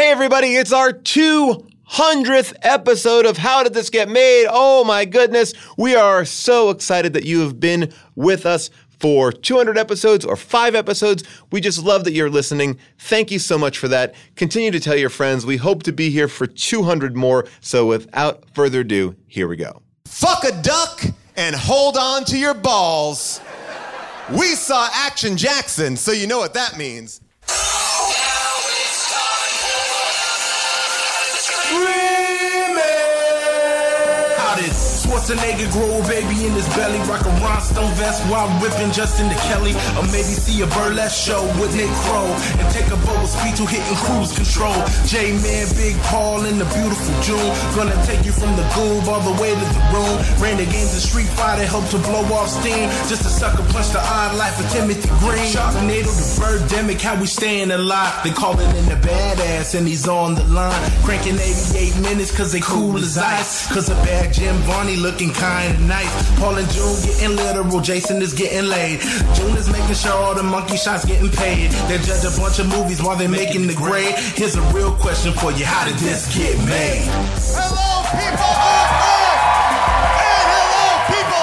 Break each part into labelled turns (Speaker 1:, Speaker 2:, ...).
Speaker 1: everybody, it's our 200th episode of How Did This Get Made? Oh my goodness, we are so excited that you have been with us for 200 episodes or five episodes. We just love that you're listening. Thank you so much for that. Continue to tell your friends. We hope to be here for 200 more. So without further ado, here we go.
Speaker 2: Fuck a duck and hold on to your balls. We saw Action Jackson, so you know what that means.
Speaker 3: crowded. Schwarzenegger grow a baby in his belly, rock a rhinestone vest while whipping Justin to Kelly, or maybe see a burlesque show with Nick Crow and take a boat with speed to hitting cruise control. J Man, Big Paul, and the beautiful June gonna take you from the goob all the way to the room. Ran the games of Street Fighter, helped to blow off steam, just a sucker punch the odd life of Timothy Green. Sharknado to Birdemic, how we staying alive. They call it in the badass, and he's on the line, cranking 88 minutes cause they cool as ice. Cause a bad Jim Varney looking kind of nice. Paul and June getting literal. Jason is getting laid. June is making sure all the monkey shots getting paid. They judge a bunch of movies while they're making the grade. Here's a real question for you: How did this get made?
Speaker 2: Hello, people of Earth! And hello, people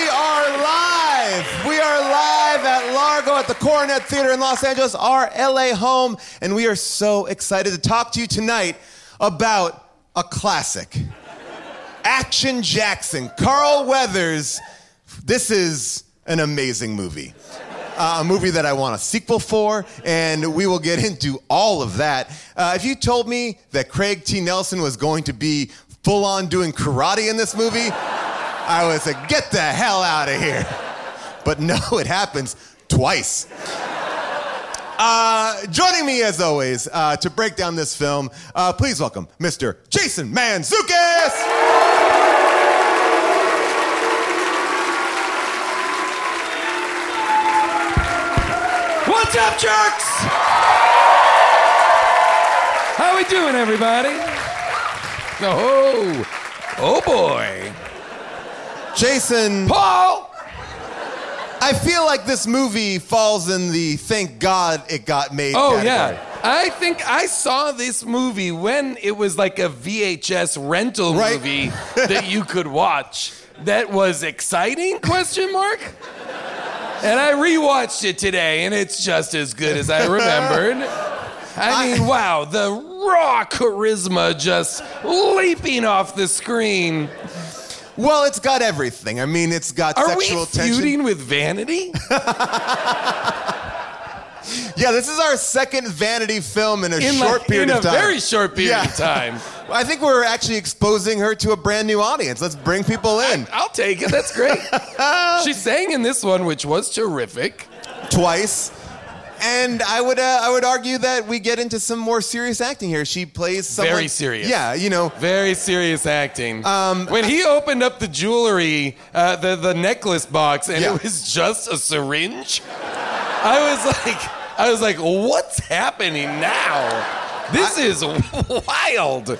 Speaker 2: of Largo! We are live! We are live at Largo at the Coronet Theater in Los Angeles, our LA home, and we are so excited to talk to you tonight about a classic Action Jackson, Carl Weathers. This is an amazing movie. Uh, a movie that I want a sequel for, and we will get into all of that. Uh, if you told me that Craig T. Nelson was going to be full on doing karate in this movie, I would say, get the hell out of here. But no, it happens twice. Uh, joining me, as always, uh, to break down this film, uh, please welcome Mr. Jason Manzukis.
Speaker 4: What's up, jerks? How we doing, everybody? Oh, oh boy.
Speaker 2: Jason.
Speaker 4: Paul!
Speaker 2: I feel like this movie falls in the thank God it got made.
Speaker 4: Oh,
Speaker 2: category.
Speaker 4: yeah. I think I saw this movie when it was like a VHS rental
Speaker 2: Right.
Speaker 4: movie that you could watch. That was exciting? Question mark. And I rewatched it today, and it's just as good as I remembered. I mean, wow, the raw charisma just leaping off the screen.
Speaker 2: Well, it's got everything. I mean, it's got
Speaker 4: Are
Speaker 2: sexual
Speaker 4: we
Speaker 2: tension.
Speaker 4: feuding with vanity?
Speaker 2: Yeah, this is our second vanity film in a
Speaker 4: In
Speaker 2: short
Speaker 4: like-
Speaker 2: period
Speaker 4: in
Speaker 2: of
Speaker 4: a
Speaker 2: time.
Speaker 4: very short period
Speaker 2: Yeah.
Speaker 4: of time.
Speaker 2: I think we're actually exposing her to a brand new audience. Let's bring people in
Speaker 4: I'll take it. That's great. she sang in this one, which was terrific.
Speaker 2: twice. And I would uh, I would argue that we get into some more serious acting here. She plays someone
Speaker 4: Very serious.
Speaker 2: Yeah, you know.
Speaker 4: Very serious acting.
Speaker 2: Um,
Speaker 4: when he opened up the jewelry, uh, the the necklace box, and
Speaker 2: Yeah.
Speaker 4: it was just a syringe, I was like, I was like, what's happening now? This is wild.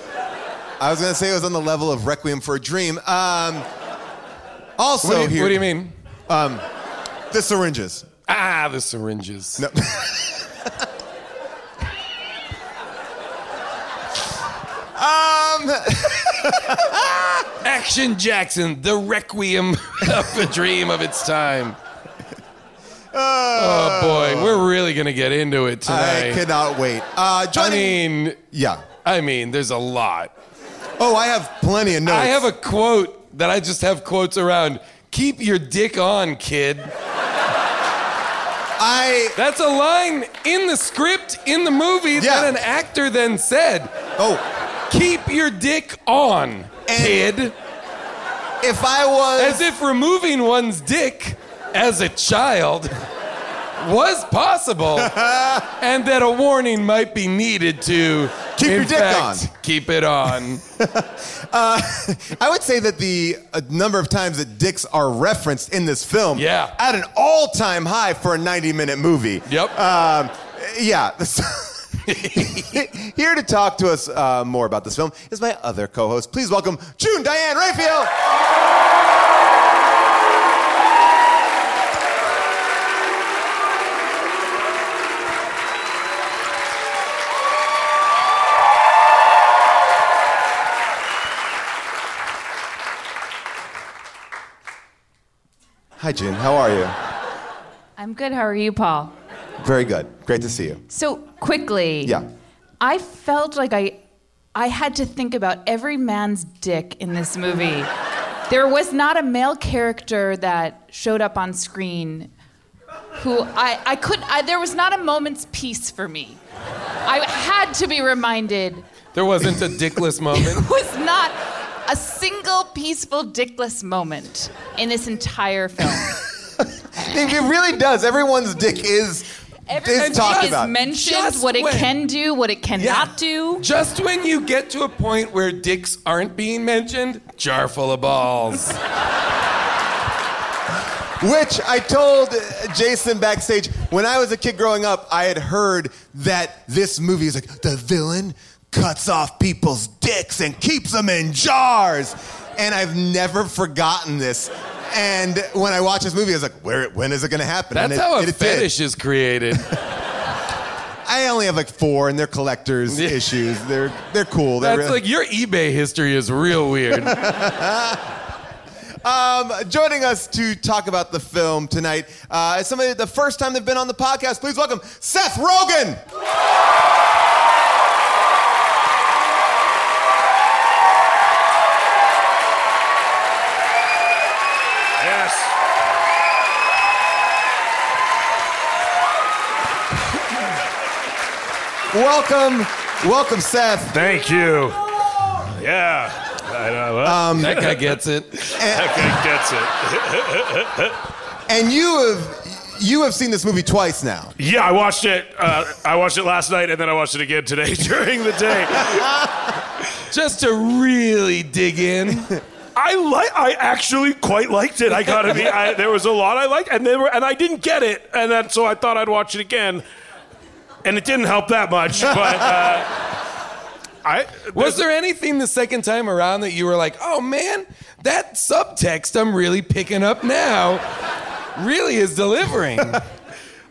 Speaker 2: I was gonna say it was on the level of Requiem for a Dream. Um, also
Speaker 4: what, do you,
Speaker 2: here, Um,
Speaker 4: what do you mean?
Speaker 2: The syringes.
Speaker 4: Ah, the syringes.
Speaker 2: No. um.
Speaker 4: Action Jackson, the requiem of a dream of its time. Oh boy, we're really gonna get into it tonight.
Speaker 2: I cannot wait. Uh,
Speaker 4: I
Speaker 2: Johnny.
Speaker 4: mean,
Speaker 2: yeah.
Speaker 4: I mean, there's a lot.
Speaker 2: Oh, I have plenty of notes.
Speaker 4: I have a quote that I just have quotes around. Keep your dick on, kid.
Speaker 2: I.
Speaker 4: That's a line in the script in the movie
Speaker 2: Yeah.
Speaker 4: that an actor then said.
Speaker 2: Oh,
Speaker 4: Keep your dick on, kid.
Speaker 2: if I was.
Speaker 4: As if removing one's dick as a child was possible, and that a warning might be needed to
Speaker 2: Keep your
Speaker 4: in
Speaker 2: dick
Speaker 4: fact,
Speaker 2: on.
Speaker 4: Keep it on.
Speaker 2: Uh, I would say that the uh, number of times that dicks are referenced in this film
Speaker 4: Yeah.
Speaker 2: at an all-time high for a 90-minute movie.
Speaker 4: Yep.
Speaker 2: Um, yeah. Here to talk to us uh, more about this film is my other co-host. Please welcome June Diane Raphael. Hi, Gene. How are you?
Speaker 5: I'm good. How are you, Paul?
Speaker 2: Very good. Great to see you.
Speaker 5: So quickly.
Speaker 2: Yeah.
Speaker 5: I felt like I, I had to think about every man's dick in this movie. there was not a male character that showed up on screen who I, I could I, there was not a moment's peace for me. I had to be reminded
Speaker 4: There wasn't a dickless moment.
Speaker 5: was not a single peaceful dickless moment in this entire film.
Speaker 2: It it really does. Everyone's dick is,
Speaker 5: Every
Speaker 2: is talked
Speaker 5: dick
Speaker 2: about.
Speaker 5: is mentioned,
Speaker 4: Just
Speaker 5: what it
Speaker 4: when-
Speaker 5: can do, what it cannot do.
Speaker 4: Just when you get to a point where dicks aren't being mentioned, jar full of balls.
Speaker 2: Which I told uh, Jason backstage when I was a kid growing up, I had heard that this movie is like the villain cuts off people's dicks and keeps them in jars. And I've never forgotten this. And when I watch this movie, I was like, where, when is it going to happen?
Speaker 4: That's
Speaker 2: and it,
Speaker 4: how a
Speaker 2: it did.
Speaker 4: fetish is created.
Speaker 2: I only have like four, and they're collectors
Speaker 4: Yeah.
Speaker 2: issues. They're they're cool. They're
Speaker 4: That's
Speaker 2: really-
Speaker 4: like your eBay history is real weird.
Speaker 2: Um, joining us to talk about the film tonight uh, is somebody the first time they've been on the podcast. Please welcome Seth Rogen.
Speaker 6: Yes.
Speaker 2: Welcome, welcome, Seth.
Speaker 6: Thank you. Yeah. I know. Well,
Speaker 4: that guy gets it.
Speaker 6: that guy gets it.
Speaker 2: And you have you have seen this movie twice now.
Speaker 6: Yeah, I watched it. Uh, I watched it last night, and then I watched it again today during the day.
Speaker 4: Just to really dig in.
Speaker 6: I like. I actually quite liked it. I gotta be. I, there was a lot I liked, and they were, and I didn't get it, and then so I thought I'd watch it again, and it didn't help that much. But uh, I
Speaker 4: Was there anything the second time around that you were like, oh man, that subtext I'm really picking up now really is delivering?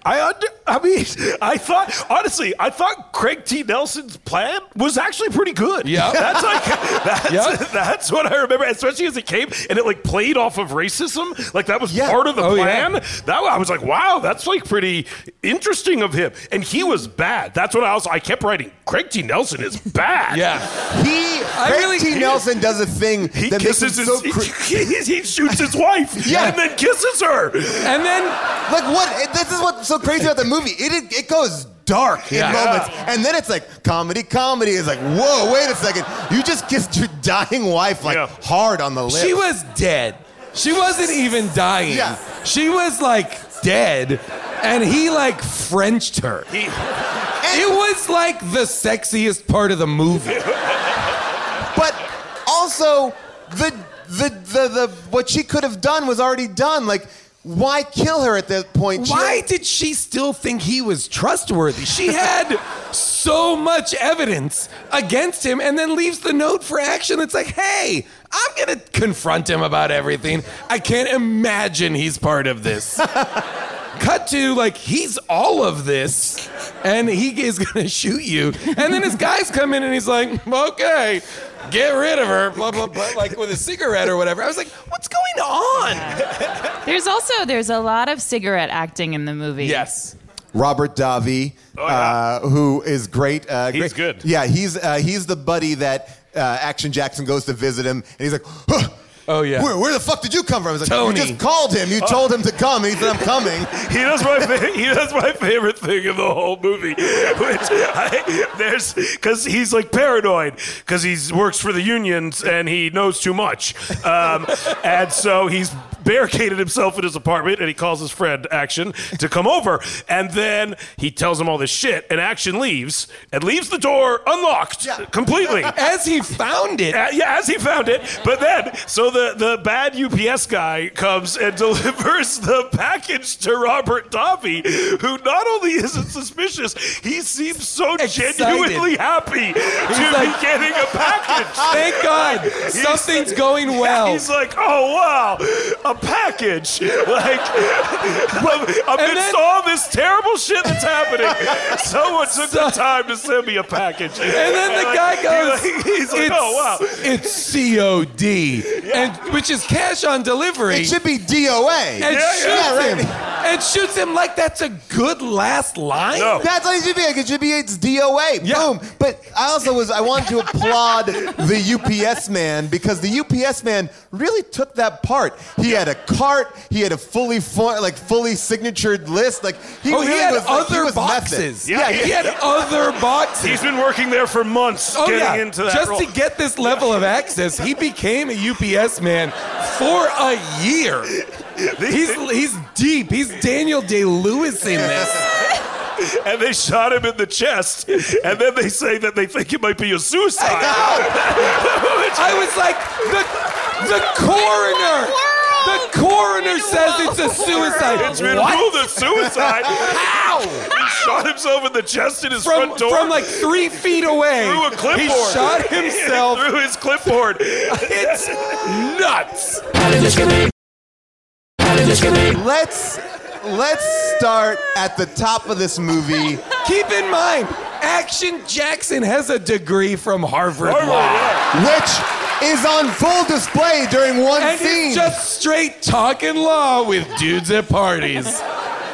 Speaker 6: I under, I mean, I thought honestly, I thought Craig T. Nelson's plan was actually pretty good.
Speaker 4: Yeah.
Speaker 6: that's like that's,
Speaker 4: Yeah.
Speaker 6: that's what I remember, especially as it came and it like played off of racism. Like that was part of the
Speaker 4: Oh, yeah.
Speaker 6: plan. That I was like, wow, that's like pretty interesting of him. And he was bad. That's what I also I kept writing. Craig T. Nelson is bad.
Speaker 4: yeah.
Speaker 2: He Craig
Speaker 4: really-
Speaker 2: T. Nelson does a thing
Speaker 6: He
Speaker 2: that makes him
Speaker 6: kisses
Speaker 2: so.
Speaker 6: his,
Speaker 2: Cr-
Speaker 6: he, he shoots his wife
Speaker 2: Yeah.
Speaker 6: and then kisses her.
Speaker 4: And then
Speaker 2: like what? This is what's so crazy about the movie. It it goes dark
Speaker 4: Yeah.
Speaker 2: in moments, and then it's like comedy. Comedy is like, whoa, wait a second. You just kissed your dying wife like
Speaker 6: Yeah.
Speaker 2: hard on the lips.
Speaker 4: she was dead. She wasn't even dying.
Speaker 2: Yeah.
Speaker 4: She was like dead. And he like Frenched her.
Speaker 6: He,
Speaker 2: And-
Speaker 4: It was like the sexiest part of the movie.
Speaker 2: but also the, the the the what she could have done was already done. Like, why kill her at that point? She-
Speaker 4: Why did she still think he was trustworthy? She had so much evidence against him and then leaves the note for action that's like, hey, I'm going to confront him about everything. I can't imagine he's part of this. Cut to like, he's all of this and he is going to shoot you. And then his guys come in and he's like, okay. Get rid of her, blah blah blah, like with a cigarette or whatever. I was like, "What's going on?"
Speaker 5: There's also there's a lot of cigarette acting in the movie.
Speaker 4: Yes,
Speaker 2: Robert Davi,
Speaker 6: Oh, yeah.
Speaker 2: uh, who is great. Uh,
Speaker 6: He's
Speaker 2: great-
Speaker 6: good.
Speaker 2: Yeah, he's uh, he's the buddy that uh, Action Jackson goes to visit him, and he's like, huh,
Speaker 4: Oh, yeah.
Speaker 2: where, where the fuck did you come from?" He's like,
Speaker 4: Tony.
Speaker 2: "You just called him. You told him to come." And he said, "I'm coming."
Speaker 6: Oh. He does my fa- he does my favorite thing in the whole movie, which I, there's because he's like paranoid because he works for the unions and he knows too much, um, and so he's barricaded himself in his apartment and he calls his friend Action to come over, and then he tells him all this shit and Action leaves and leaves the door unlocked completely.
Speaker 4: as he found it,
Speaker 6: Uh, yeah, as he found it. But then, so the, the bad UPS guy comes and delivers the package to Robert Dobby, who not only isn't suspicious, he seems so
Speaker 4: Excited.
Speaker 6: genuinely happy to
Speaker 4: like-
Speaker 6: be getting a package.
Speaker 4: Thank God something's going well.
Speaker 6: He's like, oh wow, a package. Like, amidst
Speaker 4: then-
Speaker 6: all this terrible shit that's happening, someone took the time to send me a package.
Speaker 4: And then the
Speaker 6: like,
Speaker 4: guy goes,
Speaker 6: he's like, he's like,
Speaker 4: it's,
Speaker 6: oh, wow.
Speaker 4: it's COD, and, which is cash on delivery.
Speaker 2: It should be DOA.
Speaker 4: and,
Speaker 6: yeah,
Speaker 4: shoots
Speaker 6: yeah.
Speaker 2: Yeah,
Speaker 4: him, and shoots him like that's a good last line.
Speaker 6: No.
Speaker 2: That's how it should be. Like, It should be it's DOA.
Speaker 4: Yeah.
Speaker 2: Boom. But I also was I wanted to applaud the UPS man because the UPS man really took that part. He had a cart. He had a fully fo- like fully signatured list. Like he
Speaker 4: Oh,
Speaker 2: really
Speaker 4: he had
Speaker 2: was like, he
Speaker 4: other
Speaker 2: was method.
Speaker 4: boxes.
Speaker 6: Yeah,
Speaker 4: he,
Speaker 6: he-
Speaker 4: had other boxes.
Speaker 6: He's been working there for months
Speaker 4: Oh
Speaker 6: getting
Speaker 4: yeah,
Speaker 6: into that
Speaker 4: just
Speaker 6: role.
Speaker 4: to get this level of access, he became a UPS man for a year. He's he's deep. He's Daniel Day Lewis in this.
Speaker 6: and they shot him in the chest, and then they say that they think it might be a suicide.
Speaker 4: I was like the the coroner. The coroner says it's a suicide.
Speaker 6: It's been
Speaker 4: What?
Speaker 6: ruled as suicide.
Speaker 4: How?
Speaker 6: He shot himself in the chest in his
Speaker 4: From
Speaker 6: front door.
Speaker 4: from like three feet away.
Speaker 6: through a clipboard.
Speaker 4: He shot himself.
Speaker 6: through his clipboard.
Speaker 4: It's nuts.
Speaker 2: Let's let's start at the top of this movie.
Speaker 4: Keep in mind, Action Jackson has a degree from Harvard
Speaker 6: Harvard,
Speaker 4: Law.
Speaker 6: yeah.
Speaker 2: which is on full display during one
Speaker 4: and
Speaker 2: scene.
Speaker 4: he's just straight talking law with dudes at parties.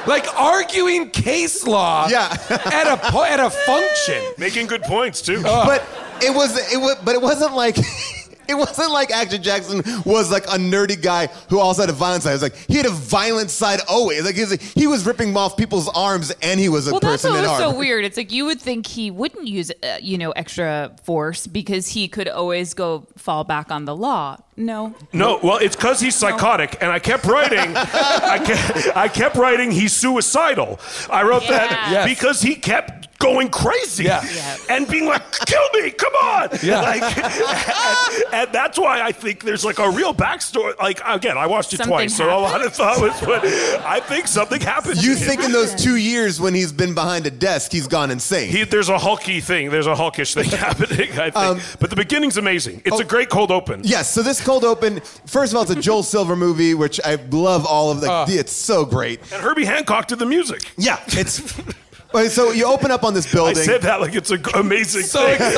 Speaker 4: Like arguing case law
Speaker 2: Yeah.
Speaker 4: at a po- at a function.
Speaker 6: Making good points too.
Speaker 4: Oh.
Speaker 2: but it was it was but it wasn't like it wasn't like Action Jackson was like a nerdy guy who also had a violent side. It was like he had a violent side always. Like he was, he was ripping off people's arms and he was a
Speaker 7: Well, that's
Speaker 2: person
Speaker 7: what
Speaker 2: in
Speaker 7: was
Speaker 2: armor.
Speaker 7: so weird. It's like you would think he wouldn't use, uh, you know, extra force because he could always go fall back on the law. No,
Speaker 6: No, well, it's because he's psychotic, and I kept writing. I, kept, I kept writing. He's suicidal. I wrote that
Speaker 7: Yeah. Yes.
Speaker 6: because he kept going crazy
Speaker 4: Yeah.
Speaker 7: Yeah.
Speaker 6: and being like, "Kill me! Come on!"
Speaker 4: Yeah.
Speaker 6: Like, and, and that's why I think there's like a real backstory. Like again, I watched it
Speaker 7: Something
Speaker 6: twice, so a lot of thought was put. I think something happened.
Speaker 2: You
Speaker 6: to him.
Speaker 2: think in those two years when he's been behind a desk, he's gone insane.
Speaker 6: He, there's a hulky thing. There's a hulkish thing happening. I think, but the beginning's amazing. It's a great cold open.
Speaker 2: Yes, so this cold open, first of all, it's a Joel Silver movie, which I love all of the.
Speaker 4: Ah.
Speaker 2: it's so great.
Speaker 6: And Herbie Hancock did the music.
Speaker 2: Yeah, it's. Okay, so you open up on this
Speaker 6: I
Speaker 2: building.
Speaker 6: said that like it's an amazing
Speaker 4: So
Speaker 6: thing.
Speaker 4: excited.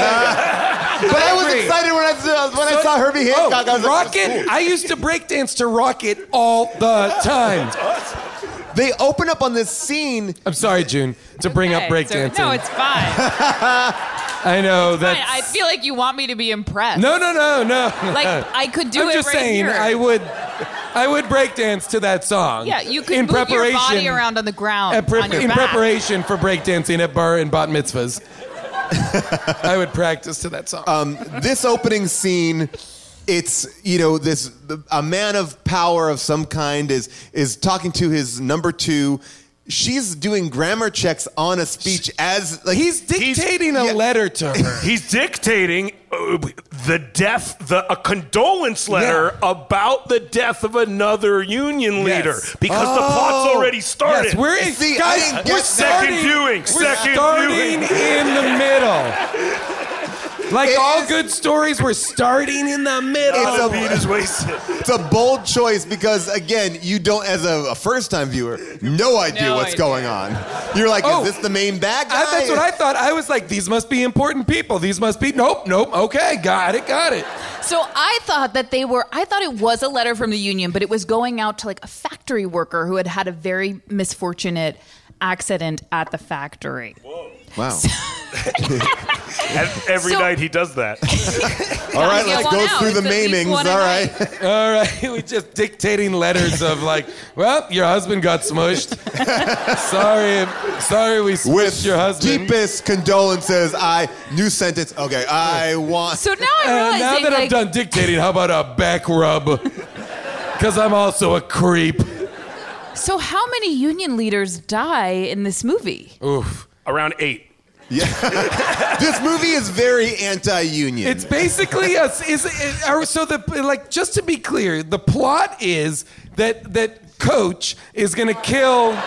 Speaker 2: But I was
Speaker 4: Agree.
Speaker 2: excited when I saw, when I
Speaker 4: So-
Speaker 2: saw Herbie Hancock.
Speaker 4: Oh,
Speaker 2: I was
Speaker 4: Rocket.
Speaker 2: Like,
Speaker 4: I used to breakdance to Rocket all the time.
Speaker 2: they open up on this scene.
Speaker 4: I'm sorry, June, to bring up
Speaker 7: Okay, so-
Speaker 4: breakdancing.
Speaker 7: No, it's fine.
Speaker 4: I know
Speaker 7: fine.
Speaker 4: that.
Speaker 7: I feel like you want me to be impressed.
Speaker 4: No, no, no, no.
Speaker 7: like I could do
Speaker 4: I'm
Speaker 7: it
Speaker 4: just
Speaker 7: right
Speaker 4: saying,
Speaker 7: here.
Speaker 4: I would, I would breakdance to that song.
Speaker 7: yeah, you could
Speaker 4: in
Speaker 7: move
Speaker 4: preparation
Speaker 7: your body around on the ground
Speaker 4: at pre-
Speaker 7: on your
Speaker 4: in
Speaker 7: back.
Speaker 4: preparation for breakdancing at bar and bat mitzvahs. I would practice to that song.
Speaker 2: Um, This opening scene, it's you know this a man of power of some kind is is talking to his number two. She's doing grammar checks on a speech as like
Speaker 4: he's dictating a
Speaker 2: yeah.
Speaker 4: letter to her.
Speaker 6: He's dictating uh, the death, the a condolence letter about the death of another union leader
Speaker 4: Yes. Oh.
Speaker 6: because the plot's already started.
Speaker 4: Yes, we're in,
Speaker 2: Oh. See, I
Speaker 4: guys.
Speaker 2: didn't
Speaker 4: We're
Speaker 2: get that.
Speaker 4: starting,
Speaker 6: Second viewing,
Speaker 4: We're
Speaker 6: second
Speaker 4: starting
Speaker 6: viewing.
Speaker 4: in the middle. Like
Speaker 2: It
Speaker 4: all
Speaker 2: is-
Speaker 4: good stories, we're starting in the middle.
Speaker 2: It's
Speaker 6: the
Speaker 2: a-
Speaker 6: beat is wasted.
Speaker 2: it's a bold choice because again you don't as a, a first time viewer no idea
Speaker 7: No
Speaker 2: what's
Speaker 7: idea.
Speaker 2: going on. You're like,
Speaker 4: Oh.
Speaker 2: is this the main bad guy?
Speaker 4: I, that's what I thought. I was like, these must be important people. These must be. Nope, nope. Okay, got it, got it.
Speaker 7: So I thought that they were. I thought it was a letter from the union, but it was going out to like a factory worker who had had a very misfortunate accident at the factory.
Speaker 2: Wow.
Speaker 6: And every
Speaker 7: So-
Speaker 6: night he does that.
Speaker 2: All right,
Speaker 7: get
Speaker 2: let's
Speaker 7: one
Speaker 2: go
Speaker 7: out.
Speaker 2: through the
Speaker 7: It's at least
Speaker 2: maimings. All
Speaker 7: one a
Speaker 2: right.
Speaker 4: All right, we just dictating letters of like, well, your husband got smushed. sorry, sorry, we smushed
Speaker 2: with
Speaker 4: your husband.
Speaker 2: deepest condolences. I new sentence. Okay, I want.
Speaker 7: So now
Speaker 4: Uh,
Speaker 7: I'm realizing
Speaker 4: now that I'm
Speaker 7: like,
Speaker 4: done dictating, how about a back rub? Because I'm also a creep.
Speaker 7: So how many union leaders die in this movie?
Speaker 6: Around eight.
Speaker 2: this movie is very anti-union.
Speaker 4: It's basically a is it, are- so the like just to be clear, the plot is that that coach is going to kill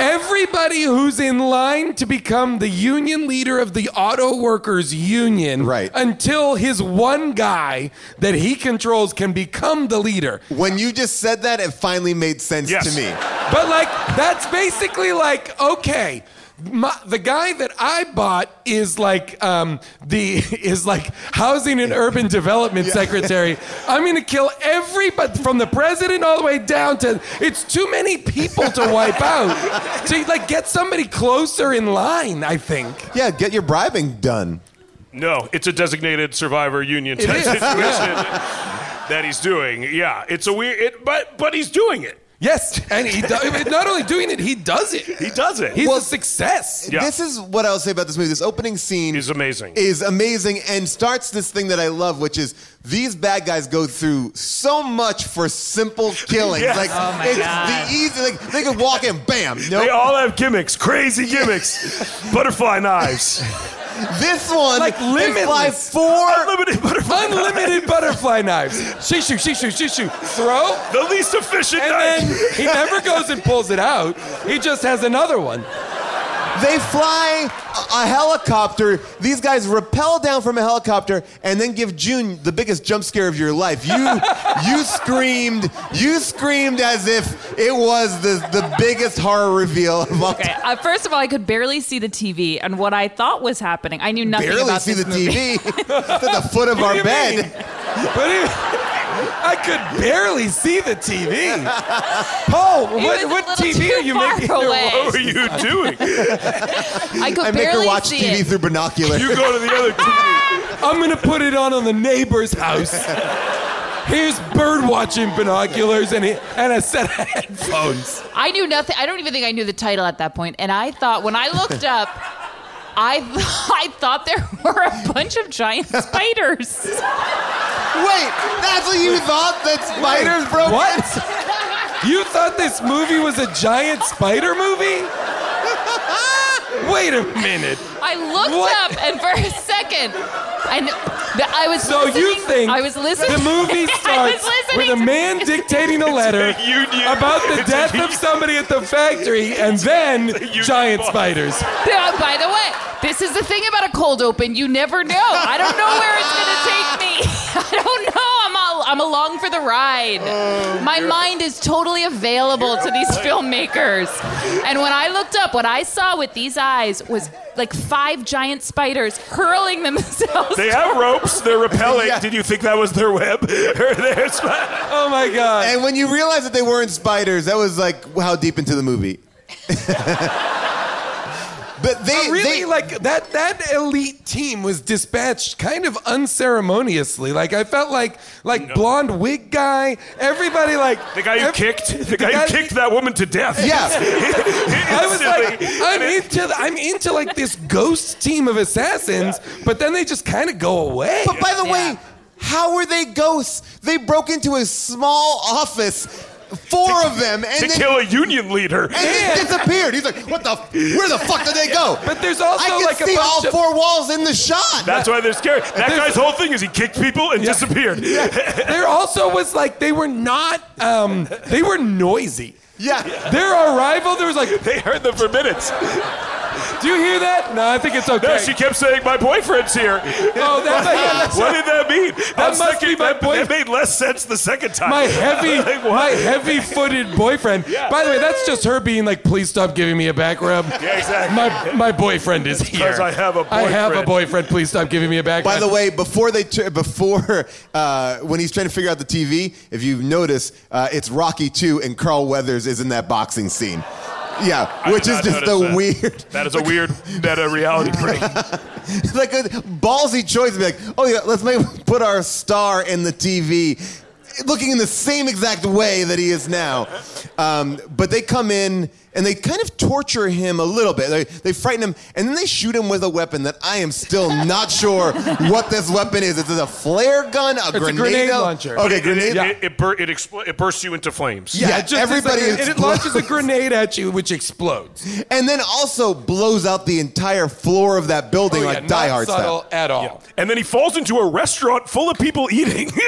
Speaker 4: Everybody who's in line to become the union leader of the auto workers union
Speaker 2: Right.
Speaker 4: until his one guy that he controls can become the leader.
Speaker 2: When you just said that, it finally made sense
Speaker 6: Yes.
Speaker 2: to me.
Speaker 4: But like that's basically like okay, my, the guy that I bought is like um, the is like housing and urban development secretary. I'm gonna kill everybody from the president all the way down to it's too many people to wipe out to like get somebody closer in line. I think
Speaker 2: Yeah, get your bribing done.
Speaker 6: No, it's a designated survivor union
Speaker 4: It is,
Speaker 6: situation
Speaker 4: yeah.
Speaker 6: that he's doing. Yeah, it's a weird, it, but but he's doing it.
Speaker 4: yes, and he do, not only doing it, he does it.
Speaker 6: He does it.
Speaker 4: He's a success.
Speaker 6: Yeah.
Speaker 2: This is what I'll say about this movie. This opening scene
Speaker 6: Is amazing.
Speaker 2: Is amazing and starts this thing that I love, which is these bad guys go through so much for simple killings.
Speaker 6: Yes.
Speaker 2: Like
Speaker 7: Oh my
Speaker 2: it's
Speaker 7: God.
Speaker 2: the e-, easy. Like they could walk in, bam.
Speaker 6: They
Speaker 2: Nope.
Speaker 6: all have gimmicks, crazy gimmicks, butterfly knives,
Speaker 2: this one
Speaker 4: Like
Speaker 2: they fly
Speaker 4: limitless.
Speaker 2: four.
Speaker 6: unlimited butterfly,
Speaker 4: Unlimited butterfly knives. She shoot, she shoot, she shoot. Throw,
Speaker 6: the least efficient
Speaker 4: And
Speaker 6: knife.
Speaker 4: then he never goes and pulls it out. He just has another one.
Speaker 2: They fly a, a helicopter. These guys rappel down from a helicopter and then give June the biggest jump scare of your life. You you screamed. You screamed as if it was the the biggest horror reveal of all
Speaker 7: Okay. Uh, first of all, I could barely see the TV, and what I thought was happening, I knew nothing
Speaker 2: barely
Speaker 7: about
Speaker 2: see
Speaker 7: this
Speaker 2: the
Speaker 7: movie.
Speaker 2: TV It's at the foot of
Speaker 4: do
Speaker 2: our
Speaker 4: you mean?
Speaker 2: bed.
Speaker 4: But he, I could barely see the TV. Paul,
Speaker 7: was
Speaker 4: what,
Speaker 7: a
Speaker 4: what
Speaker 7: little
Speaker 4: TV are
Speaker 7: too
Speaker 4: you
Speaker 7: far
Speaker 4: making?
Speaker 7: away.
Speaker 6: What were you doing?
Speaker 7: I could
Speaker 2: I make
Speaker 7: barely
Speaker 2: her watch
Speaker 7: see
Speaker 2: TV
Speaker 7: it.
Speaker 2: through binoculars.
Speaker 6: You go to the other TV.
Speaker 4: I'm gonna put it on on the neighbor's house. Here's bird watching binoculars and, he, and a set of headphones.
Speaker 7: I knew nothing. I don't even think I knew the title at that point. And I thought when I looked up, I I thought there were a bunch of giant spiders.
Speaker 2: Wait, that's what you thought that spiders broke?
Speaker 4: What? You thought this movie was a giant spider movie? Wait a minute.
Speaker 7: I looked
Speaker 4: What?
Speaker 7: up and for a second, and th- I was.
Speaker 4: So you
Speaker 7: listening-
Speaker 4: think
Speaker 7: I was listening?
Speaker 4: the movie
Speaker 7: I was
Speaker 4: starts with
Speaker 7: listening
Speaker 4: a
Speaker 7: to-
Speaker 4: man dictating a letter
Speaker 6: a union.
Speaker 4: about the
Speaker 6: It's a
Speaker 4: death
Speaker 6: union.
Speaker 4: of somebody at the factory and then
Speaker 6: union
Speaker 4: giant
Speaker 6: boss.
Speaker 4: spiders.
Speaker 7: Yeah, by the way, this is the thing about a cold open. You never know. I don't know where it's gonna take me. I don't know. I'm all, I'm along for the ride.
Speaker 4: Oh,
Speaker 7: My mind is totally available to these filmmakers. And when I looked up, what I saw with these eyes was like five giant spiders hurling themselves.
Speaker 6: They have ropes. They're repelling.
Speaker 2: Yeah.
Speaker 6: Did you think that was their web? Or their spot?
Speaker 4: Oh my god.
Speaker 2: And when you realized that they weren't spiders, that was like how deep into the movie. but they
Speaker 4: Really
Speaker 2: they,
Speaker 4: like that that elite team was dispatched kind of unceremoniously. Like I felt like like blonde wig guy, everybody like
Speaker 6: The guy who
Speaker 4: ev-
Speaker 6: kicked. The guy who kicked that woman to death.
Speaker 2: Yeah.
Speaker 4: I was like,
Speaker 6: Instantly.
Speaker 4: I'm into, the, I'm into like this ghost team of assassins, but then they just kind of go away.
Speaker 2: But by the
Speaker 7: Yeah.
Speaker 2: way, how were they ghosts? They broke into a small office, four of them, and
Speaker 6: to
Speaker 2: then
Speaker 6: kill a union leader.
Speaker 2: and they disappeared. He's like, "What the? f- Where the fuck did they go?"
Speaker 4: But there's also
Speaker 2: I can
Speaker 4: like a
Speaker 2: see
Speaker 4: bunch
Speaker 2: all
Speaker 4: of-
Speaker 2: four walls in the shot.
Speaker 6: That's why they're scary. That guy's whole thing is he kicked people and disappeared.
Speaker 4: there also was like they were not um, they were noisy.
Speaker 2: yeah.
Speaker 4: Their arrival, there was like,
Speaker 6: They heard them for minutes.
Speaker 4: do you hear that? No, I think it's okay.
Speaker 6: No, she kept saying, "My boyfriend's here."
Speaker 4: oh, that's like,
Speaker 6: What did that mean?
Speaker 4: That must be my
Speaker 6: that,
Speaker 4: boy-
Speaker 6: that made less sense the second time.
Speaker 4: my heavy,
Speaker 6: Like, what?
Speaker 4: my heavy-footed boyfriend.
Speaker 6: Yeah.
Speaker 4: By the way, that's just her being like, please stop giving me a back rub.
Speaker 6: Yeah, exactly.
Speaker 4: My my boyfriend is here.
Speaker 6: 'cause I have a
Speaker 4: I have a
Speaker 6: boyfriend.
Speaker 4: boyfriend. Please stop giving me a back
Speaker 2: By
Speaker 4: rub.
Speaker 2: the way, before they tur- before uh, when he's trying to figure out the TV, if you notice, uh, it's Rocky Two, and Carl Weathers is in that boxing scene. Yeah,
Speaker 6: I
Speaker 2: which
Speaker 6: did
Speaker 2: is
Speaker 6: not
Speaker 2: just
Speaker 6: notice
Speaker 2: the
Speaker 6: that.
Speaker 2: weird,
Speaker 6: That is a weird meta reality break.
Speaker 2: like a ballsy choice. to Be like, oh yeah, let's make put our star in the TV, looking in the same exact way that he is now. Um, but they come in and they kind of torture him a little bit. They, they frighten him, and then they shoot him with a weapon that I am still not sure what this weapon is. Is it a flare gun? A,
Speaker 4: grenade
Speaker 2: grenado?
Speaker 4: launcher.
Speaker 6: It-
Speaker 2: Okay,
Speaker 6: it,
Speaker 2: grenade.
Speaker 6: it, it, it, bur- it, expl- it bursts you into flames.
Speaker 2: Yeah,
Speaker 4: just as,
Speaker 2: everybody
Speaker 4: like, and it launches a
Speaker 2: explodes.
Speaker 4: grenade at you, which explodes.
Speaker 2: and then also blows out the entire floor of that building
Speaker 4: Oh, yeah,
Speaker 2: like
Speaker 4: not
Speaker 2: Die Hard
Speaker 4: subtle
Speaker 2: style.
Speaker 4: at all.
Speaker 6: And then he falls into a restaurant full of people eating.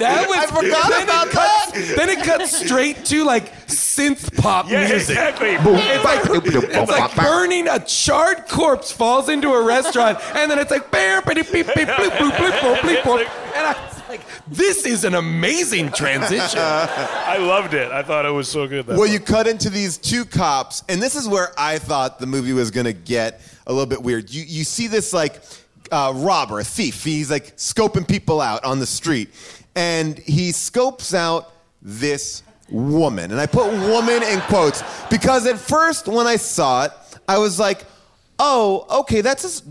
Speaker 4: That was
Speaker 2: I forgot
Speaker 4: then it
Speaker 2: about
Speaker 4: cuts-
Speaker 2: that.
Speaker 4: Then it cuts straight to like synth pop
Speaker 6: Yeah,
Speaker 4: music.
Speaker 6: exactly.
Speaker 4: It's like, it's like burning a charred corpse falls into a restaurant, and then it's like beep beep beep beep bloop bloop bloop bloop bloop. bloop. And I was like, this is an amazing transition.
Speaker 6: I loved it. I thought it was so good. That
Speaker 2: Well, you cut into these two cops, and this is where I thought the movie was gonna get a little bit weird. You you see this like uh, robber, a thief. He's like scoping people out on the street, and he scopes out this woman, and I put woman in quotes because at first when I saw it, I was like, oh, okay, that's. Just,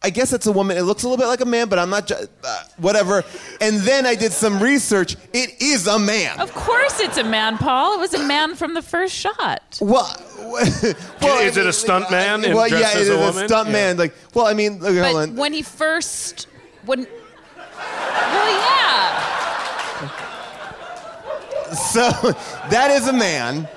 Speaker 2: I guess it's a woman. It looks a little bit like a man, but I'm not. Ju- uh, whatever. And then I did some research. It is a man.
Speaker 7: Of course, it's a man, Paul. It was a man from the first shot.
Speaker 2: Well, well
Speaker 6: is it a stunt
Speaker 2: like,
Speaker 6: man
Speaker 2: Well,
Speaker 6: and dressed
Speaker 2: yeah, it
Speaker 6: as
Speaker 2: is
Speaker 6: a
Speaker 2: a,
Speaker 6: woman?
Speaker 2: stunt
Speaker 6: Yeah.
Speaker 2: man. Like, well, I mean, look, hold
Speaker 7: But
Speaker 2: on.
Speaker 7: when he first, when, well, yeah,
Speaker 2: so that is a man,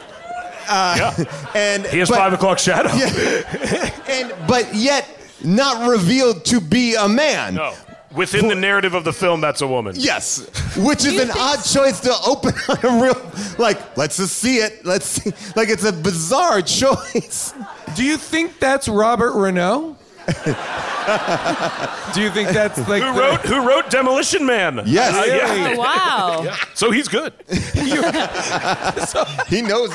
Speaker 2: Uh,
Speaker 6: yeah.
Speaker 2: and
Speaker 6: He has
Speaker 2: but,
Speaker 6: five o'clock shadow.
Speaker 2: and but yet not revealed to be a man.
Speaker 6: No. Within the narrative of the film, that's a woman.
Speaker 2: Yes, which is
Speaker 7: You
Speaker 2: an
Speaker 7: think
Speaker 2: odd choice to open on a real. Like, let's just see it. Let's see. Like, it's a bizarre choice.
Speaker 4: Do you think that's Robert Renault? Do you think that's like
Speaker 6: Who
Speaker 4: the-
Speaker 6: wrote Who wrote Demolition Man?
Speaker 2: Yes.
Speaker 6: Uh, yeah.
Speaker 7: Oh, wow.
Speaker 6: So he's good.
Speaker 2: He knows.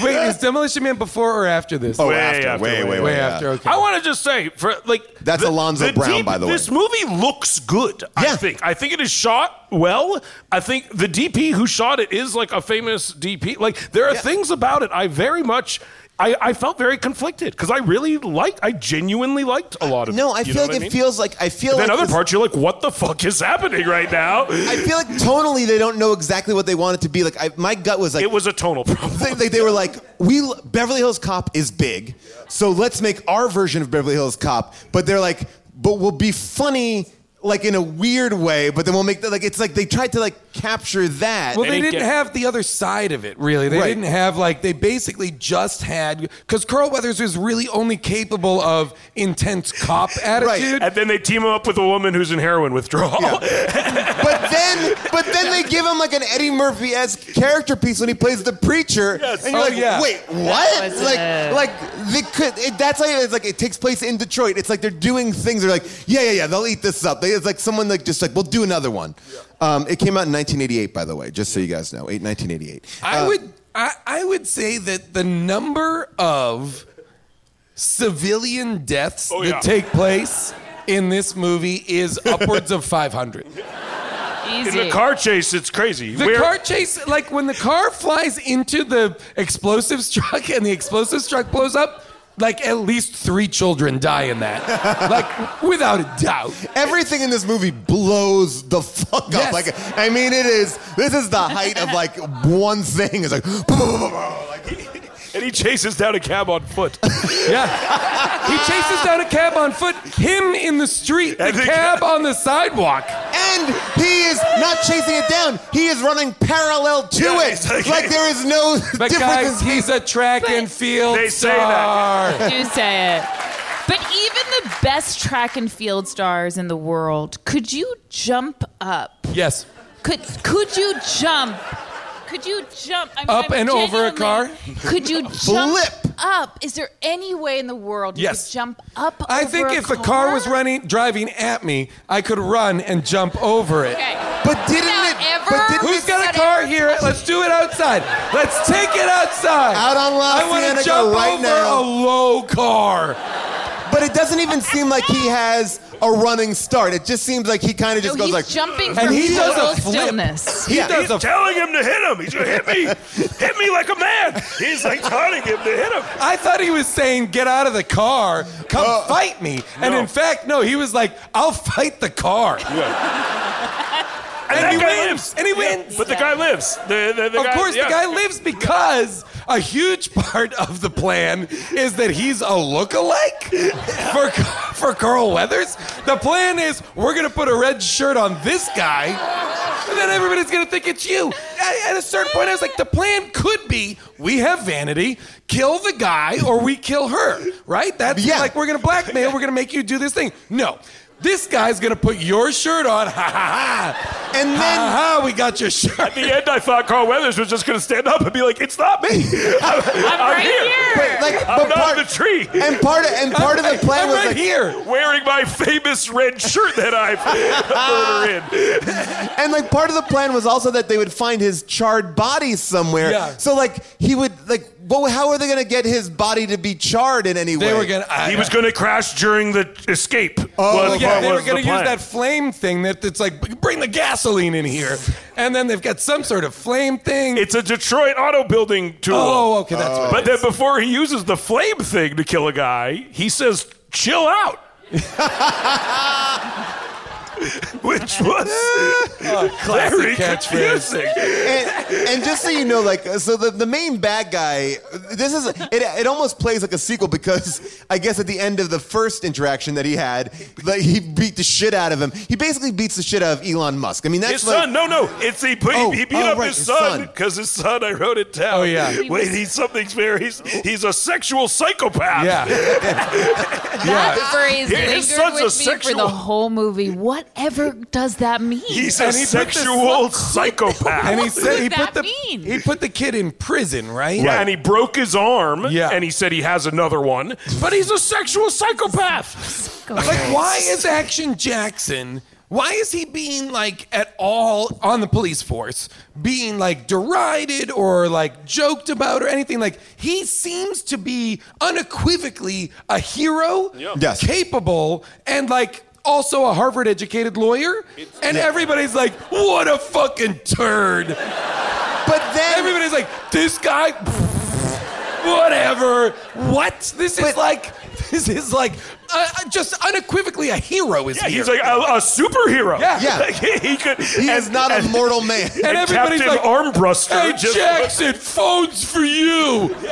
Speaker 4: Wait, is Demolition Man before or after this?
Speaker 2: Oh,
Speaker 6: Way
Speaker 2: after,
Speaker 6: after,
Speaker 2: way,
Speaker 6: way,
Speaker 2: way,
Speaker 4: way
Speaker 2: yeah.
Speaker 4: after. Okay.
Speaker 6: I want to just say for like
Speaker 2: That's Alonzo Brown, by the way.
Speaker 6: This movie looks good.
Speaker 2: Yeah.
Speaker 6: I think. I think it is shot well. I think the DP who shot it is like a famous DP. Like there are things about it I very much. I, I felt very conflicted because I really liked. I genuinely liked a lot of it.
Speaker 2: No, I
Speaker 6: You
Speaker 2: feel
Speaker 6: know
Speaker 2: like
Speaker 6: what
Speaker 2: it
Speaker 6: mean?
Speaker 2: feels like I feel
Speaker 6: Then
Speaker 2: like
Speaker 6: other
Speaker 2: this-
Speaker 6: parts, you're like, what the fuck is happening right now?
Speaker 2: I feel like tonally they don't know exactly what they want it to be. Like, I, my gut was like,
Speaker 6: it was a tonal problem.
Speaker 2: they, they, they were like, we Beverly Hills Cop is big, so let's make our version of Beverly Hills Cop. But they're like, but we'll be funny like in a weird way. But then we'll make that like it's like they tried to like capture that.
Speaker 4: Well, they
Speaker 6: didn't
Speaker 4: didn't
Speaker 6: get-
Speaker 4: have the other side of it, really. They
Speaker 2: Right.
Speaker 4: didn't have like they basically just had because Carl Weathers was really only capable of intense cop attitude.
Speaker 6: And then they team him up with a woman who's in heroin withdrawal.
Speaker 2: but then but then they give him like an Eddie Murphy esque character piece when he plays the preacher, and you're
Speaker 4: Oh,
Speaker 2: like,
Speaker 4: yeah.
Speaker 2: wait, what?
Speaker 7: was,
Speaker 2: Like
Speaker 7: uh,
Speaker 2: like they could. It, that's like it's like it takes place in Detroit. It's like they're doing things. They're like, yeah, yeah, yeah. They'll eat this up. They, it's like someone like just like we'll do another one. Um, it came out in 1988, by the way, just so you guys know, eight 1988.
Speaker 4: I would I, I would say that the number of civilian deaths
Speaker 6: Oh,
Speaker 4: that
Speaker 6: yeah.
Speaker 4: take place in this movie is upwards of 500.
Speaker 6: In
Speaker 7: Easy.
Speaker 6: the car chase, it's crazy.
Speaker 4: The
Speaker 6: We're-
Speaker 4: car chase, like when the car flies into the explosives truck and the explosives truck blows up, like at least three children die in that, like without a doubt.
Speaker 2: Everything in this movie blows the fuck up.
Speaker 4: Yes.
Speaker 2: Like, I mean, it is. This is the height of like one thing. It's like,
Speaker 6: and he chases down a cab on foot.
Speaker 4: Yeah, he chases down a cab on foot, him in the street, the
Speaker 6: And the
Speaker 4: cab on the sidewalk.
Speaker 2: and he is not chasing it down. He is running parallel to
Speaker 6: Yeah,
Speaker 2: it.
Speaker 6: it's like-
Speaker 2: Like there is no
Speaker 4: But
Speaker 2: difference.
Speaker 4: guys, he's a track and field
Speaker 6: They say
Speaker 4: star.
Speaker 6: that.
Speaker 7: do say it. But even the best track and field stars in the world, could you jump up?
Speaker 4: Yes.
Speaker 7: Could could you jump? Could you jump I mean,
Speaker 4: Up
Speaker 7: I'm
Speaker 4: and over a
Speaker 7: genuinely- Could you jump
Speaker 2: Flip.
Speaker 7: up? Is there any way in the world you
Speaker 4: Yes.
Speaker 7: could jump up?
Speaker 4: I
Speaker 7: over
Speaker 4: think
Speaker 7: a
Speaker 4: if
Speaker 7: car?
Speaker 4: a car was running driving at me, I could run and jump over it.
Speaker 7: okay.
Speaker 2: but didn't it?
Speaker 7: Without
Speaker 2: But
Speaker 7: ever-
Speaker 2: didn't
Speaker 4: Who's
Speaker 2: it-
Speaker 4: got a car here? Let's do it outside. Let's take it outside.
Speaker 2: Out on La
Speaker 4: I wanna
Speaker 2: Cienega
Speaker 4: jump
Speaker 2: right
Speaker 4: over a
Speaker 2: now.
Speaker 4: low car.
Speaker 2: But it doesn't even seem like he has a running start. It just seems like he kind of
Speaker 7: No,
Speaker 2: just
Speaker 7: he's
Speaker 2: goes like,
Speaker 7: jumping
Speaker 4: And
Speaker 7: from
Speaker 4: he does a
Speaker 7: total
Speaker 4: flip.
Speaker 7: stillness.
Speaker 4: He
Speaker 2: Yeah.
Speaker 4: does
Speaker 6: He's
Speaker 4: a.
Speaker 6: telling him to hit him. He's like, hit me, hit me like a man. He's like telling him to hit him.
Speaker 4: I thought he was saying, "Get out of the car, come fight me." And
Speaker 6: no.
Speaker 4: in fact, no, he was like, "I'll fight the car."
Speaker 6: And,
Speaker 4: he
Speaker 6: that guy
Speaker 4: wins.
Speaker 6: lives.
Speaker 4: And he
Speaker 6: Yeah,
Speaker 4: wins.
Speaker 6: But the guy lives. The, the, the
Speaker 4: of
Speaker 6: guy,
Speaker 4: course,
Speaker 6: yeah.
Speaker 4: the guy lives because a huge part of the plan is that he's a look-alike for for Carl Weathers. The plan is we're gonna put a red shirt on this guy, and then everybody's gonna think it's you. At, at a certain point, I was like, the plan could be we have vanity, kill the guy, or we kill her. Right? That's
Speaker 2: Yeah.
Speaker 4: like we're gonna blackmail. We're gonna make you do this thing. No. This guy's gonna put your shirt on. Ha ha ha.
Speaker 2: And then-
Speaker 4: ha, ha, we got your shirt.
Speaker 6: At the end, I thought Carl Weathers was just going to stand up and be like, "It's not me. I'm,
Speaker 7: I'm right here.
Speaker 2: Wait, like,
Speaker 6: I'm
Speaker 2: but
Speaker 6: not
Speaker 2: part,
Speaker 6: the tree."
Speaker 2: and part of, and part of the plan
Speaker 4: I'm
Speaker 2: was
Speaker 4: right
Speaker 2: like,
Speaker 4: here.
Speaker 6: Wearing my famous red shirt that I've murdered in.
Speaker 2: and like part of the plan was also that they would find his charred body somewhere.
Speaker 4: Yeah.
Speaker 2: So like he would like, what, how are they gonna get his body to be charred in any
Speaker 4: They
Speaker 2: way?
Speaker 4: were gonna. I-
Speaker 6: He was going to crash during the escape.
Speaker 2: Oh,
Speaker 6: was-
Speaker 4: yeah, they were
Speaker 6: was the
Speaker 4: going to use
Speaker 6: plan.
Speaker 4: that flame thing that it's like bring the gasoline in here, and then they've got some sort of flame thing.
Speaker 6: It's a Detroit auto building tool.
Speaker 4: oh, okay, that's right.
Speaker 6: Uh, But then before he uses the flame thing to kill a guy, he says, chill out. Which was very
Speaker 4: catchphrase.
Speaker 6: confusing.
Speaker 2: and, and just so you know, like, so the, the main bad guy, this is, it, it almost plays like a sequel because I guess at the end of the first interaction that he had, like, he beat the shit out of him. He basically beats the shit out of Elon Musk. I mean, that's
Speaker 6: His
Speaker 2: like,
Speaker 6: son, no, no, it's he, beat-
Speaker 2: Oh,
Speaker 6: he beat
Speaker 2: oh,
Speaker 6: up
Speaker 2: right,
Speaker 6: his
Speaker 2: his
Speaker 6: son
Speaker 2: son.
Speaker 6: because his son. I wrote it down.
Speaker 4: Oh, yeah.
Speaker 6: wait, he's something's very. He's, he's a sexual psychopath.
Speaker 4: yeah,
Speaker 7: That phrase
Speaker 6: Yeah, his
Speaker 7: lingered with me
Speaker 6: son's a
Speaker 7: for the
Speaker 6: sexual-
Speaker 7: whole movie. Whatever does that mean?
Speaker 6: he's a
Speaker 4: And he put this
Speaker 6: sexual psychopath.
Speaker 4: and he said he
Speaker 7: What does
Speaker 4: put the
Speaker 7: that mean?
Speaker 4: he put the kid in prison, right?
Speaker 6: Yeah, and he broke his arm.
Speaker 4: Yeah.
Speaker 6: and he said he has another one, but he's a sexual psychopath.
Speaker 4: Like, why is Action Jackson? Why is he being like at all on the police force, being like derided or like joked about or anything? Like, he seems to be unequivocally a hero,
Speaker 2: Yes.
Speaker 4: capable, and like also a Harvard educated lawyer. and everybody's like, what a fucking turd.
Speaker 2: but then,
Speaker 4: Everybody's like, this guy, whatever. What? This is
Speaker 2: But-
Speaker 4: like, this is like, uh, uh, just unequivocally a hero is
Speaker 6: Yeah,
Speaker 4: here.
Speaker 6: he's like a, a superhero.
Speaker 4: Yeah.
Speaker 2: Yeah.
Speaker 6: Like, he, he could.
Speaker 2: he is not a mortal man.
Speaker 4: and
Speaker 6: and
Speaker 4: everybody's
Speaker 6: Captain
Speaker 4: like,
Speaker 6: Armbruster
Speaker 4: Hey,
Speaker 6: just-
Speaker 4: Jackson, phones for you.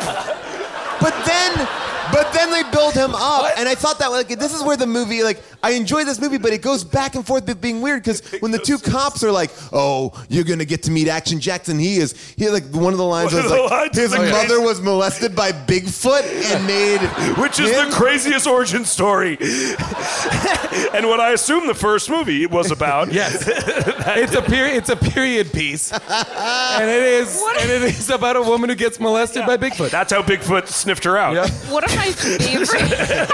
Speaker 2: But then, but then they build him up,
Speaker 4: What?
Speaker 2: and I thought that like this is where the movie like I enjoy this movie, but it goes back and forth with being weird because when the two cops are like, "Oh, you're gonna get to meet Action Jackson," he is he like one of the lines
Speaker 6: One
Speaker 2: was
Speaker 6: of the
Speaker 2: like
Speaker 6: lines is
Speaker 2: his
Speaker 6: like-
Speaker 2: mother was molested by Bigfoot and made
Speaker 6: Which is
Speaker 2: him-
Speaker 6: the craziest origin story, and what I assume the first movie was about.
Speaker 4: Yes, it's a period. It's a period piece, and it is, and it is about a woman who gets molested by Bigfoot.
Speaker 6: That's how Bigfoot sniffed her out.
Speaker 4: Yeah.
Speaker 7: One of my favorite.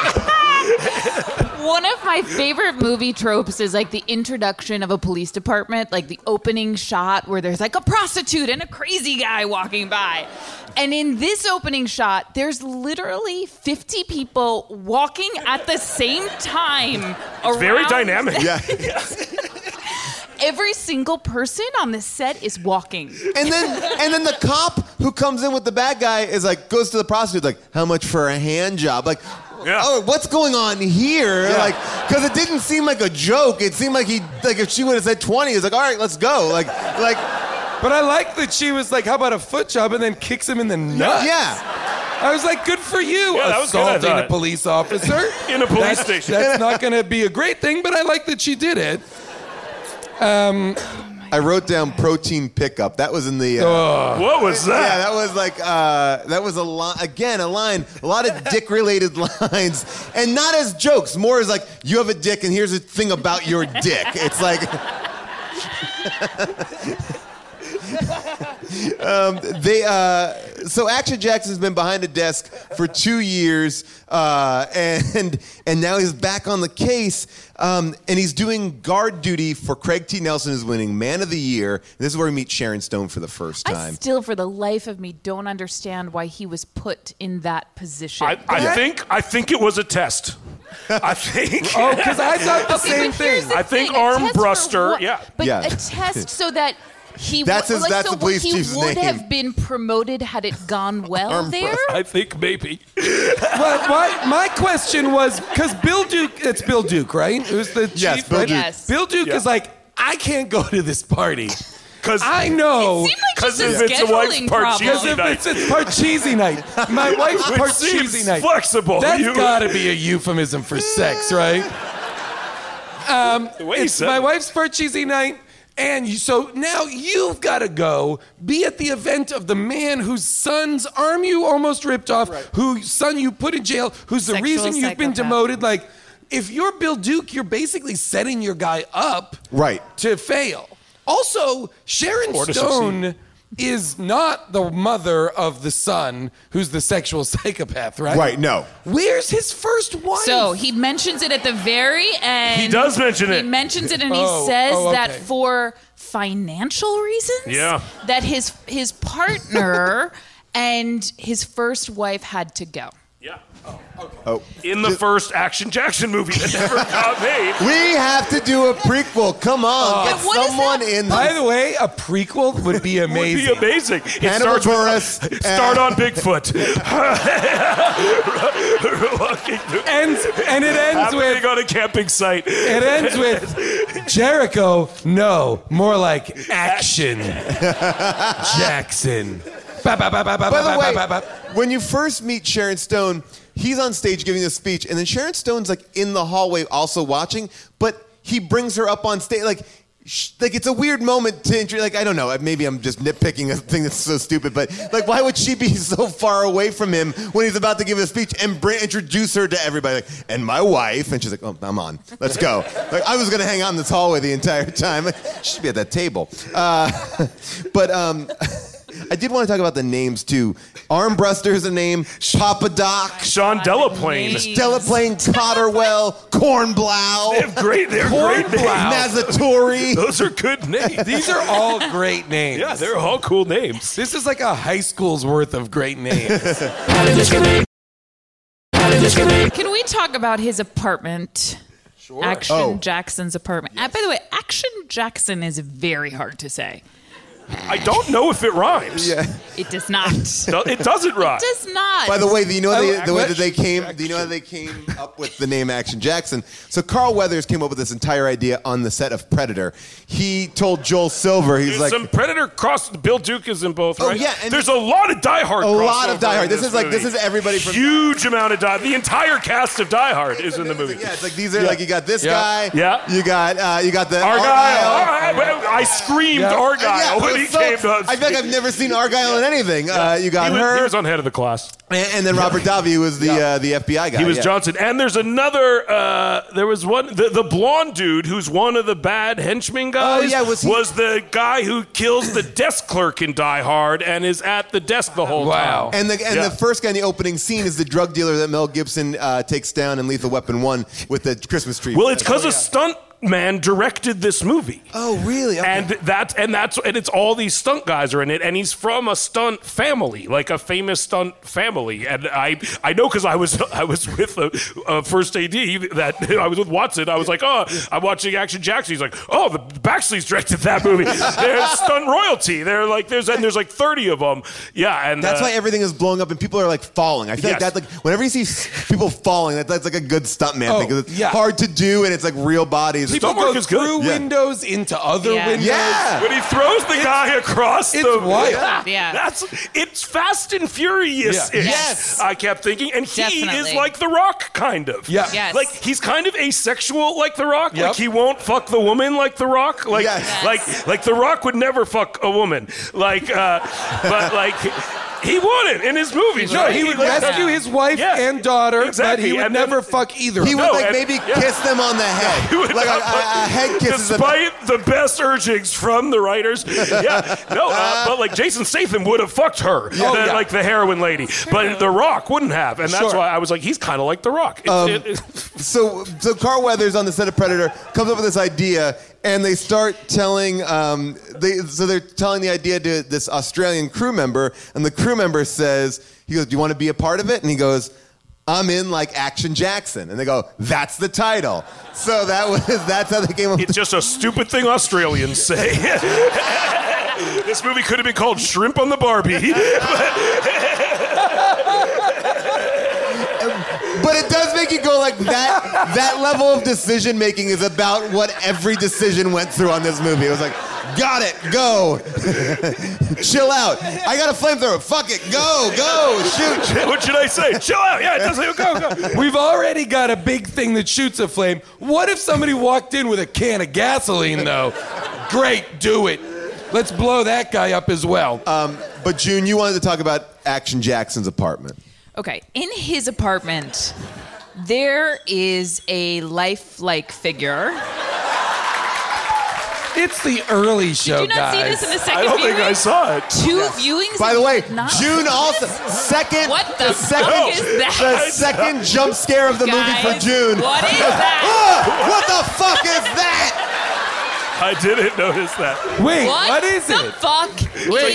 Speaker 7: One of my favorite movie tropes is like the introduction of a police department, like the opening shot where there's like a prostitute and a crazy guy walking by. And in this opening shot, there's literally 50 people walking at the same time. It's
Speaker 6: Very dynamic.
Speaker 2: yeah.
Speaker 7: Every single person on this set is walking.
Speaker 2: And then and then the cop who comes in with the bad guy is like goes to the prostitute like, "How much for a hand job?" Like.
Speaker 6: Yeah.
Speaker 2: Oh, what's going on here? Like, because it didn't seem like a joke. It seemed like he, like, if she would have said twenty, it's like, all right, let's go. Like, like,
Speaker 4: But I like that she was like, "How about a foot job?" and then kicks him in the nuts.
Speaker 2: yeah.
Speaker 4: I was like, good for you,
Speaker 6: Yeah, that was good, I
Speaker 4: assaulting a
Speaker 6: thought.
Speaker 4: police officer.
Speaker 6: In a police
Speaker 4: that's,
Speaker 6: station.
Speaker 4: That's not going to be a great thing, but I like that she did it.
Speaker 2: I wrote down protein pickup. That was in the. Uh,
Speaker 6: What was that?
Speaker 2: Yeah, that was like uh, that was a lot. Again, a line, a lot of dick-related lines, and not as jokes. More as like, you have a dick, and here's a thing about your dick. It's like. um, they uh, so Action Jackson's been behind a desk for two years, uh, and and now he's back on the case, um, and he's doing guard duty for Craig T. Nelson, who's winning Man of the Year. And this is where we meet Sharon Stone for the first
Speaker 7: I
Speaker 2: time.
Speaker 7: still, for the life of me, don't understand why he was put in that position.
Speaker 6: I, I think I think it was a test. I think.
Speaker 4: Oh, because I thought the same
Speaker 7: Okay, but here's
Speaker 4: thing.
Speaker 7: the
Speaker 6: I think
Speaker 7: thing, a
Speaker 6: arm
Speaker 7: test for
Speaker 6: bruster,
Speaker 7: what-
Speaker 6: yeah.
Speaker 7: But
Speaker 2: Yeah.
Speaker 7: a test so that he
Speaker 2: That's
Speaker 7: would,
Speaker 2: his-
Speaker 7: like,
Speaker 2: that's
Speaker 7: so
Speaker 2: the police
Speaker 7: he
Speaker 2: chief's
Speaker 7: would
Speaker 2: name.
Speaker 7: have been promoted had it gone well
Speaker 2: Arm
Speaker 7: there.
Speaker 6: I think maybe.
Speaker 4: But my, my question was because Bill Duke, it's Bill Duke, right? Who's the chief?
Speaker 2: Yes, Bill
Speaker 4: right?
Speaker 2: Duke.
Speaker 7: Yes.
Speaker 4: Bill Duke
Speaker 6: Yeah.
Speaker 4: is like, I can't go to this party.
Speaker 6: 'Cause-
Speaker 4: I know.
Speaker 7: Seemed like just
Speaker 6: 'Cause
Speaker 7: a
Speaker 6: if it's a wife's
Speaker 7: scheduling
Speaker 6: part,
Speaker 7: problem.
Speaker 6: she's
Speaker 4: Because if it's, it's Parcheesi night, my wife's
Speaker 6: Which
Speaker 4: Parcheesi
Speaker 6: seems
Speaker 4: night.
Speaker 6: flexible.
Speaker 4: That's
Speaker 6: You-
Speaker 4: gotta be a euphemism for sex, right?
Speaker 6: The way he
Speaker 4: Um, It's
Speaker 6: said
Speaker 4: my
Speaker 6: it.
Speaker 4: wife's Parcheesi night. And you, so now you've got to go be at the event of the man whose son's arm you almost ripped off, whose son you put in jail, who's the
Speaker 7: Sexual
Speaker 4: reason you've been
Speaker 7: psychopath.
Speaker 4: demoted. Like, if you're Bill Duke, you're basically setting your guy up
Speaker 2: Right.
Speaker 4: to fail. Also, Sharon
Speaker 6: to
Speaker 4: Stone is not the mother of the son who's the sexual psychopath, right?
Speaker 2: Right, no.
Speaker 4: Where's his first wife?
Speaker 7: So he mentions it at the very end.
Speaker 6: He does mention
Speaker 7: He
Speaker 6: it.
Speaker 7: mentions it and he
Speaker 4: Oh,
Speaker 7: says
Speaker 4: oh,
Speaker 7: that
Speaker 4: okay.
Speaker 7: for financial reasons,
Speaker 6: Yeah.
Speaker 7: that his his partner and his first wife had to go.
Speaker 6: Yeah.
Speaker 2: Oh.
Speaker 6: In the first Action Jackson movie that never got made.
Speaker 2: We have to do a prequel. Come
Speaker 4: Oh,
Speaker 2: on, get
Speaker 7: But what is
Speaker 2: someone
Speaker 7: that?
Speaker 2: in
Speaker 4: By
Speaker 2: the
Speaker 4: the way, a prequel would be
Speaker 6: Would
Speaker 4: amazing.
Speaker 6: be amazing. It
Speaker 2: Hannibal
Speaker 6: starts
Speaker 2: Buress.
Speaker 6: with uh, start on Bigfoot. Walking through-
Speaker 4: Ends, and it ends with
Speaker 6: Happening on a camping site.
Speaker 4: It ends with Jericho, no, more like action. Jackson. Ba, ba, ba, ba, ba,
Speaker 2: By
Speaker 4: ba,
Speaker 2: the
Speaker 4: ba, ba,
Speaker 2: way,
Speaker 4: ba.
Speaker 2: when you first meet Sharon Stone, he's on stage giving this speech, and then Sharon Stone's like in the hallway also watching, but he brings her up on stage. Like, sh- like it's a weird moment to intro. Like, I don't know. Maybe I'm just nitpicking a thing that's so stupid, but like, why would she be so far away from him when he's about to give a speech and bring, introduce her to everybody? Like, and my wife, and she's like, oh, I'm on. Let's go. Like, I was gonna hang out in this hallway the entire time. She should be at that table. Uh, but um. I did want to talk about the names too. Armbruster is a name. Papa Doc,
Speaker 6: Sean Delaplane.
Speaker 2: Delaplane, Cotterwell,
Speaker 6: They
Speaker 2: Cornblow,
Speaker 6: have great. They're great names.
Speaker 2: Mazzatori.
Speaker 6: Those are good names.
Speaker 4: These are all great names.
Speaker 6: yeah, they're all cool names.
Speaker 4: This is like a high school's worth of great names.
Speaker 7: Can we talk about his apartment? Sure. Action
Speaker 2: Oh.
Speaker 7: Jackson's apartment. Uh, by the way, Action Jackson is very hard to say.
Speaker 6: I don't know if it rhymes. Yeah.
Speaker 7: It does not. it
Speaker 6: It doesn't rhyme.
Speaker 7: does not.
Speaker 2: By the way, do you know
Speaker 4: Oh,
Speaker 2: the, the way that they
Speaker 4: Action
Speaker 2: came? Do you know how they came up with the name Action Jackson? So Carl Weathers came up with this entire idea on the set of Predator. He told Joel Silver, he's
Speaker 6: There's
Speaker 2: like,
Speaker 6: some Predator cross. Bill Duke is in both,
Speaker 2: Oh,
Speaker 6: right?
Speaker 2: yeah, and-
Speaker 6: There's a lot of Die Hard.
Speaker 2: A lot of
Speaker 6: crossover
Speaker 2: Die Hard.
Speaker 6: in
Speaker 2: This is like-
Speaker 6: movie.
Speaker 2: this is everybody from-
Speaker 6: huge amount of Die. The entire cast of Die Hard is in the
Speaker 2: It's like,
Speaker 6: movie.
Speaker 2: Yeah, it's like these are
Speaker 6: Yeah.
Speaker 2: like you got this
Speaker 4: Yeah.
Speaker 2: guy,
Speaker 6: Yeah.
Speaker 2: you got uh, you got the
Speaker 6: Argyle.
Speaker 2: Argyle.
Speaker 6: Argyle. I screamed
Speaker 4: Yeah.
Speaker 6: Argyle
Speaker 2: Yeah, it
Speaker 6: when
Speaker 2: was
Speaker 6: he
Speaker 2: so-
Speaker 6: came to us.
Speaker 2: I feel like I've never seen Argyle in anything. Uh, you got
Speaker 6: he, was,
Speaker 2: her.
Speaker 6: he was on head of the class.
Speaker 2: And, and then Robert Davi was the uh, the FBI guy.
Speaker 6: He was
Speaker 2: yeah.
Speaker 6: Johnson. And there's another. Uh, there was one. The, the blonde dude who's one of the bad henchmen guys.
Speaker 2: Oh, yeah, was he-
Speaker 6: the guy who kills the desk clerk in Die Hard and is at the desk the whole
Speaker 4: Wow.
Speaker 6: time.
Speaker 2: And the and
Speaker 6: Yeah.
Speaker 2: the first guy in the opening scene is the drug dealer that Mel Gibson uh, takes down in Lethal Weapon One with the Christmas tree.
Speaker 6: Well, it's because a stunt man directed this movie.
Speaker 2: oh really? Okay.
Speaker 6: And that and that's and it's all these stunt guys are in it, and he's from a stunt family, like a famous stunt family. And I I know because I was I was with a, a first AD that I was with Watson. I was like, oh, I'm watching Action Jackson. He's like, oh, the Baxley's directed that movie. They're stunt royalty. They're like there's and there's like 30 of them. Yeah, and
Speaker 2: that's
Speaker 6: uh,
Speaker 2: why everything is blowing up and people are like falling. I feel like
Speaker 6: Yes.
Speaker 2: that like whenever you see s- people falling, that, that's like a good stuntman
Speaker 4: Oh,
Speaker 2: thing 'cause it's
Speaker 4: yeah.
Speaker 2: hard to do and it's like real bodies.
Speaker 4: People
Speaker 6: Don't work
Speaker 4: go
Speaker 6: is good.
Speaker 4: through
Speaker 2: Yeah.
Speaker 4: windows into other
Speaker 7: Yeah.
Speaker 4: windows.
Speaker 2: yeah.
Speaker 6: when he throws the guy across
Speaker 4: it's
Speaker 6: the
Speaker 4: wild.
Speaker 7: Yeah.
Speaker 6: That's it's Fast and Furious.
Speaker 4: Yeah.
Speaker 7: Yes.
Speaker 6: I kept thinking, and he is
Speaker 7: Definitely.
Speaker 6: like The Rock, kind of.
Speaker 4: Yeah.
Speaker 7: Yes.
Speaker 6: Like he's kind of asexual, like The Rock.
Speaker 4: Yep.
Speaker 6: Like he won't fuck the woman, like The Rock. Like
Speaker 2: Yes. Yes.
Speaker 6: like like The Rock would never fuck a woman. Like, uh, but like. He wouldn't in his movies.
Speaker 4: No,
Speaker 6: right?
Speaker 4: he would
Speaker 6: like,
Speaker 4: rescue
Speaker 6: yeah.
Speaker 4: his wife
Speaker 6: Yeah.
Speaker 4: and daughter, but
Speaker 6: Exactly.
Speaker 4: he would
Speaker 6: And then-
Speaker 4: never fuck either.
Speaker 2: He
Speaker 4: of
Speaker 2: would
Speaker 4: them.
Speaker 6: No,
Speaker 2: like
Speaker 6: and-
Speaker 2: maybe
Speaker 6: yeah.
Speaker 2: kiss them on the head.
Speaker 6: He would
Speaker 2: like a,
Speaker 6: not fuck-
Speaker 2: a, a head kiss is a
Speaker 6: Despite the best urgings from the writers, yeah, no, uh, but like Jason Statham would have fucked her,
Speaker 2: Oh,
Speaker 6: the-
Speaker 4: yeah.
Speaker 6: like the heroin lady, but The Rock wouldn't have, and that's
Speaker 4: Sure.
Speaker 6: why I was like, he's kind of like The Rock. It-
Speaker 2: Um,
Speaker 6: it- it-
Speaker 2: so so Carl Weathers on the set of Predator comes up with this idea, and they start telling um, they so they're telling the idea to this Australian crew member, and the crew member says he goes, "Do you want to be a part of it?" And he goes. I'm in like Action Jackson, and they go, "That's the title." So that was that's how they came up.
Speaker 6: it's just a stupid thing Australians say. this movie could have been called Shrimp on the Barbie.
Speaker 2: But it does make you go like that. that level of decision making is about what every decision went through on this movie. It was like, got it, go, chill out. I got a flamethrower. Fuck it, go,
Speaker 4: Oh,
Speaker 2: go, shoot.
Speaker 6: what should I say? Chill out. Yeah, it doesn't go go.
Speaker 4: We've already got a big thing that shoots a flame. What if somebody walked in with a can of gasoline, though? Great, do it. Let's blow that guy up as well.
Speaker 2: Um, But June, you wanted to talk about Action Jackson's apartment.
Speaker 7: Okay, in his apartment, There is a lifelike figure.
Speaker 4: It's the early show,
Speaker 7: Did you not see
Speaker 4: guys.
Speaker 7: this in the
Speaker 6: I
Speaker 7: second
Speaker 6: don't think
Speaker 7: viewing?
Speaker 6: I saw it.
Speaker 7: Two viewings.
Speaker 2: By the
Speaker 7: and
Speaker 2: way,
Speaker 7: you did not
Speaker 2: June
Speaker 7: see
Speaker 2: also
Speaker 7: this?
Speaker 2: second.
Speaker 7: What the
Speaker 2: second,
Speaker 7: fuck is that?
Speaker 2: The second jump scare of the movie for
Speaker 7: Guys,
Speaker 2: June.
Speaker 7: What is that?
Speaker 2: Ah, what the fuck is that?
Speaker 6: I didn't notice that.
Speaker 4: Wait,
Speaker 7: What,
Speaker 4: what is
Speaker 7: the
Speaker 4: it?
Speaker 7: fuck? Wait,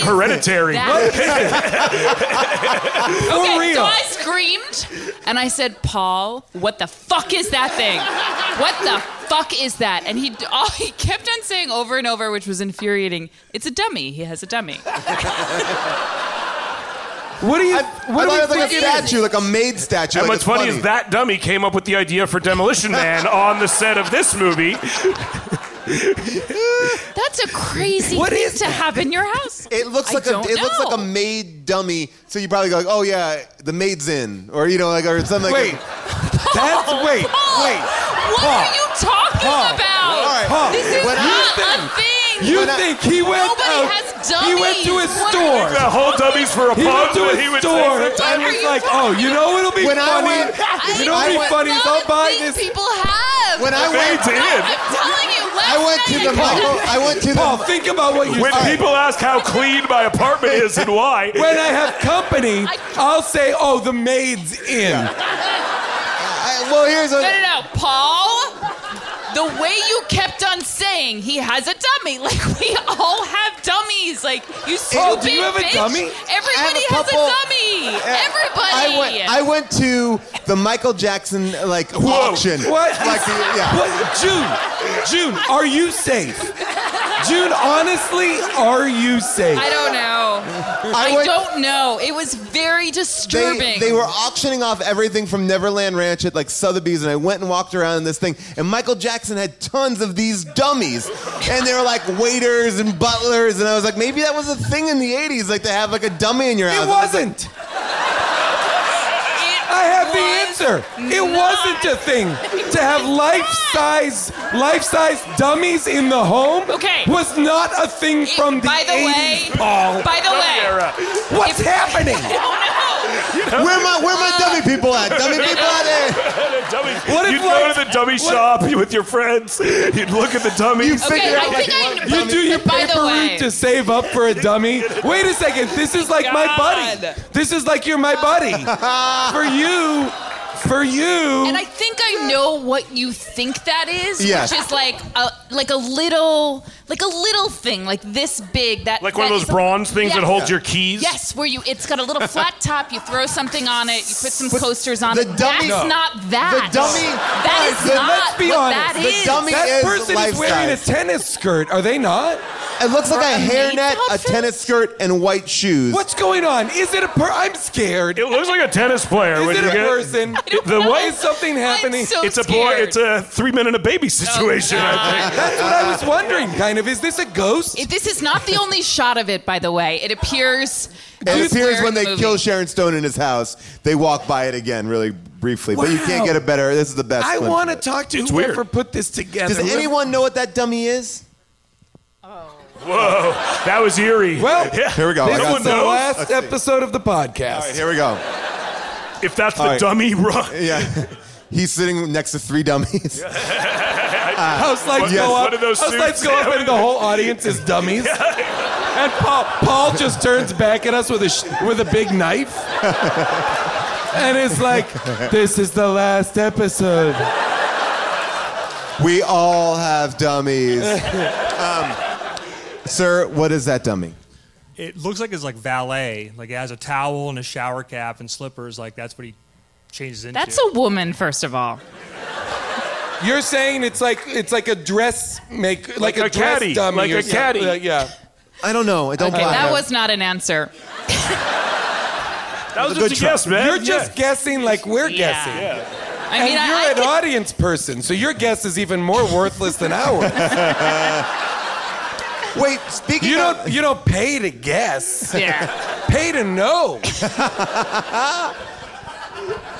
Speaker 6: Like hereditary.
Speaker 7: okay,
Speaker 4: For real.
Speaker 7: So I screamed and I said, Paul, what the fuck is that thing? What the fuck is that? And he all he kept on saying over and over, which was infuriating, it's a dummy. He has a dummy.
Speaker 4: What are you?
Speaker 2: I
Speaker 4: what
Speaker 2: thought
Speaker 4: are
Speaker 2: it was
Speaker 4: we
Speaker 2: like a
Speaker 4: thinking?
Speaker 2: statue, like a maid statue.
Speaker 6: And
Speaker 2: like
Speaker 6: what's
Speaker 2: it's
Speaker 6: funny, is that dummy came up with the idea for Demolition Man on the set of this movie.
Speaker 7: That's a crazy
Speaker 4: What
Speaker 7: thing
Speaker 4: is
Speaker 7: to have in your house.
Speaker 2: It looks
Speaker 7: I
Speaker 2: like a
Speaker 7: don't
Speaker 2: it looks like a
Speaker 7: know.
Speaker 2: maid dummy. So you probably go like, oh yeah, the maid's in, or you know, like or something.
Speaker 4: Wait,
Speaker 2: like
Speaker 4: that's wait,
Speaker 7: Paul,
Speaker 4: wait.
Speaker 7: What
Speaker 4: Paul,
Speaker 7: are you talking
Speaker 4: Paul,
Speaker 7: about?
Speaker 2: all right. Paul,
Speaker 7: This is
Speaker 2: when I-
Speaker 7: not a thing.
Speaker 4: You
Speaker 2: When I-
Speaker 4: think he went out?
Speaker 7: Nobody has
Speaker 4: he went to a
Speaker 7: dummies. What-
Speaker 4: store.
Speaker 6: The whole dummies for a
Speaker 4: He went
Speaker 6: punk,
Speaker 4: to
Speaker 6: but
Speaker 4: a
Speaker 6: he would
Speaker 4: store
Speaker 6: say sometimes.
Speaker 4: and
Speaker 7: What are
Speaker 4: was
Speaker 7: you
Speaker 4: like, "Oh, you know what'll be
Speaker 2: When I
Speaker 4: funny.
Speaker 2: went-
Speaker 7: I-
Speaker 4: you know what'll
Speaker 2: I
Speaker 4: be
Speaker 2: went-
Speaker 4: funny?
Speaker 7: Not
Speaker 4: is I'll
Speaker 7: a
Speaker 4: buy
Speaker 7: thing
Speaker 4: this."
Speaker 7: People have.
Speaker 2: when I
Speaker 6: They
Speaker 2: went,
Speaker 6: did.
Speaker 7: I'm telling you. Last
Speaker 2: I went to
Speaker 7: night
Speaker 2: the
Speaker 7: got
Speaker 2: Michael, I went to
Speaker 4: Paul,
Speaker 2: the
Speaker 4: think about what you
Speaker 6: When
Speaker 4: said.
Speaker 6: people ask how clean my apartment is and why,
Speaker 4: When I have company, I'll say, "Oh, the maid's in."
Speaker 2: I, well, here's
Speaker 7: No,
Speaker 2: a.
Speaker 7: no, no, Paul. The way you kept on saying he has a dummy, like we all have dummies, like you stupid
Speaker 4: Paul, do you have a
Speaker 7: bitch.
Speaker 4: dummy?
Speaker 7: Everybody
Speaker 2: I have a
Speaker 7: has a
Speaker 2: couple- I
Speaker 7: dummy. Everybody.
Speaker 2: went, I went to the Michael Jackson like auction.
Speaker 4: What?
Speaker 2: Like, the- yeah.
Speaker 4: What? June, June, are you safe? June, honestly, are you safe?
Speaker 7: I don't know.
Speaker 2: I
Speaker 7: I,
Speaker 2: went-
Speaker 7: don't know. It was very disturbing.
Speaker 2: They, they were auctioning off everything from Neverland Ranch at like Sotheby's, and I went and walked around in this thing. And Michael Jackson had tons of these dummies, and they were like waiters and butlers. And I was like, maybe that was a thing in the '80s, like to have like a dummy in your house.
Speaker 4: It wasn't. I have the answer. It wasn't a thing to have life-size, life-size dummies in the home.
Speaker 7: Okay.
Speaker 4: was not a thing from the,
Speaker 7: By the
Speaker 4: 80s,
Speaker 7: way-
Speaker 4: Paul.
Speaker 7: By the way,
Speaker 6: era.
Speaker 4: What's happening?
Speaker 2: Where my where my dummy people at? Dummy people out there.
Speaker 6: dummy,
Speaker 4: What if,
Speaker 6: you'd go
Speaker 4: like-
Speaker 6: to the dummy
Speaker 4: what-
Speaker 6: shop with your friends, you'd look at the dummies.
Speaker 2: You'd
Speaker 7: okay,
Speaker 2: figure
Speaker 7: I
Speaker 2: out
Speaker 7: think
Speaker 2: what
Speaker 7: I.
Speaker 2: you
Speaker 4: You do your
Speaker 7: By the
Speaker 4: paper
Speaker 7: way-
Speaker 4: route to save up for a dummy. Wait a second. This is like my buddy.
Speaker 7: God.
Speaker 4: This is like you're my buddy. For you, for you.
Speaker 7: And I think I know what you think that is,
Speaker 2: Yeah.
Speaker 7: which is like a like a little like a little thing, like this big. That
Speaker 6: Like one of
Speaker 7: that
Speaker 6: those
Speaker 7: is a-
Speaker 6: bronze things that
Speaker 7: Yes.
Speaker 6: holds your keys.
Speaker 7: Yes, where you it's got a little flat top. You throw something on it. You put some
Speaker 2: But
Speaker 7: coasters on
Speaker 2: the
Speaker 7: it.
Speaker 2: dummy-
Speaker 7: That's not that.
Speaker 2: The dummy-
Speaker 7: That is
Speaker 2: the-
Speaker 7: not
Speaker 4: let's be
Speaker 7: what
Speaker 4: honest,
Speaker 7: that
Speaker 2: the
Speaker 7: is.
Speaker 2: dummy-
Speaker 4: that
Speaker 2: is
Speaker 4: person is
Speaker 2: life
Speaker 4: wearing
Speaker 2: size.
Speaker 4: a tennis skirt. Are they not?
Speaker 2: It looks like a
Speaker 7: a maid's
Speaker 2: hairnet, a
Speaker 7: outfit?
Speaker 2: tennis skirt, and white shoes.
Speaker 4: What's going on? Is it a per? I'm scared.
Speaker 6: It looks like a tennis player.
Speaker 4: Is
Speaker 6: when
Speaker 4: it
Speaker 6: you
Speaker 4: a
Speaker 6: get-
Speaker 4: person?
Speaker 6: The
Speaker 7: know.
Speaker 6: what?
Speaker 4: Is something happening?
Speaker 7: I'm so
Speaker 6: it's a boy.
Speaker 7: scared.
Speaker 6: It's a three minute and a baby situation. I think.
Speaker 4: That's what I was wondering. Kind of. Is this a ghost?
Speaker 7: It- this is not the only shot of it, by the way. It appears.
Speaker 2: It appears
Speaker 7: elsewhere
Speaker 2: when
Speaker 7: in the
Speaker 2: they
Speaker 7: movie.
Speaker 2: kill Sharon Stone in his house. They walk by it again, really briefly. But you can't
Speaker 4: Wow.
Speaker 2: get a better. This is the best.
Speaker 4: I
Speaker 2: one.
Speaker 4: want to talk to
Speaker 6: It's
Speaker 4: whoever
Speaker 6: weird.
Speaker 4: put this together.
Speaker 2: Does anyone know what that dummy is?
Speaker 6: Whoa, that was eerie.
Speaker 4: Well,
Speaker 2: Here we go. I
Speaker 4: this
Speaker 2: got
Speaker 4: is the
Speaker 2: some.
Speaker 4: last
Speaker 2: Let's see.
Speaker 4: episode of the podcast.
Speaker 2: All right, here we go.
Speaker 6: if that's the
Speaker 2: all right.
Speaker 6: dummy run,
Speaker 2: Yeah. He's sitting next to three dummies.
Speaker 4: House lights
Speaker 6: What-
Speaker 4: go
Speaker 6: what
Speaker 4: up.
Speaker 6: are those
Speaker 4: House
Speaker 6: suits?
Speaker 4: lights go up, and the whole audience is dummies. And Paul, Paul just turns back at us with a sh- with a big knife, and is like, "This is the last episode."
Speaker 2: We all have dummies. um, sir, what is that dummy?
Speaker 8: It looks like it's like valet. Like it has a towel and a shower cap and slippers. Like that's what he changes into.
Speaker 7: That's a woman, first of all.
Speaker 4: You're saying it's like it's like a dress make like,
Speaker 6: Like
Speaker 4: a,
Speaker 6: a
Speaker 4: dress
Speaker 6: caddy,
Speaker 4: dummy,
Speaker 6: like
Speaker 4: or
Speaker 6: a
Speaker 4: something.
Speaker 6: caddy.
Speaker 4: Like, yeah.
Speaker 2: I don't know. I don't
Speaker 7: Okay,
Speaker 2: buy
Speaker 7: that
Speaker 2: it.
Speaker 7: was not an answer.
Speaker 6: that was just a
Speaker 2: try.
Speaker 6: guess, man.
Speaker 4: You're just guessing like we're
Speaker 7: Yeah.
Speaker 4: guessing.
Speaker 7: I
Speaker 4: And
Speaker 7: mean, I,
Speaker 4: you're
Speaker 7: I
Speaker 4: an
Speaker 7: could-
Speaker 4: audience person, so your guess is even more worthless than ours.
Speaker 2: Wait, speaking
Speaker 4: You
Speaker 2: of
Speaker 4: don't you don't pay to guess.
Speaker 7: Yeah.
Speaker 4: Pay to know.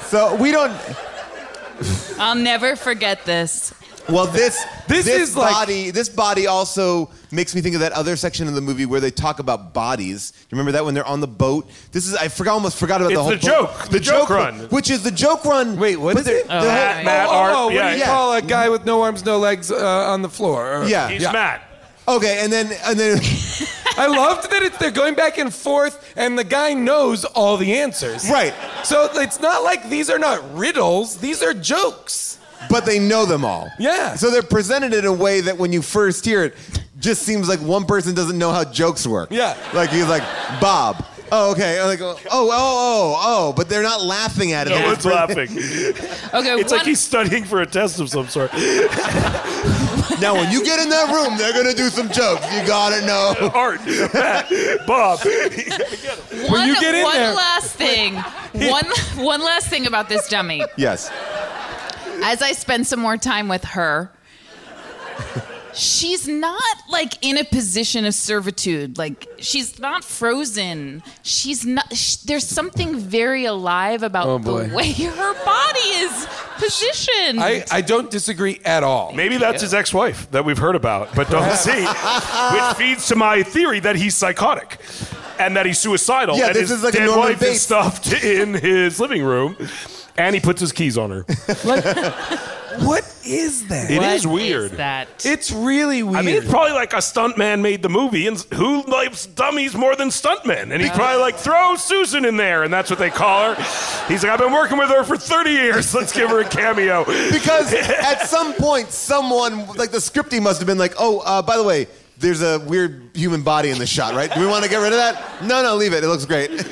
Speaker 2: so we don't
Speaker 4: Uh,
Speaker 7: I'll never forget this.
Speaker 2: Well, this
Speaker 4: This is like-
Speaker 2: body. This body also makes me think of that other section of the movie where they talk about bodies. Do you remember that when they're on the boat? This is I forgot almost forgot about the
Speaker 6: It's
Speaker 2: whole
Speaker 6: the
Speaker 2: boat.
Speaker 6: joke, the joke run.
Speaker 2: which is the joke run.
Speaker 4: Wait, what
Speaker 2: but
Speaker 4: is
Speaker 2: they're-
Speaker 4: it?
Speaker 2: they're
Speaker 6: Matt,
Speaker 2: whole-
Speaker 6: Matt,
Speaker 4: oh,
Speaker 6: Art,
Speaker 4: oh, what
Speaker 6: yeah.
Speaker 4: do you call a guy with no arms, no legs uh, on the floor?
Speaker 2: Yeah.
Speaker 6: He's
Speaker 2: Yeah.
Speaker 6: Matt.
Speaker 2: Okay, and then and then
Speaker 4: I loved that it's, they're going back and forth, and the guy knows all the answers.
Speaker 2: Right.
Speaker 4: So it's not like these are not riddles; these are jokes.
Speaker 2: but they know them all.
Speaker 4: Yeah.
Speaker 2: So they're presented in a way that when you first hear it, just seems like one person doesn't know how jokes work.
Speaker 4: Yeah.
Speaker 2: Like he's like Bob. Oh, okay. I'm like oh oh oh oh, but they're not laughing at it.
Speaker 6: No
Speaker 2: They're
Speaker 6: one's
Speaker 2: just-
Speaker 6: laughing.
Speaker 7: Okay,
Speaker 6: It's
Speaker 7: one,
Speaker 6: like he's studying for a test of some sort.
Speaker 2: Now, when you get in that room, they're gonna do some jokes. You gotta know.
Speaker 6: Art, Matt, Bob.
Speaker 7: one,
Speaker 4: you get in
Speaker 7: one
Speaker 4: there-
Speaker 7: last thing. one one last thing about this dummy.
Speaker 2: Yes.
Speaker 7: as I spend some more time with her, she's not like in a position of servitude. Like she's not frozen. She's not. Sh- there's something very alive about
Speaker 4: Oh, boy.
Speaker 7: the way her body is positioned.
Speaker 4: I, I don't disagree at all.
Speaker 6: Maybe that's his ex-wife that we've heard about, but don't see, which feeds to my theory that he's psychotic and that he's suicidal.
Speaker 2: Yeah,
Speaker 6: and
Speaker 2: this
Speaker 6: his
Speaker 2: is like a
Speaker 6: dead
Speaker 2: Norman
Speaker 6: wife
Speaker 2: Bates.
Speaker 6: is stuffed in his living room, and he puts his keys on her.
Speaker 4: What is that?
Speaker 6: It
Speaker 7: What
Speaker 6: is weird.
Speaker 7: that
Speaker 4: It's really weird.
Speaker 6: I mean, it's probably like a stuntman made the movie, and who likes dummies more than stuntmen? And he's probably like, throw Susan in there, and that's what they call her. He's like, I've been working with her for 30 years. Let's give her a cameo.
Speaker 2: Because at some point, someone like the scripty must have been like, "Oh, uh, by the way, there's a weird human body in the shot, right? Do we want to get rid of that? No, no, leave it. It looks great.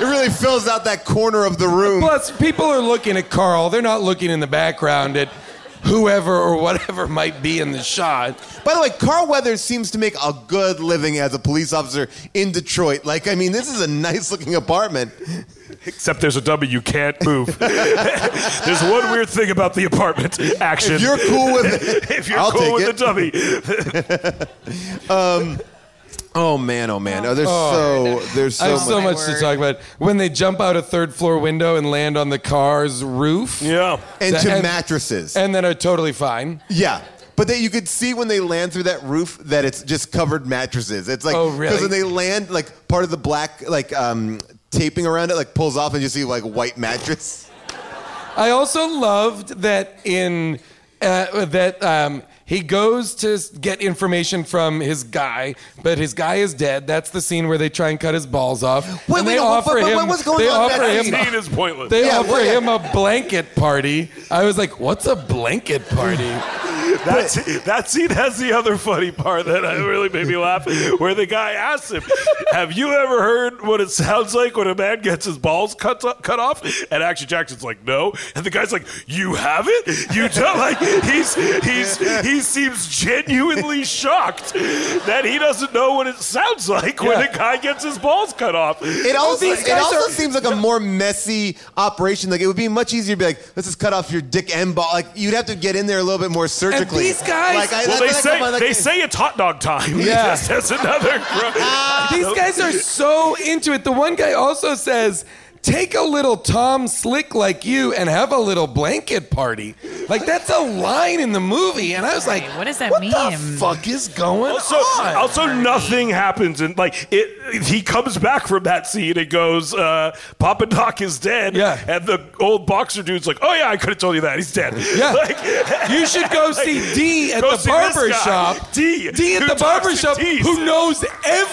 Speaker 2: It really fills out that corner of the room.
Speaker 4: Plus, people are looking at Carl. They're not looking in the background at whoever or whatever might be in the shot.
Speaker 2: By the way, Carl Weathers seems to make a good living as a police officer in Detroit. Like, I mean, this is a nice looking apartment.
Speaker 6: Except there's a dummy you can't move. there's one weird thing about the apartment action.
Speaker 2: If you're cool with it,
Speaker 6: If you're
Speaker 2: I'll
Speaker 6: cool
Speaker 2: take
Speaker 6: with
Speaker 2: it.
Speaker 6: the dummy,
Speaker 2: Oh man, oh man. Oh, there's so there's so
Speaker 4: I have
Speaker 2: much.
Speaker 4: so much to talk about. When they jump out a third floor window and land on the car's roof,
Speaker 6: yeah.
Speaker 2: and
Speaker 4: That-
Speaker 2: to
Speaker 4: and-
Speaker 2: mattresses.
Speaker 4: and then are totally fine.
Speaker 2: yeah. But that you could see when they land through that roof that it's just covered mattresses. It's like
Speaker 4: Oh, really?
Speaker 2: when they land, like part of the black like um, taping around it like pulls off and you see like white mattress.
Speaker 4: I also loved that in uh, that um, he goes to s- get information from his guy, but his guy is dead. That's the scene where they try and cut his balls off.
Speaker 2: Wait,
Speaker 4: and
Speaker 2: wait,
Speaker 4: they
Speaker 2: no, what-
Speaker 4: offer
Speaker 2: what-
Speaker 4: him.
Speaker 2: what was going
Speaker 4: they
Speaker 2: on
Speaker 4: offer
Speaker 2: back
Speaker 4: him.
Speaker 6: Scene is pointless.
Speaker 4: They
Speaker 2: Yeah,
Speaker 4: offer
Speaker 2: what-
Speaker 4: him a blanket party. I was like, "What's a blanket party?"
Speaker 6: That's, that scene has the other funny part that I- really made me laugh, where the guy asks him, "Have you ever heard what it sounds like when a man gets his balls cut cut off?" And Action Jackson's like, "No," and the guy's like, "You haven't? You don't?" Like he's he's he seems genuinely shocked that he doesn't know what it sounds like when a
Speaker 4: Yeah.
Speaker 6: guy gets his balls cut off.
Speaker 2: It also,
Speaker 4: these
Speaker 2: it
Speaker 4: guys
Speaker 2: also
Speaker 4: are-
Speaker 2: seems like a more messy operation. Like it would be much easier to be like, let's just cut off your dick and ball. Like you'd have to get in there a little bit more surgically.
Speaker 4: these guys-
Speaker 2: like, I,
Speaker 6: Well,
Speaker 2: like,
Speaker 6: they
Speaker 2: like,
Speaker 6: say
Speaker 2: come on, like-
Speaker 6: they say it's hot dog time.
Speaker 4: Yeah. Ah.
Speaker 6: Yes, that's another. gro-
Speaker 4: These guys are so into it. The one guy also says, "Take a little Tom Slick like you and have a little blanket party." Like that's a line in the movie, and I was like,
Speaker 7: What does that
Speaker 4: What
Speaker 7: mean?"
Speaker 4: the fuck is going
Speaker 6: Also,
Speaker 4: on?
Speaker 6: also nothing happens, and like it, he comes back from that scene and goes, uh, "Papa Doc is dead."
Speaker 4: Yeah.
Speaker 6: and the old boxer dude's like, "Oh yeah, I could have told you that. He's dead."
Speaker 4: Yeah.
Speaker 6: like,
Speaker 4: you should go see D at
Speaker 6: Go
Speaker 4: the
Speaker 6: see this
Speaker 4: barber
Speaker 6: guy,
Speaker 4: shop.
Speaker 6: D,
Speaker 4: D at
Speaker 6: who
Speaker 4: the
Speaker 6: talks
Speaker 4: barber
Speaker 6: to
Speaker 4: shop,
Speaker 6: Ds.
Speaker 4: who knows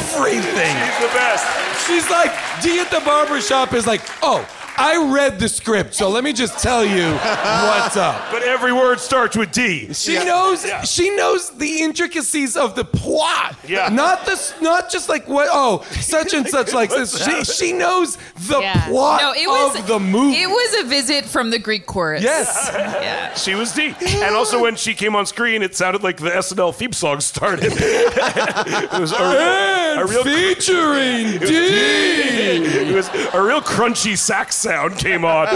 Speaker 4: everything.
Speaker 6: he's the best.
Speaker 4: She's like, D at the barber shop is like, oh, I read the script, so let me just tell you what's up.
Speaker 6: But every word starts with D.
Speaker 4: She knows. She knows the intricacies of the plot.
Speaker 6: Yeah.
Speaker 4: Not this. Not just like what. Oh, such and such like this. She, she knows the plot of the movie.
Speaker 7: It was a visit from the Greek chorus.
Speaker 4: yes.
Speaker 7: Yeah.
Speaker 6: She was D. And also, when she came on screen, it sounded like the SNL theme song started. it was a, a
Speaker 4: And
Speaker 6: real.
Speaker 4: featuring D.
Speaker 6: It was a real crunchy sax sound came on.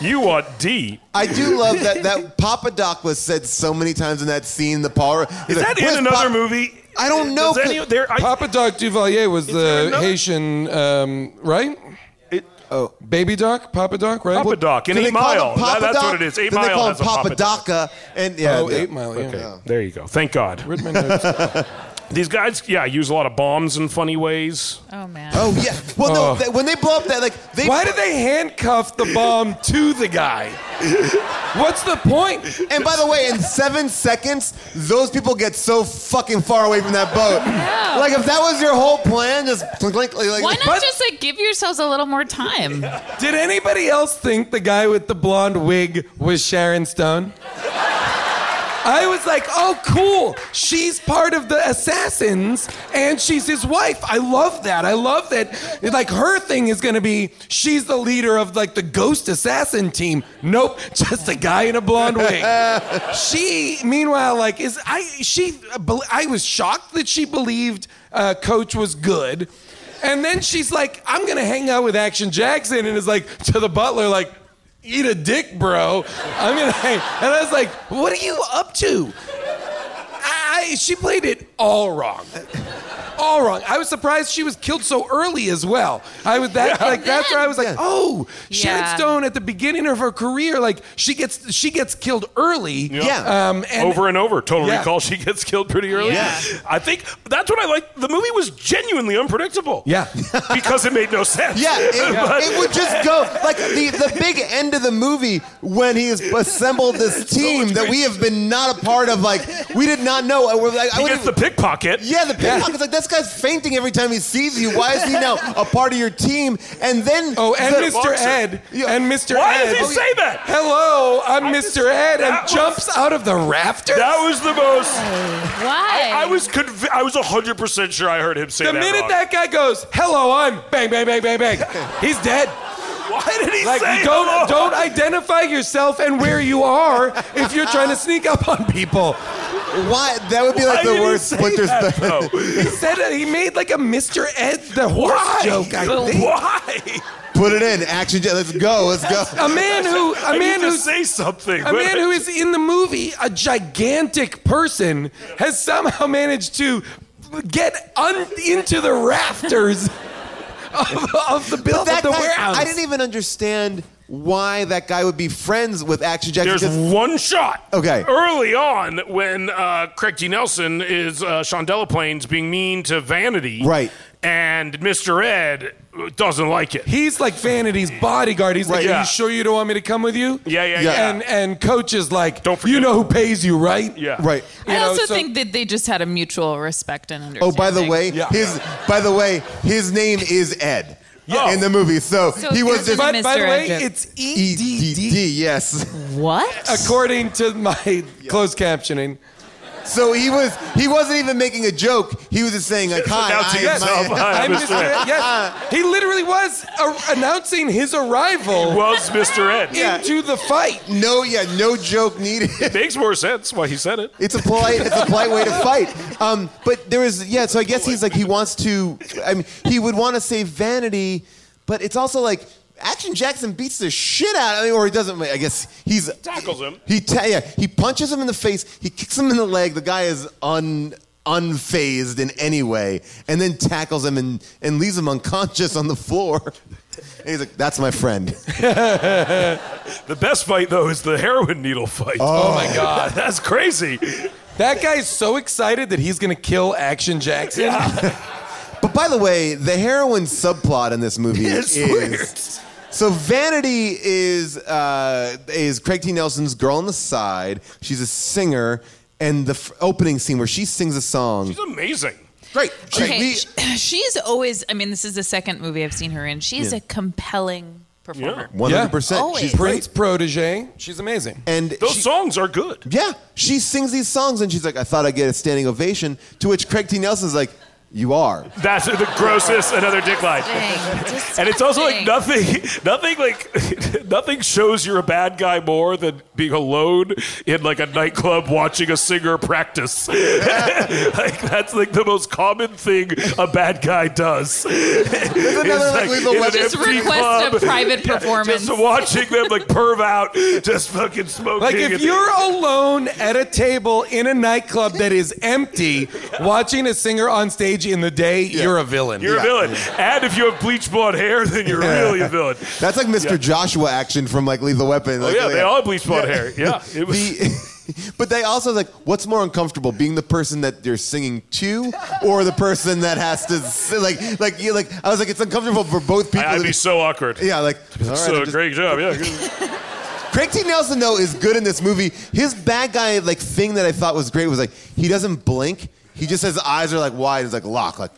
Speaker 6: you want D?
Speaker 2: I do love that that Papa Doc was said so many times in that scene. The Paul
Speaker 6: Is that in another movie?
Speaker 2: I don't know,
Speaker 6: Does
Speaker 2: but-
Speaker 6: any- there- I-
Speaker 4: Papa Doc Duvalier was
Speaker 6: there
Speaker 4: the
Speaker 6: another-
Speaker 4: Haitian, um, right?
Speaker 6: it-
Speaker 2: Oh,
Speaker 4: Baby Doc, Papa Doc, right?
Speaker 6: Papa Doc and
Speaker 2: Do they
Speaker 6: Eight
Speaker 2: call
Speaker 6: Mile.
Speaker 2: him
Speaker 6: That-
Speaker 2: Papa
Speaker 6: that's
Speaker 2: Doc?
Speaker 6: what it is. Eight
Speaker 2: then
Speaker 6: Mile
Speaker 2: they call
Speaker 6: has
Speaker 2: him
Speaker 6: a
Speaker 2: Papa
Speaker 6: Papa Doc.
Speaker 2: Daca, and yeah,
Speaker 4: Oh,
Speaker 2: yeah.
Speaker 4: Eight Mile. Yeah.
Speaker 6: Okay, there you go. Thank God.
Speaker 4: Where'd my notes go?
Speaker 6: These guys, yeah, use a lot of bombs in funny ways.
Speaker 7: Oh man.
Speaker 2: Oh yeah. Well, no.
Speaker 4: Oh.
Speaker 2: They, when they blow up that, like they.
Speaker 4: Why did they handcuff the bomb to the guy? What's the point?
Speaker 2: And by the way, in seven seconds, those people get so fucking far away from that boat.
Speaker 7: Yeah.
Speaker 2: Like if that was your whole plan, just clink, clink, like.
Speaker 7: Why not
Speaker 4: But-
Speaker 7: just like give yourselves a little more time?
Speaker 4: Did anybody else think the guy with the blonde wig was Sharon Stone? I was like, oh, cool. She's part of the assassins and she's his wife. I love that. I love that. Like, her thing is going to be she's the leader of like the ghost assassin team. Nope, just a guy in a blonde wig. Uh, she, meanwhile, like, is I, she, I was shocked that she believed uh, Coach was good. And then she's like, I'm going to hang out with Action Jackson. And is like, to the butler, like, eat a dick, bro. I'm gonna hang. And I was like, what are you up to? I, she played it all wrong. All wrong. I was surprised she was killed so early as well. I was that like that's where I was like, oh, Sharon
Speaker 7: Yeah.
Speaker 4: Stone at the beginning of her career, like she gets she gets killed early.
Speaker 2: Yeah.
Speaker 4: Um, and
Speaker 6: over and over. Total
Speaker 4: Yeah.
Speaker 6: Recall. She gets killed pretty early.
Speaker 7: Yeah.
Speaker 6: I think that's what I like. The movie was genuinely unpredictable.
Speaker 4: Yeah.
Speaker 6: because it made no sense.
Speaker 2: Yeah, it,
Speaker 6: But-
Speaker 2: it would just go like the, the big end of the movie when he has assembled this team that we have been not a part of. Like we did not know. I, we're like, I
Speaker 6: He
Speaker 2: wouldn't
Speaker 6: gets the
Speaker 2: even-
Speaker 6: pickpocket.
Speaker 2: yeah, the pickpocket's like this guy's fainting every time he sees you. Why is he now a part of your team? And then
Speaker 4: Oh, and
Speaker 2: the-
Speaker 4: Mr.
Speaker 6: boxer.
Speaker 4: Ed.
Speaker 2: Yeah.
Speaker 4: And Mr.
Speaker 6: Why
Speaker 4: Ed.
Speaker 6: does he say that?
Speaker 4: Hello, I'm
Speaker 6: I just-
Speaker 4: Mr. Ed, and
Speaker 6: that was-
Speaker 4: jumps out of the rafters.
Speaker 6: That was the most.
Speaker 7: Why?
Speaker 6: I was conv- I was hundred percent sure I heard him say
Speaker 4: The
Speaker 6: that.
Speaker 4: minute
Speaker 6: wrong.
Speaker 4: that guy goes, "Hello, I'm bang, bang, bang, bang, bang," he's dead.
Speaker 6: why did he
Speaker 4: Like,
Speaker 6: say
Speaker 4: you don't
Speaker 6: hello?
Speaker 4: don't identify yourself and where you are if you're trying to sneak up on people.
Speaker 2: why? That would be like
Speaker 6: Why did
Speaker 2: the
Speaker 6: he
Speaker 2: worst
Speaker 6: say
Speaker 2: Splinter
Speaker 6: that,
Speaker 2: Cell-
Speaker 6: though?
Speaker 4: He said it- he made like a Mr. Ed the horse joke. I
Speaker 6: But
Speaker 4: think.
Speaker 6: Why?
Speaker 2: Put it in action. Jet, Let's go. Let's go.
Speaker 4: A man who
Speaker 6: I
Speaker 4: a man
Speaker 6: need to
Speaker 4: who's
Speaker 6: say something.
Speaker 4: a man who is in the movie a gigantic person has somehow managed to get un- into the rafters of, of the build of
Speaker 2: That
Speaker 4: the
Speaker 2: guy-
Speaker 4: warehouse.
Speaker 2: I didn't even understand why that guy would be friends with Action Jackson.
Speaker 6: There's
Speaker 2: 'cause-
Speaker 6: one shot.
Speaker 2: Okay.
Speaker 6: Early on, when uh, Craig D. Nelson is uh, Sean Delaplane's being mean to Vanity.
Speaker 2: Right.
Speaker 6: And Mr. Ed doesn't like it.
Speaker 4: He's like Vanity's bodyguard. He's like,
Speaker 6: Right.
Speaker 4: "Are
Speaker 6: Yeah.
Speaker 4: you sure you don't want me to come with you?"
Speaker 6: Yeah, yeah,
Speaker 2: Yeah.
Speaker 6: yeah.
Speaker 4: And and coach is like,
Speaker 6: Don't forget.
Speaker 4: you know who pays you, right?"
Speaker 6: yeah.
Speaker 2: right.
Speaker 7: I
Speaker 4: You know,
Speaker 7: also
Speaker 4: so-
Speaker 7: think that they just had a mutual respect and
Speaker 2: Oh,
Speaker 7: understanding.
Speaker 2: by the way,
Speaker 4: Yeah.
Speaker 2: his by the way, his name is Ed
Speaker 6: Yeah.
Speaker 2: in the movie. So,
Speaker 7: So
Speaker 2: Oh, he was
Speaker 7: there's a
Speaker 2: just
Speaker 4: But by the
Speaker 7: Mr.
Speaker 4: way,
Speaker 7: Edgett.
Speaker 4: it's
Speaker 2: E
Speaker 4: EDD.
Speaker 2: D D. Yes.
Speaker 7: what?
Speaker 4: According to my closed captioning,
Speaker 2: So he was he wasn't even making a joke. He was just saying like, "Hi,
Speaker 6: Announcing
Speaker 2: I am
Speaker 6: himself.
Speaker 2: my-
Speaker 6: Hi,
Speaker 4: I
Speaker 6: I'm
Speaker 4: missed
Speaker 6: Mr. Ed.
Speaker 4: it. Yes, he literally was uh, announcing his arrival
Speaker 6: Was Mr. Ed.
Speaker 4: into the fight.
Speaker 2: no, yeah, no joke needed."
Speaker 6: Makes more sense why he said it.
Speaker 2: It's a polite, it's a polite way to fight. Um, but there is, yeah. So I guess he's like he wants to. I mean, he would want to save Vanity, but it's also like Action Jackson beats the shit out. of him, or he doesn't. I guess he's
Speaker 6: Tackles him.
Speaker 2: He ta- yeah, he punches him in the face. He kicks him in the leg. The guy is un unfazed in any way, and then tackles him and and leaves him unconscious on the floor. And he's like, "That's my friend."
Speaker 6: The best fight, though, is the heroin needle fight.
Speaker 4: Oh my god.
Speaker 6: That's crazy.
Speaker 4: That guy's so excited that he's gonna kill Action Jackson.
Speaker 2: But by the way, the heroin subplot in this movie
Speaker 6: It's
Speaker 2: is
Speaker 6: weird.
Speaker 2: so Vanity is uh, is Craig T. Nelson's girl on the side. She's a singer, and the f- opening scene where she sings a song.
Speaker 6: It's amazing.
Speaker 2: Great, She-
Speaker 7: okay,
Speaker 2: we-
Speaker 7: sh- she's always. I mean, this is the second movie I've seen her in. She's a compelling performer.
Speaker 6: Yeah.
Speaker 2: 100%.
Speaker 7: Yeah.
Speaker 2: She's
Speaker 4: Prince
Speaker 2: great.
Speaker 4: protege. She's amazing.
Speaker 2: And
Speaker 6: Those
Speaker 2: she-
Speaker 6: songs are good.
Speaker 2: yeah, she sings these songs and she's like, I thought I'd get a standing ovation. To which Craig T. Nelson's like, You are.
Speaker 6: That's the grossest another dick line.
Speaker 7: Dang,
Speaker 6: And it's also like
Speaker 7: disgusting.
Speaker 6: nothing, nothing like, nothing shows you're a bad guy more than being alone in like a nightclub watching a singer practice. like that's like the most common thing a bad guy does. It's
Speaker 2: like, Lethal
Speaker 6: in an
Speaker 2: Weapon.
Speaker 7: Just
Speaker 6: empty
Speaker 7: request a
Speaker 6: club,
Speaker 7: private performance.
Speaker 6: Just watching them like perv out, just fucking smoking.
Speaker 4: Like if
Speaker 6: and-
Speaker 4: you're alone at a table in a nightclub that is empty, watching a singer on stage in the day, you're a villain.
Speaker 6: You're a villain. And if you have bleach blonde hair, then you're really a villain.
Speaker 2: That's like Mr.
Speaker 6: Yeah.
Speaker 2: Joshua action from like Lethal Weapon.
Speaker 6: Oh,
Speaker 2: Like,
Speaker 6: yeah, they all have bleach blonde hair. Yeah. It was
Speaker 2: The- but they also like what's more uncomfortable being the person that you're singing to or the person that has to si- like like you like I was like it's uncomfortable for both people.
Speaker 6: I'd be so awkward.
Speaker 2: yeah, like all right,
Speaker 6: so
Speaker 2: I'm just-
Speaker 6: great job, yeah. good.
Speaker 2: Craig T. Nelson though is good in this movie. His bad guy like thing that I thought was great was like he doesn't blink. He just his eyes are like wide. It's like lock like.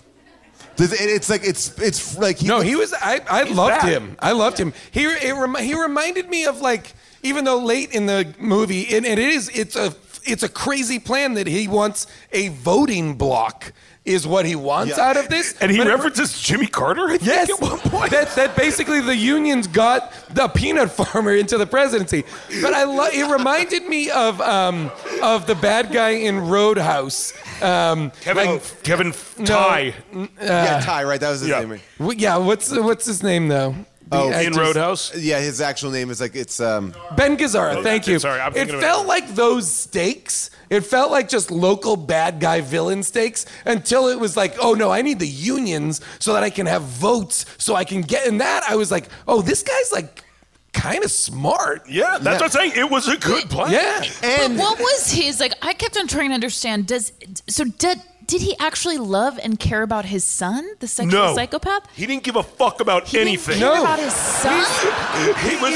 Speaker 2: This, it, it's like it's it's like he
Speaker 4: No, he was. I, I loved
Speaker 6: back.
Speaker 4: him. I loved him. He it remi- he reminded me of like even though late in the movie, and it is it's a it's a crazy plan that he wants a voting block is what he wants
Speaker 2: Yeah.
Speaker 4: out of this.
Speaker 6: And he
Speaker 4: But it-
Speaker 6: references Jimmy Carter, I think,
Speaker 4: Yes,
Speaker 6: at one point.
Speaker 4: that that basically the unions got the peanut farmer into the presidency. But I lo- it reminded me of um, of the bad guy in Roadhouse. Um,
Speaker 6: Kevin,
Speaker 4: like-
Speaker 6: Kevin Ty
Speaker 4: uh,
Speaker 2: yeah Ty right that was his
Speaker 6: yeah.
Speaker 2: name. right?
Speaker 4: w- yeah, what's what's his name though? The
Speaker 2: Oh,
Speaker 6: in
Speaker 4: actor's-
Speaker 6: Roadhouse.
Speaker 2: Yeah, his actual name is like it's um
Speaker 4: Ben Gazzara, thank
Speaker 6: that's it.
Speaker 4: you.
Speaker 6: Sorry, I'm
Speaker 4: it
Speaker 6: thinking of
Speaker 4: felt
Speaker 6: it.
Speaker 4: like those stakes. It felt like just local bad guy villain stakes until it was like, oh no, I need the unions so that I can have votes, so I can get in that. I was like, oh, this guy's like kind of smart.
Speaker 6: Yeah, that's
Speaker 2: Yeah.
Speaker 6: what I'm saying. It was a good plan.
Speaker 4: Yeah.
Speaker 2: and
Speaker 7: but what was his like? I kept on trying to understand. Does so? Did did he actually love and care about his son, the sexual
Speaker 6: No.
Speaker 7: psychopath?
Speaker 6: He didn't give a fuck about
Speaker 7: He
Speaker 6: anything.
Speaker 7: didn't care
Speaker 4: No.
Speaker 7: about his son.
Speaker 6: He was
Speaker 7: Okay,
Speaker 4: Keep
Speaker 7: but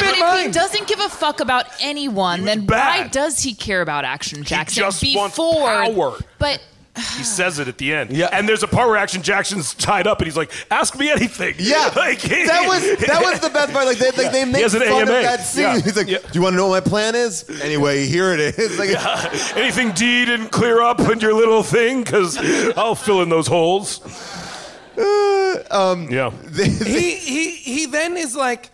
Speaker 4: in
Speaker 7: if he
Speaker 4: mind-
Speaker 7: doesn't give a fuck about anyone, then why
Speaker 6: bad.
Speaker 7: does he care about Action Jackson
Speaker 6: just wants
Speaker 7: before?
Speaker 6: power.
Speaker 7: But
Speaker 6: he says it at the end.
Speaker 4: Yeah.
Speaker 6: And there's a part where Action Jackson's tied up and he's like, ask me anything.
Speaker 2: Yeah,
Speaker 6: Like, he-
Speaker 2: that was that was the best part. Like they, like, they make
Speaker 6: has
Speaker 2: fun
Speaker 6: an
Speaker 2: of
Speaker 6: AMA.
Speaker 2: that scene.
Speaker 6: Yeah.
Speaker 2: He's like,
Speaker 6: Yeah.
Speaker 2: "Do you want to know what my plan is?" Anyway, here it is. Like,
Speaker 6: Anything D didn't clear up in your little thing? Because I'll fill in those holes. um, yeah.
Speaker 4: he he he then is like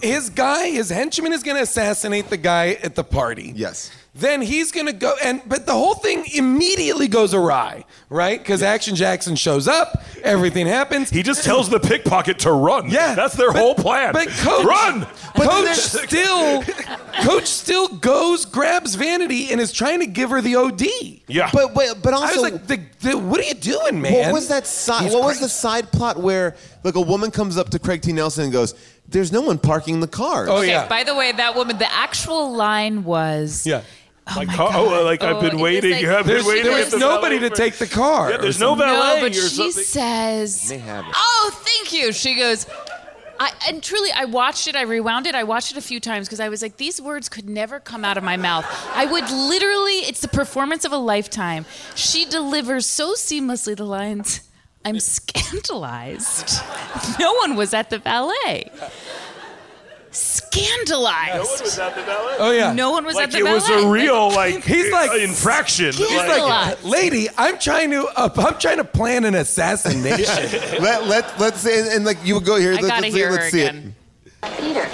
Speaker 4: his guy his henchman is going to assassinate the guy at the party
Speaker 2: Yes.
Speaker 4: then he's going to go and but the whole thing immediately goes awry right because action jackson shows up everything happens
Speaker 6: He just tells the pickpocket to run.
Speaker 4: yeah
Speaker 6: That's their
Speaker 4: But-
Speaker 6: whole plan.
Speaker 4: but coach
Speaker 6: Run!
Speaker 4: but coach
Speaker 6: there's-
Speaker 4: still coach still goes grabs vanity and is trying to give her the od
Speaker 6: Yeah.
Speaker 2: but but, but also,
Speaker 4: i was like the, the, what are you doing man
Speaker 2: what was that side?
Speaker 4: He's
Speaker 2: What was
Speaker 4: crazy.
Speaker 2: the side plot where like a woman comes up to Craig T. Nelson and goes, "There's no one parking the cars."
Speaker 4: oh
Speaker 7: okay,
Speaker 4: yeah
Speaker 7: by the way, that woman. The actual line was.
Speaker 4: yeah
Speaker 7: Oh
Speaker 6: like,
Speaker 7: my
Speaker 6: oh,
Speaker 7: God.
Speaker 6: uh, like I've
Speaker 7: Oh,
Speaker 6: been
Speaker 7: it's
Speaker 6: waiting.
Speaker 7: like-
Speaker 6: I've been
Speaker 4: There's-
Speaker 6: waiting.
Speaker 4: there
Speaker 6: at
Speaker 4: was
Speaker 6: the
Speaker 4: nobody
Speaker 6: valet
Speaker 4: to
Speaker 6: for-
Speaker 4: take the car
Speaker 6: Yeah,
Speaker 4: or
Speaker 6: there's no
Speaker 7: No,
Speaker 6: valet
Speaker 7: but
Speaker 6: or
Speaker 7: she
Speaker 6: something.
Speaker 7: says,
Speaker 2: have it.
Speaker 7: "Oh, thank you." She goes, "I and truly, I watched it. I rewound it. I watched it a few times because I was like, these words could never come out of my mouth. I would literally. It's the performance of a lifetime. She delivers so seamlessly the lines." I'm scandalized. No one was at the ballet.
Speaker 6: No one was
Speaker 7: Scandalized.
Speaker 6: at the valet.
Speaker 4: oh yeah
Speaker 7: No one was
Speaker 6: like
Speaker 7: at the
Speaker 6: it
Speaker 7: ballet.
Speaker 6: was a real like
Speaker 4: He's like-
Speaker 6: infraction.
Speaker 7: He's
Speaker 6: Like,
Speaker 4: He's like,
Speaker 7: Lot.
Speaker 4: lady, I'm trying to, uh, I'm trying to plan an assassination.
Speaker 2: Let let let's say and, and, like you would go here.
Speaker 7: I
Speaker 2: let's,
Speaker 7: gotta
Speaker 2: let's
Speaker 7: hear
Speaker 2: see,
Speaker 7: her
Speaker 2: let's see
Speaker 7: again.
Speaker 9: Peter.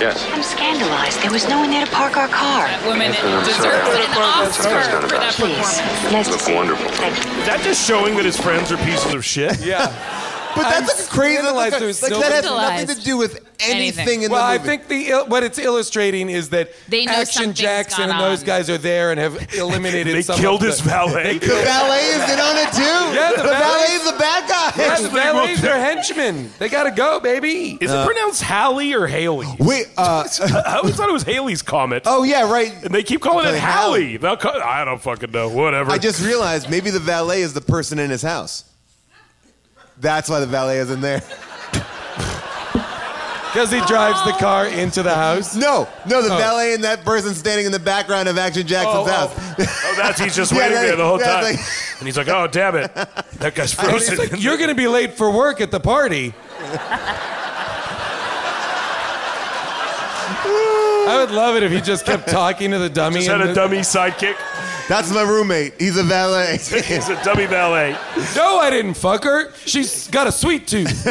Speaker 9: Yes. I'm scandalized. There was no one there to park our car.
Speaker 7: That woman deserves an Oscar for that
Speaker 9: Please.
Speaker 7: performance.
Speaker 9: Nice to see wonderful. you. Thank you.
Speaker 6: is that just showing that his friends are pieces of shit?
Speaker 4: yeah.
Speaker 2: it. But that's like a crazy. Like,
Speaker 4: scandalized
Speaker 2: a,
Speaker 4: there's
Speaker 2: like
Speaker 4: no-
Speaker 2: that has
Speaker 7: Scandalized.
Speaker 2: nothing to do with anything,
Speaker 7: Anything.
Speaker 2: in
Speaker 4: Well,
Speaker 2: the
Speaker 4: I
Speaker 2: movie.
Speaker 4: think the il- what it's illustrating is that
Speaker 7: They know
Speaker 4: Action
Speaker 7: something's
Speaker 4: Jackson
Speaker 7: gone
Speaker 4: and those
Speaker 7: on.
Speaker 4: guys are there and have eliminated.
Speaker 6: They
Speaker 4: some
Speaker 6: killed
Speaker 4: of
Speaker 6: his
Speaker 4: the,
Speaker 6: valet.
Speaker 2: the ballet is in on it too.
Speaker 4: Yeah, the ballet-
Speaker 2: ballet's the bad guy.
Speaker 4: Yeah, the
Speaker 6: They will
Speaker 4: valets
Speaker 6: do-
Speaker 4: are henchmen. They gotta go, baby.
Speaker 6: Is
Speaker 2: Uh,
Speaker 6: it pronounced Hallie or Haley?
Speaker 2: Wait. Uh,
Speaker 6: I always thought it was Haley's comet.
Speaker 2: oh yeah, right.
Speaker 6: And they keep calling it
Speaker 2: Like Hallie.
Speaker 6: Hallie. They'll call- I don't fucking know. Whatever.
Speaker 2: I just realized maybe the valet is the person in his house. That's why the valet isn't there.
Speaker 4: Because he drives the car into the house.
Speaker 2: No, no, the valet and that person standing in the background of Action Jackson's
Speaker 4: Oh,
Speaker 2: house.
Speaker 6: Oh. oh, that's he's just
Speaker 2: Yeah,
Speaker 6: waiting
Speaker 2: that-
Speaker 6: there the whole
Speaker 2: yeah,
Speaker 6: time.
Speaker 2: like-
Speaker 6: and he's like, oh damn it, that guy's
Speaker 4: It's
Speaker 6: frozen.
Speaker 4: like, you're gonna be late for work at the party. I would love it if he just kept talking to the dummy.
Speaker 6: just had
Speaker 4: and
Speaker 6: a
Speaker 4: the-
Speaker 6: dummy sidekick.
Speaker 2: That's my roommate. He's a valet.
Speaker 6: He's a dummy valet.
Speaker 4: No, I didn't fuck her. She's got a sweet tooth.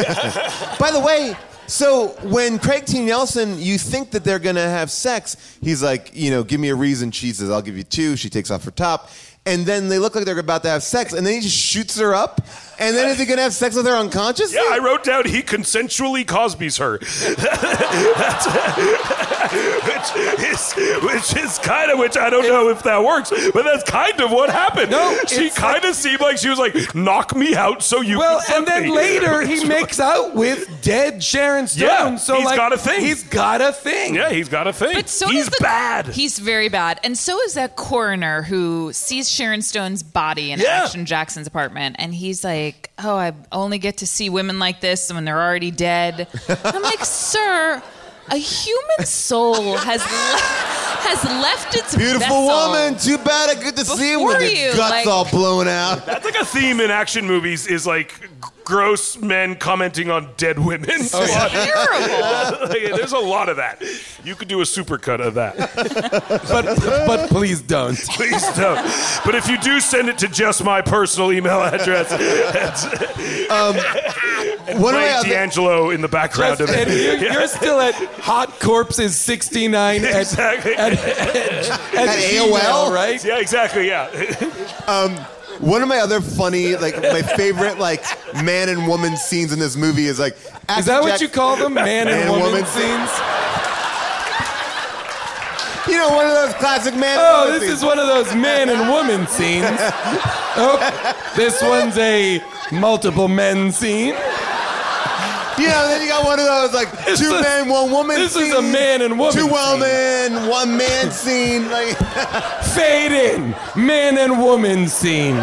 Speaker 2: By the way, So when Craig T. Nelson, you think that they're gonna have sex, he's like, you know, give me a reason. She says, I'll give you two. She takes off her top, and then they look like they're about to have sex, and then he just shoots her up. And then is he gonna have sex with her unconscious?
Speaker 6: Yeah, I wrote down he consensually Cosby's her. That's, which is which is kind of which I don't know if that works, but that's kind of what happened.
Speaker 4: No,
Speaker 6: she
Speaker 4: it's
Speaker 6: kind of seemed like she was like, "Knock me out so you."
Speaker 4: Well,
Speaker 6: can fuck
Speaker 4: and then
Speaker 6: me."
Speaker 4: later
Speaker 6: Which
Speaker 4: he
Speaker 6: was-
Speaker 4: makes out with dead Sharon Stone.
Speaker 6: Yeah,
Speaker 4: so
Speaker 6: he's
Speaker 4: like,
Speaker 6: got a thing.
Speaker 4: He's got a thing.
Speaker 6: Yeah, he's got a thing.
Speaker 7: But so
Speaker 6: he's
Speaker 7: does the,
Speaker 6: bad.
Speaker 7: He's very bad, and so is that coroner who sees Sharon Stone's body in
Speaker 6: Yeah.
Speaker 7: Action Jackson's apartment, and he's like, "Oh, I only get to see women like this when they're already dead." I'm like, "Sir, a human soul has le- has left its
Speaker 2: Beautiful
Speaker 7: vessel.
Speaker 2: woman. Too bad I get to see her with
Speaker 7: Before
Speaker 2: her
Speaker 7: you,
Speaker 2: guts
Speaker 7: like-
Speaker 2: all blown out.
Speaker 6: That's like a theme in action movies is like g- gross men commenting on dead women.
Speaker 2: Oh,
Speaker 7: Terrible.
Speaker 6: Like, There's a lot of that. You could do a supercut of that.
Speaker 4: But but please don't.
Speaker 6: Please don't. But if you do send it to just my personal email address, it's
Speaker 2: Um, One of my
Speaker 6: playing
Speaker 2: other-
Speaker 6: D'Angelo in the background
Speaker 4: Just-
Speaker 6: of it.
Speaker 4: and you're,
Speaker 6: Yeah.
Speaker 4: you're still at Hot Corpses 69 at,
Speaker 6: Exactly.
Speaker 4: at, at, at
Speaker 2: AOL?
Speaker 4: Gmail, right?
Speaker 6: yeah, exactly. Yeah.
Speaker 2: Um, One of my other funny, like my favorite, like man and woman scenes in this movie is like.
Speaker 4: Is that what you call them? Man and,
Speaker 2: and
Speaker 4: woman,
Speaker 2: woman.
Speaker 4: scenes?
Speaker 2: You know, one of those classic man. and
Speaker 4: Oh,
Speaker 2: woman
Speaker 4: this
Speaker 2: scenes.
Speaker 4: is one of those man and woman scenes. Oh, this one's a multiple men scene.
Speaker 2: You know, then you got one of those like
Speaker 4: This
Speaker 2: two
Speaker 4: is-
Speaker 2: men, one woman.
Speaker 4: this is a
Speaker 2: scene,
Speaker 4: man and woman
Speaker 2: Two
Speaker 4: scene.
Speaker 2: women, one man scene. Like,
Speaker 4: Fade in. Man and woman scene.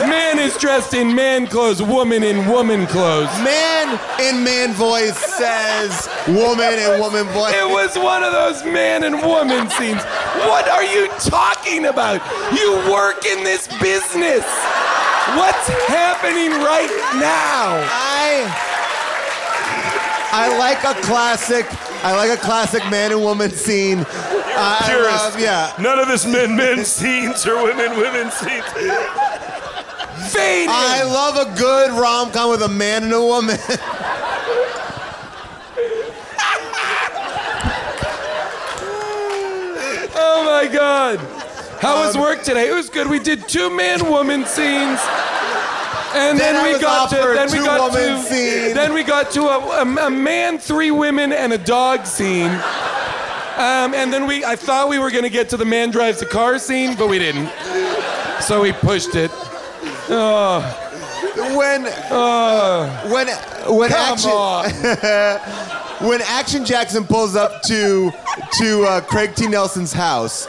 Speaker 4: Man is dressed in man clothes, woman in woman clothes.
Speaker 2: man in man voice says woman in woman voice.
Speaker 4: It was one of those man and woman scenes. What are you talking about? You work in this business. What's happening right now?
Speaker 2: I I like a classic. I like a classic man and woman scene. I- I
Speaker 6: Purist.
Speaker 2: love- yeah.
Speaker 6: None of this men men scenes or women women scenes.
Speaker 4: Fade in.
Speaker 2: I love a good rom com with a man and a woman.
Speaker 4: Oh my God. How was work today? It was good. We did two man woman scenes. And
Speaker 2: Then
Speaker 4: then,
Speaker 2: I
Speaker 4: we
Speaker 2: was
Speaker 4: got to
Speaker 2: offered
Speaker 4: then we
Speaker 2: two
Speaker 4: got
Speaker 2: woman
Speaker 4: to
Speaker 2: scene.
Speaker 4: then we got to a, a, a man, three women, and a dog scene. Um, and then we I thought we were gonna get to the man drives a car scene, but we didn't. So we pushed it.
Speaker 2: when when when
Speaker 4: Come
Speaker 2: action
Speaker 4: on.
Speaker 2: when action Jackson pulls up to to uh, Craig T Nelson's house,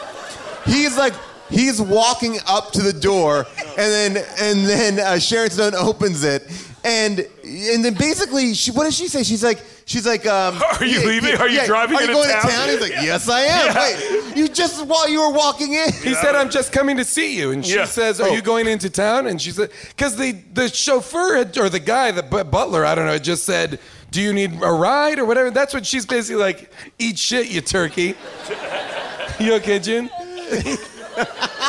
Speaker 2: he's like he's walking up to the door, and then and then uh, Sharon Stone opens it, and and then basically she what does she say? She's like. She's like, um,
Speaker 6: Are you leaving? Are you driving
Speaker 2: Are you
Speaker 6: into
Speaker 2: going
Speaker 6: town?"
Speaker 2: to town? He's like, yes, I am. Wait, you just while you were walking in.
Speaker 4: He said, "I'm just coming to see you," and she
Speaker 6: Yeah.
Speaker 4: says, "Are
Speaker 2: Oh.
Speaker 4: you going into town?" And she said, "Because the the chauffeur had, or the guy, the bu- butler, I don't know, had just said." Do you need a ride or whatever? That's what she's basically like. Eat shit, you turkey. You okay, June?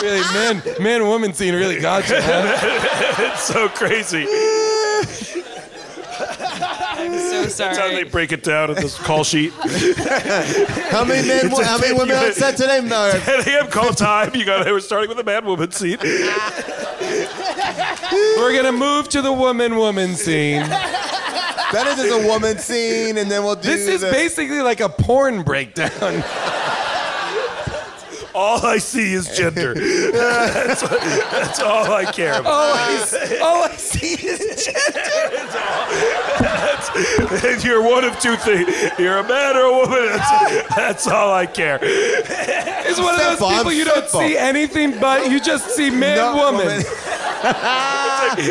Speaker 4: really, man, man, woman scene really got you. Huh?
Speaker 6: it's so crazy.
Speaker 7: so
Speaker 6: That's how
Speaker 7: sorry.
Speaker 6: they break it down at this call sheet.
Speaker 2: How many men? How many women on set today? No,
Speaker 6: 10 a.m. call time. You got. They were starting with a man woman scene.
Speaker 4: We're gonna move to the woman, woman scene.
Speaker 2: That is just a woman scene, and then we'll do.
Speaker 4: This is
Speaker 2: the-
Speaker 4: basically like a porn breakdown.
Speaker 6: All I see is gender. that's, that's all I care about.
Speaker 4: All I, s- all I see is
Speaker 6: If you're one of two things. You're a man or a woman. That's, that's all I care.
Speaker 4: It's one of those
Speaker 2: Simple, I'm
Speaker 4: people you don't
Speaker 2: simple.
Speaker 4: see anything but you just see man,
Speaker 2: No,
Speaker 4: woman.
Speaker 2: woman.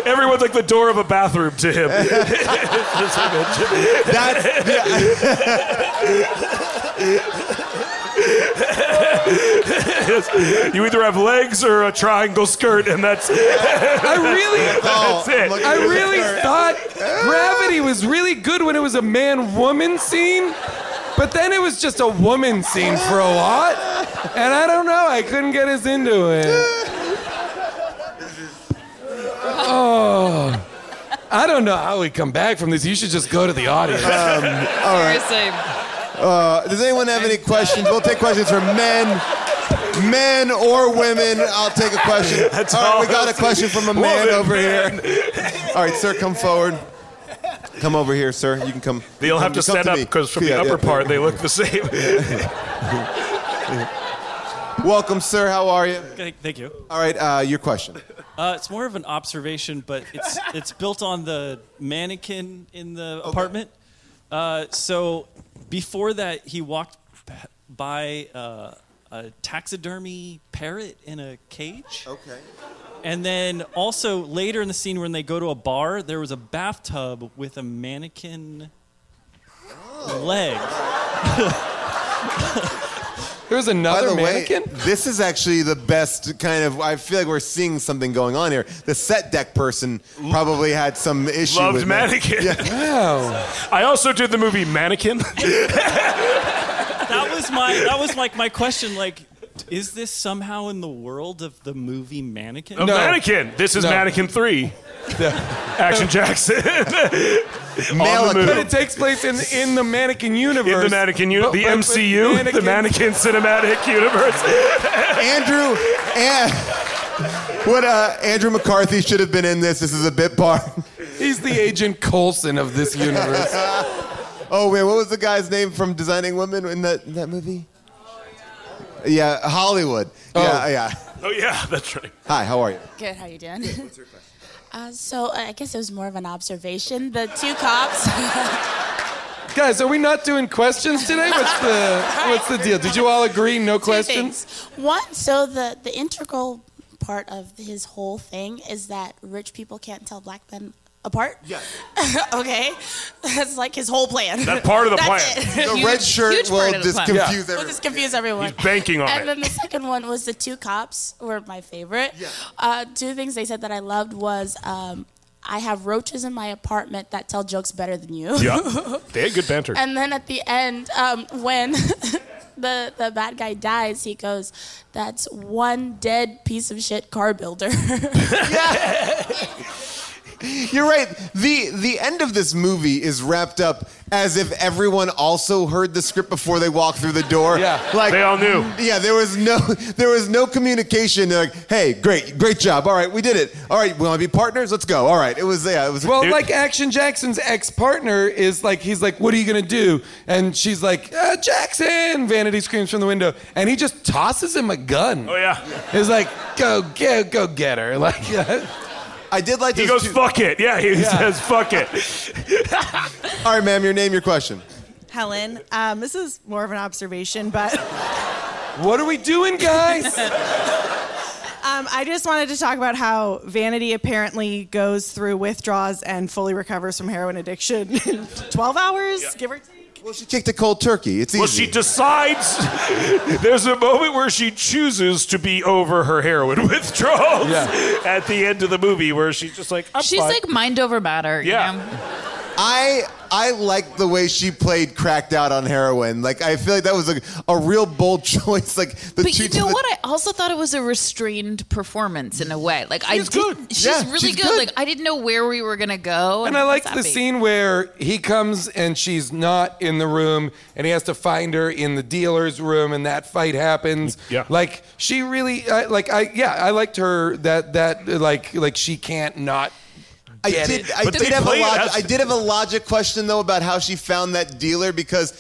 Speaker 6: Everyone's like the door of a bathroom to him. This image.
Speaker 2: That's the,
Speaker 6: you either have legs or a triangle skirt, and that's
Speaker 4: I really,
Speaker 2: oh,
Speaker 6: That's it.
Speaker 2: look-
Speaker 4: I really thought Gravity was really good when it was a man woman scene, but then it was just a woman scene for a lot, and I don't know. I couldn't get as into it. Oh. I don't know how we come back from this. You should just go to the audience.
Speaker 7: Seriously.
Speaker 2: Um, Uh, does anyone have any questions? We'll take questions from men, men or women. I'll take a question.
Speaker 6: That's
Speaker 2: all right, we
Speaker 6: all.
Speaker 2: got a question from a man
Speaker 6: Woman,
Speaker 2: over here. All right, sir, come forward. Come over here, sir. You can come.
Speaker 6: They'll
Speaker 2: come-
Speaker 6: have to
Speaker 2: come
Speaker 6: stand up
Speaker 2: me.
Speaker 6: because from
Speaker 2: Yeah,
Speaker 6: the upper
Speaker 2: yeah.
Speaker 6: part they look the same.
Speaker 2: Welcome, sir. How are you?
Speaker 10: Okay, Thank you.
Speaker 2: All right, uh, your question.
Speaker 10: Uh, it's more of an observation, but it's it's built on the mannequin in the apartment. Uh, so before that, he walked p- by uh, a taxidermy parrot in a cage.
Speaker 2: Okay.
Speaker 10: And then also later in the scene when they go to a bar, there was a bathtub with a mannequin leg.
Speaker 4: There's
Speaker 2: By
Speaker 4: another
Speaker 2: the
Speaker 4: mannequin.
Speaker 2: way, this is actually the best kind of. I feel like we're seeing something going on here. The set deck person probably had some issue
Speaker 6: Loved
Speaker 2: with that.
Speaker 6: mannequin.
Speaker 4: wow.
Speaker 6: I also did the movie Mannequin.
Speaker 10: That was my that was like my question. Like, is this somehow in the world of the movie Mannequin?
Speaker 6: A Mannequin. This is
Speaker 4: No.
Speaker 6: Mannequin Three. Action Jackson.
Speaker 2: Male
Speaker 6: On the
Speaker 2: it.
Speaker 4: But it takes place in in the mannequin universe.
Speaker 6: In the mannequin unit,
Speaker 4: But-
Speaker 6: the
Speaker 4: but- but
Speaker 6: MCU, the mannequin cinematic universe.
Speaker 2: Andrew and what uh, Andrew McCarthy should have been in this. This is a bit bar.
Speaker 4: He's the Agent Coulson of this universe.
Speaker 2: Oh man, what was the guy's name from Designing Women in that in that movie? Yeah, Hollywood. Yeah,
Speaker 4: Oh.
Speaker 2: yeah.
Speaker 6: oh yeah, that's right.
Speaker 2: Hi, how are you?
Speaker 11: Good. How you doing? what's your question? Uh, so uh, I guess it was more of an observation. The two cops.
Speaker 4: Guys, are we not doing questions today? What's the what's the deal? Did you all agree no
Speaker 11: two
Speaker 4: questions?
Speaker 11: things. One. So the the integral part of his whole thing is that rich people can't tell black men apart. Yeah. okay. That's like his whole plan.
Speaker 6: That's part of the
Speaker 11: That's
Speaker 6: plan.
Speaker 11: It.
Speaker 2: The red shirt
Speaker 11: huge part
Speaker 2: will
Speaker 11: of the
Speaker 2: just
Speaker 11: plan.
Speaker 2: confuse
Speaker 11: We'll
Speaker 2: everyone.
Speaker 11: just confuse everyone.
Speaker 6: Banking on
Speaker 11: and
Speaker 6: it.
Speaker 11: then the second one was the two cops were my favorite. Uh, two things they said that I loved was um, I have roaches in my apartment that tell jokes better than you.
Speaker 6: Yeah, they had good banter.
Speaker 11: And then at the end, um, when the the bad guy dies, he goes, "That's one dead piece of shit car builder."
Speaker 2: You're right. The the end of this movie is wrapped up as if everyone also heard the script before they walked through the door.
Speaker 4: Yeah.
Speaker 2: Like
Speaker 6: They all knew.
Speaker 2: Yeah, there was no there was no communication. They're like, hey, great, great job. All right, we did it. All right, we want to be partners. Let's go. All right, it was yeah, it was.
Speaker 4: Well,
Speaker 6: Dude.
Speaker 4: like Action Jackson's ex-partner is like, he's like, "What are you gonna do?" And she's like, uh, "Jackson!" Vanity screams from the window, and he just tosses him a gun.
Speaker 6: oh yeah.
Speaker 4: He's like, "Go get, go get her!" Like,
Speaker 2: I did like
Speaker 6: He goes,
Speaker 2: those two-
Speaker 6: fuck it. Yeah, he
Speaker 4: Yeah.
Speaker 6: says, fuck it.
Speaker 2: All right, ma'am, your name, your question.
Speaker 12: Helen, um, this is more of an observation, but
Speaker 4: what are we doing, guys?
Speaker 12: um, I just wanted to talk about how Vanity apparently goes through withdrawals and fully recovers from heroin addiction in 12 hours, give or take.
Speaker 2: Well, she kicked a cold turkey. It's easy.
Speaker 6: Well, she decides. There's a moment where she chooses to be over her heroin withdrawals
Speaker 4: Yeah.
Speaker 6: at the end of the movie, where she's just like, I'm
Speaker 7: She's
Speaker 6: fine.
Speaker 7: like mind over matter. you
Speaker 6: Yeah.
Speaker 7: know?
Speaker 2: I I like the way she played cracked out on heroin. Like I feel like that was a, a real bold choice. Like the
Speaker 7: But
Speaker 2: two
Speaker 7: you
Speaker 2: to
Speaker 7: know
Speaker 2: the-
Speaker 7: what? I also thought it was a restrained performance in a way. Like I did,
Speaker 2: good.
Speaker 7: She's
Speaker 2: Yeah,
Speaker 7: really
Speaker 2: she's
Speaker 7: good.
Speaker 2: good.
Speaker 7: Like I didn't know where we were gonna go.
Speaker 4: And I
Speaker 7: was
Speaker 4: liked the
Speaker 7: Oh, happy.
Speaker 4: scene where he comes and she's not in the room and he has to find her in the dealer's room and that fight happens.
Speaker 6: Yeah.
Speaker 4: Like she really I, like I yeah, I liked her that that uh, like like she can't not
Speaker 2: I
Speaker 4: get
Speaker 2: did.
Speaker 4: it.
Speaker 2: I
Speaker 6: But
Speaker 2: did
Speaker 6: they
Speaker 2: have a
Speaker 6: played
Speaker 2: log-
Speaker 6: as-
Speaker 2: I did have a logic question though about how she found that dealer because,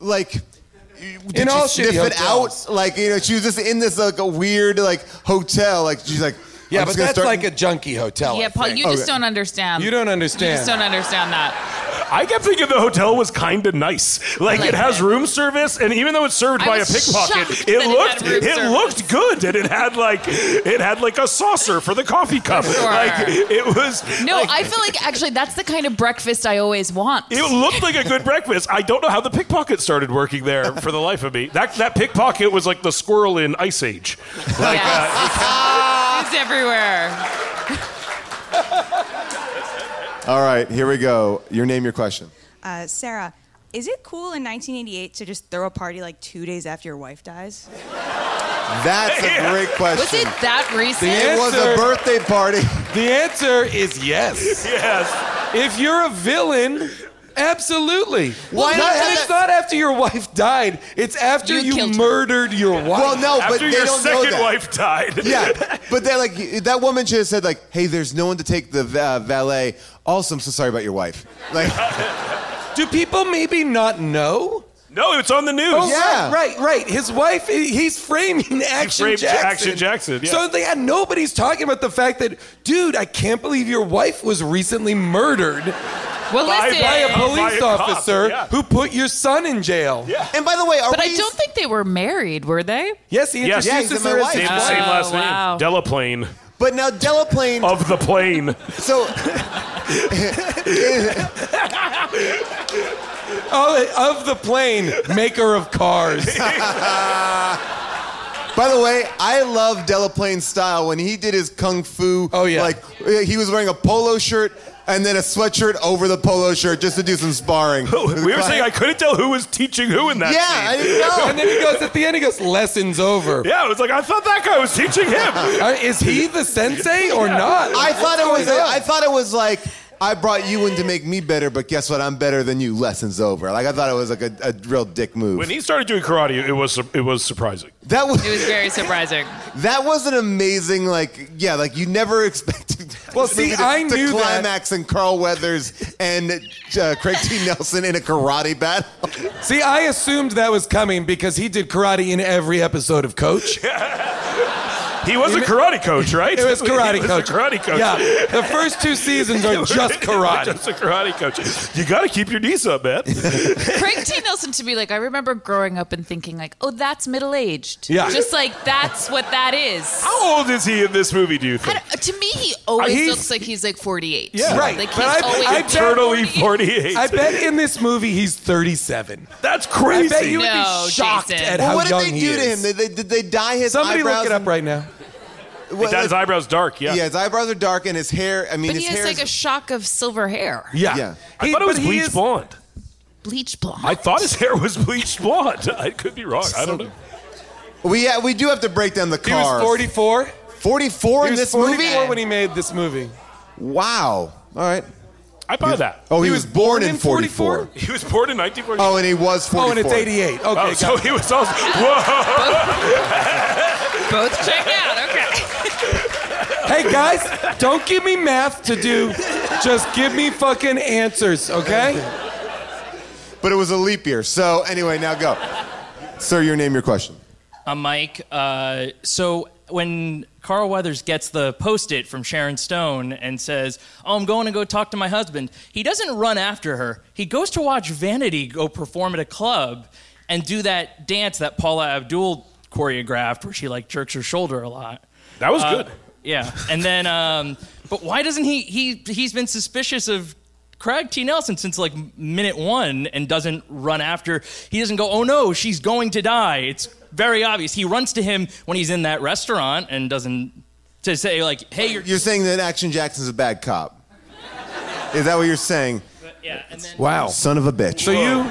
Speaker 2: like, did
Speaker 4: In
Speaker 2: she
Speaker 4: all shitty
Speaker 2: sniff it
Speaker 4: hotels.
Speaker 2: out? Like you know, she was just in this like a weird like hotel. Like she's like,
Speaker 4: yeah,
Speaker 2: I'm
Speaker 4: but
Speaker 2: just gonna
Speaker 4: that's
Speaker 2: start-
Speaker 4: like a junkie hotel.
Speaker 7: Yeah,
Speaker 4: I
Speaker 7: Paul,
Speaker 4: think.
Speaker 7: you just
Speaker 2: Okay.
Speaker 7: don't understand.
Speaker 4: You don't
Speaker 7: You
Speaker 4: understand.
Speaker 7: just don't understand that.
Speaker 6: I kept thinking the hotel was kind of nice. Like,
Speaker 7: Like
Speaker 6: it has
Speaker 7: that.
Speaker 6: room service, and even though it's served
Speaker 7: I
Speaker 6: by a
Speaker 7: was
Speaker 6: pickpocket,
Speaker 7: shocked
Speaker 6: it
Speaker 7: that it
Speaker 6: looked
Speaker 7: had room
Speaker 6: it,
Speaker 7: service.
Speaker 6: looked good, and it had like it had like a saucer for the coffee cup.
Speaker 7: Sure.
Speaker 6: Like it was.
Speaker 7: No,
Speaker 6: like,
Speaker 7: I feel like actually that's the kind of breakfast I always want.
Speaker 6: It looked like a good breakfast. I don't know how the pickpocket started working there for the life of me. That that pickpocket was like the squirrel in Ice Age. Like, uh,
Speaker 7: Yes. it's everywhere.
Speaker 2: All right, here we go. Your name, your question.
Speaker 12: Uh, Sarah, is it cool in 1988 to just throw a party like two days after your wife dies?
Speaker 2: That's a great
Speaker 7: Was
Speaker 2: question.
Speaker 7: it that recent?
Speaker 2: It was a
Speaker 4: Answer.
Speaker 2: birthday party.
Speaker 4: the answer is yes.
Speaker 6: yes.
Speaker 4: If you're a villain, absolutely. Why
Speaker 2: Why not
Speaker 4: not?
Speaker 2: have
Speaker 4: And it's
Speaker 2: that-
Speaker 4: not after your wife died. It's after
Speaker 2: You
Speaker 4: you,
Speaker 2: killed her.
Speaker 4: murdered your wife.
Speaker 2: Well, no, but they don't know that.
Speaker 6: died.
Speaker 2: Yeah, but they're like that woman should have said like, "Hey, there's no one to take the uh, valet." Also, I'm so sorry about your wife. Like,
Speaker 4: do people maybe not know?
Speaker 6: No, it's on the news.
Speaker 4: Oh,
Speaker 2: Yeah.
Speaker 4: right, right, right. His wife, he- he's framing Action
Speaker 6: framed
Speaker 4: Jackson.
Speaker 6: Action Jackson, yeah.
Speaker 4: So they had nobody's talking about the fact that, dude, I can't believe your wife was recently murdered.
Speaker 7: Well,
Speaker 4: by,
Speaker 7: listen.
Speaker 4: by a
Speaker 7: By a
Speaker 4: police
Speaker 7: cop,
Speaker 4: officer
Speaker 7: yeah.
Speaker 4: who put your son in jail. Yeah.
Speaker 2: And by the way,
Speaker 7: but I don't think they were married, were they? Oh,
Speaker 4: Yes, he
Speaker 6: Yes,
Speaker 4: introduces her as
Speaker 6: Same,
Speaker 4: his wife.
Speaker 6: same last
Speaker 7: wow.
Speaker 6: name. Delaplane.
Speaker 2: But now Delaplane
Speaker 6: of the plane.
Speaker 2: So
Speaker 4: Oh, of the plane, maker of cars.
Speaker 2: By the way, I love Delaplane's style when he did his kung fu. Oh yeah, like uh, he was wearing a polo shirt and then a sweatshirt over the polo shirt just to do some sparring.
Speaker 6: We were saying I couldn't tell who was teaching who in that
Speaker 2: Yeah,
Speaker 6: scene.
Speaker 2: I didn't know.
Speaker 4: And then he goes at the end. He goes, "Lessons over."
Speaker 6: Yeah, I was like, I thought that guy was teaching
Speaker 4: Uh,
Speaker 6: him.
Speaker 4: is he the sensei or not?
Speaker 2: I thought it
Speaker 4: What's
Speaker 2: was.
Speaker 4: going on?
Speaker 2: I thought it was like. I brought you in to make me better, but guess what? I'm better than you. Lessons over. Like I thought it was like a, a real dick move.
Speaker 6: When he started doing karate, it was it was surprising.
Speaker 2: that was
Speaker 7: It was very surprising.
Speaker 2: that was an amazing like yeah like you never expected.
Speaker 4: Well,
Speaker 2: this
Speaker 4: see,
Speaker 2: movie to,
Speaker 4: I
Speaker 2: to
Speaker 4: knew that.
Speaker 2: climax and Carl Weathers and uh, Craig T. Nelson in a karate battle.
Speaker 4: See, I assumed that was coming because he did karate in every episode of Coach.
Speaker 6: He was a
Speaker 4: He-
Speaker 6: karate coach, right?
Speaker 4: It was karate
Speaker 6: He was
Speaker 4: coach.
Speaker 6: A karate coach.
Speaker 4: Yeah, the first two seasons are just karate.
Speaker 6: just a karate coach. You got to keep your knees up, man.
Speaker 7: Craig T. Nelson to me, like I remember growing up and thinking, like, oh, that's middle aged.
Speaker 6: Yeah.
Speaker 7: Just like that's what that is.
Speaker 6: How old is he in this movie? Do you
Speaker 7: I
Speaker 6: think?
Speaker 7: don't- Uh, to me, he always
Speaker 4: He's-
Speaker 7: looks like he's like 48.
Speaker 4: Yeah, right.
Speaker 7: Like he's
Speaker 4: But I-
Speaker 7: always
Speaker 4: I bet-
Speaker 6: E
Speaker 4: Eternally
Speaker 6: 48.
Speaker 4: I bet in this movie he's 37.
Speaker 6: That's
Speaker 4: I bet you would
Speaker 7: No,
Speaker 4: be shocked
Speaker 7: Jason.
Speaker 4: at
Speaker 2: Well,
Speaker 4: how
Speaker 2: what did
Speaker 4: young
Speaker 2: they
Speaker 4: he
Speaker 2: do to
Speaker 4: is.
Speaker 2: him? They, they, did they dye his
Speaker 4: Somebody
Speaker 2: eyebrows?
Speaker 4: look it up right now.
Speaker 2: Well,
Speaker 6: he dyed his
Speaker 2: like-
Speaker 6: eyebrows dark. Yeah.
Speaker 2: Yeah, his eyebrows are dark and his hair. I mean,
Speaker 7: But he
Speaker 2: his
Speaker 7: has
Speaker 2: hair.
Speaker 7: like a shock of silver hair,
Speaker 4: Yeah.
Speaker 2: Yeah.
Speaker 6: I
Speaker 4: He-
Speaker 6: thought it was
Speaker 4: but he
Speaker 6: bleach
Speaker 4: is-
Speaker 6: blonde.
Speaker 7: bleach blonde.
Speaker 6: I thought his hair was bleached blonde. I could be wrong. I don't know.
Speaker 2: we yeah, we do have to break down the
Speaker 4: He was
Speaker 2: car.
Speaker 4: 44.
Speaker 2: 44
Speaker 4: He
Speaker 2: in
Speaker 4: was
Speaker 2: this
Speaker 4: 44
Speaker 2: movie.
Speaker 4: when he made this movie.
Speaker 2: Wow. All right.
Speaker 6: I buy that.
Speaker 2: Oh, he, was, born, in 44.
Speaker 6: He was born in 1940.
Speaker 2: Oh, and he was 44.
Speaker 4: Oh, and it's 88. Okay,
Speaker 6: Oh,
Speaker 4: got
Speaker 6: so
Speaker 4: it.
Speaker 6: he was also. Whoa!
Speaker 7: Both check out. Okay.
Speaker 4: Hey guys, don't give me math to do. Just give me fucking answers, okay?
Speaker 2: But it was a leap year. So anyway, now go, sir. Your name, your question.
Speaker 13: I'm Mike. Uh, so when Carl Weathers gets the post-it from Sharon Stone and says, "Oh, I'm going to go talk to my husband," he doesn't run after her. He goes to watch Vanity go perform at a club and do that dance that Paula Abdul choreographed, where she like jerks her shoulder a lot.
Speaker 6: That was
Speaker 13: Uh,
Speaker 6: good.
Speaker 13: Yeah, and then, um, but why doesn't he? He he's been suspicious of Craig T. Nelson since like minute one, and doesn't run after. He doesn't go, oh no, she's going to die. It's very obvious. He runs to him when he's in that restaurant and doesn't to say like, hey, you're.
Speaker 2: You're saying that Action Jackson's a bad cop. Is that what you're saying?
Speaker 13: Yeah, and then,
Speaker 4: Wow.
Speaker 2: Son of a bitch.
Speaker 4: So you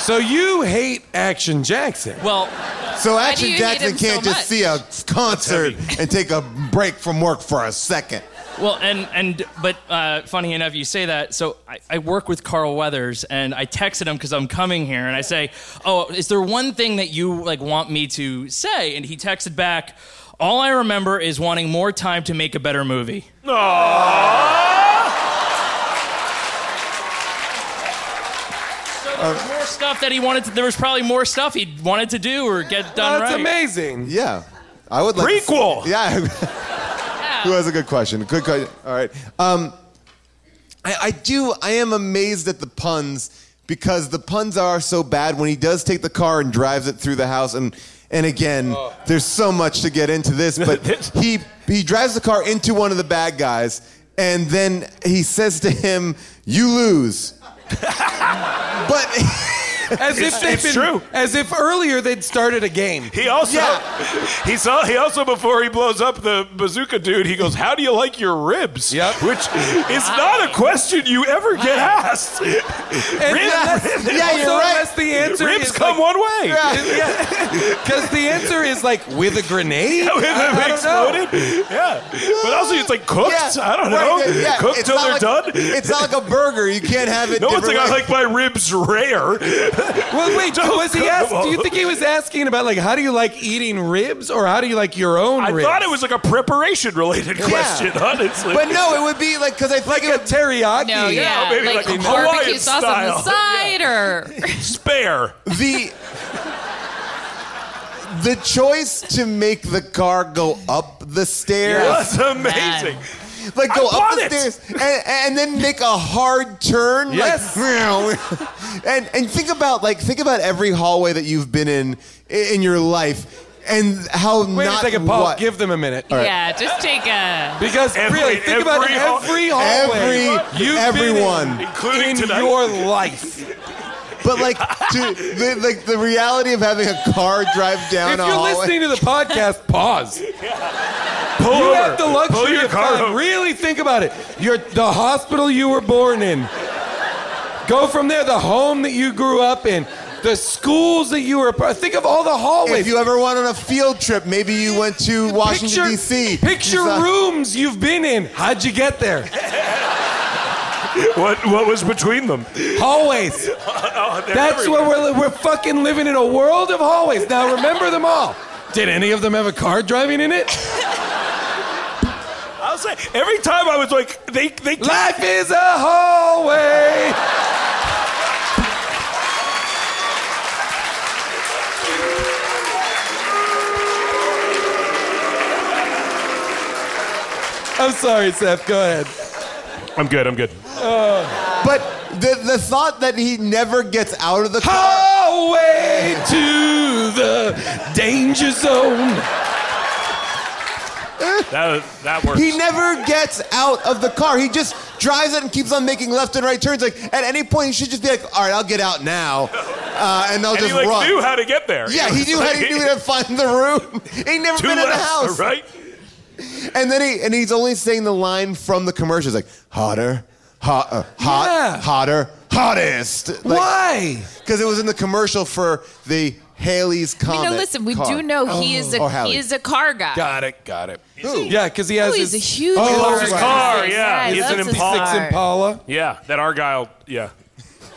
Speaker 4: So you hate Action Jackson.
Speaker 13: well,
Speaker 2: So
Speaker 7: do
Speaker 2: Action
Speaker 7: you hate
Speaker 2: Jackson
Speaker 7: him so
Speaker 2: can't
Speaker 7: much?
Speaker 2: just see a concert
Speaker 6: heavy.
Speaker 2: and take a break from work for a second.
Speaker 13: Well, and and but uh, funny enough, you say that. So I, I work with Carl Weathers, and I texted him because I'm coming here, and I say, "Oh, is there one thing that you like want me to say?" And he texted back, "All I remember is wanting more time to make a better movie."
Speaker 6: Aww.
Speaker 13: So there was more stuff that he wanted. To, there was probably more stuff he wanted to do or get done
Speaker 4: That's
Speaker 13: right.
Speaker 4: amazing.
Speaker 2: Yeah, I would like to see-
Speaker 6: Prequel.
Speaker 2: yeah, who has a good question? Good question. All right. Um, I, I do. I am amazed at the puns because the puns are so bad. When he does take the car and drives it through the house, and and again, there's so much to get into this, but he he drives the car into one of the bad guys, and then he says to him, "You lose." but
Speaker 4: As
Speaker 6: It's-
Speaker 4: if they've
Speaker 6: it's
Speaker 4: been,
Speaker 6: true.
Speaker 4: As if earlier they'd started a game.
Speaker 6: He also he saw he also before he blows up the bazooka dude, he goes, "How do you like your ribs?" Yep. Which is not a question you ever get asked. Rib-
Speaker 4: unless-
Speaker 6: rib-
Speaker 4: yeah, you're also right. unless the answer
Speaker 6: ribs
Speaker 4: is
Speaker 6: come
Speaker 4: like-
Speaker 6: one way.
Speaker 4: Because the answer is like with a grenade.
Speaker 6: With
Speaker 4: I- I
Speaker 6: them
Speaker 4: don't
Speaker 6: exploded.
Speaker 4: know.
Speaker 6: Yeah. But also, it's like cooked.
Speaker 4: Yeah.
Speaker 6: I don't
Speaker 4: Right,
Speaker 6: know.
Speaker 4: yeah.
Speaker 6: Cooked
Speaker 4: It's
Speaker 6: till
Speaker 4: not
Speaker 6: they're
Speaker 4: like-
Speaker 6: done.
Speaker 4: it's not
Speaker 2: like a burger. You can't have it
Speaker 6: No one's like,
Speaker 2: different
Speaker 6: I
Speaker 2: way.
Speaker 6: like my ribs rare.
Speaker 4: Well, wait.
Speaker 6: Don't
Speaker 4: was
Speaker 6: cook
Speaker 4: he asked?
Speaker 6: them
Speaker 4: Do you
Speaker 6: all.
Speaker 4: think he was asking about like how do you like eating ribs or how do you like your own?
Speaker 6: I
Speaker 4: ribs?
Speaker 6: thought it was like a preparation related
Speaker 4: Yeah.
Speaker 6: question, honestly.
Speaker 4: But no, it
Speaker 2: would be like because I
Speaker 6: like
Speaker 4: a teriyaki.
Speaker 7: No, yeah,
Speaker 6: maybe like,
Speaker 7: like,
Speaker 6: a Hawaiian
Speaker 7: barbecue sauce
Speaker 6: style.
Speaker 7: on the side, or
Speaker 6: Spare.
Speaker 2: The the choice to make the car go up the stairs
Speaker 6: Yes. That's amazing.
Speaker 2: Like
Speaker 6: I
Speaker 2: go up
Speaker 6: bought
Speaker 2: the
Speaker 6: it.
Speaker 2: stairs and, and then make a hard turn.
Speaker 6: Yes.
Speaker 2: Like, and and think about like think about every hallway that you've been in i- in your life and how
Speaker 4: Wait
Speaker 2: not
Speaker 4: a second, Paul.
Speaker 2: what-
Speaker 4: Give them a minute.
Speaker 7: yeah, just take a.
Speaker 4: Because really, think about
Speaker 6: every hall-
Speaker 4: every hallway,
Speaker 2: Every-
Speaker 4: you've
Speaker 2: everyone.
Speaker 4: been in,
Speaker 6: Including
Speaker 4: in
Speaker 6: tonight.
Speaker 4: your life.
Speaker 2: But like, to, the, like the reality of having a car drive down
Speaker 4: if
Speaker 2: a
Speaker 4: you're
Speaker 2: hallway.
Speaker 4: listening to the podcast, pause.
Speaker 6: Pull
Speaker 4: you
Speaker 6: over.
Speaker 4: have the luxury
Speaker 6: Pull your
Speaker 4: of
Speaker 6: car
Speaker 4: time.
Speaker 6: over.
Speaker 4: Really think about it. You're the hospital you were born in. Go from there. The home that you grew up in. The schools that you were. a part- Think of all the hallways.
Speaker 2: if you ever went on a field trip, maybe you went to Washington
Speaker 4: picture-
Speaker 2: D.C.
Speaker 4: Picture
Speaker 2: You saw-
Speaker 4: rooms you've been in. How'd you get there?
Speaker 6: What what was between them?
Speaker 4: Hallways. That's what we're we're fucking living in a world of hallways. Now remember them all. Did any of them have a car driving in it?
Speaker 6: I'll say every time I was like, they they
Speaker 4: Life is a hallway. I'm sorry, Seth. Go ahead.
Speaker 6: I'm good. I'm good.
Speaker 2: But the the thought that he never gets out of the car.
Speaker 4: Hallway to the danger zone.
Speaker 6: That that works.
Speaker 2: He never gets out of the car. He just drives it and keeps on making left and right turns. Like at any point, he should just be like, "All right, I'll get out now," uh, and I'll
Speaker 6: and
Speaker 2: just
Speaker 6: he like
Speaker 2: run.
Speaker 6: knew how to get there.
Speaker 2: yeah, he
Speaker 6: was
Speaker 2: knew how
Speaker 6: like,
Speaker 2: he knew how to find the room. He never
Speaker 6: Two
Speaker 2: been in the
Speaker 6: lefts,
Speaker 4: Oh,
Speaker 2: house,
Speaker 6: right?
Speaker 2: and then he and he's only saying the line from the commercials, like hotter, hot, uh, hot,
Speaker 4: Yeah.
Speaker 2: hotter, hottest. Like,
Speaker 4: Why?
Speaker 2: Because it was in the commercial for the Haley's
Speaker 7: I
Speaker 2: Comet.
Speaker 7: mean, no, listen, we
Speaker 2: car. Oh.
Speaker 7: do know
Speaker 6: Oh,
Speaker 7: he is
Speaker 2: Or
Speaker 7: a
Speaker 2: Hallie.
Speaker 7: he is a car guy.
Speaker 4: Got it. Got it. Yeah, because he has.
Speaker 7: Oh,
Speaker 4: his,
Speaker 7: he's a huge
Speaker 4: Oh,
Speaker 7: car
Speaker 4: loves
Speaker 6: his
Speaker 4: his
Speaker 6: car,
Speaker 7: guy.
Speaker 6: yeah.
Speaker 7: he
Speaker 6: He's an
Speaker 7: loves his
Speaker 6: Impala.
Speaker 7: car.
Speaker 4: Six Impala.
Speaker 6: Yeah, that Argyle. Yeah.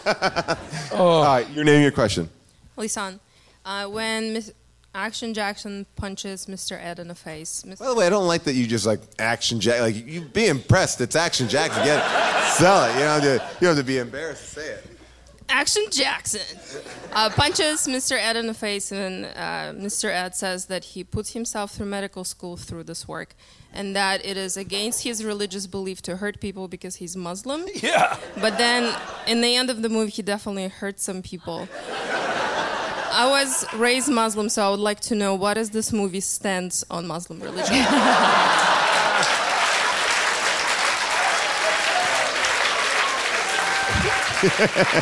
Speaker 6: Oh.
Speaker 2: All right, you're naming your question.
Speaker 14: Lisan, uh, when Miss Action Jackson punches Mr. Ed in the face, Miss-
Speaker 2: By the way, I don't like that you just like action Jack. Like you be impressed. It's action Jackson. Get it. Sell it. You don't have to, you don't have to be embarrassed to say it.
Speaker 14: Action Jackson uh, punches Mr. Ed in the face, and uh, Mr. Ed says that he put himself through medical school through this work, and that it is against his religious belief to hurt people because he's Muslim.
Speaker 6: Yeah.
Speaker 14: But then, in the end of the movie, he definitely hurt some people. I was raised Muslim, so I would like to know what is this movie's stance on Muslim religion?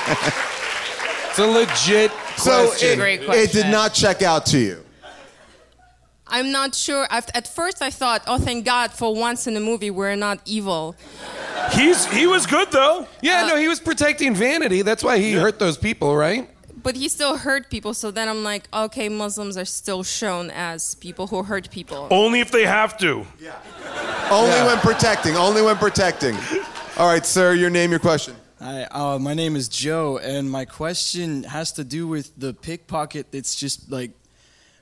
Speaker 4: It's a legit
Speaker 2: So
Speaker 4: question.
Speaker 2: it, it did not check out to you.
Speaker 14: I'm not sure. i at first, I thought, oh, thank God, for once in a movie, we're not evil.
Speaker 6: He's he was good though.
Speaker 4: Yeah, no, he was protecting vanity. That's why he hurt those people, right?
Speaker 14: But he still hurt people, so then I'm like, okay, Muslims are still shown as people who hurt people.
Speaker 6: Only if they have to.
Speaker 2: Only when protecting. Only when protecting. All right, sir. Your name. Your question.
Speaker 15: Hi, uh, my name is Joe, and my question has to do with the pickpocket that's just like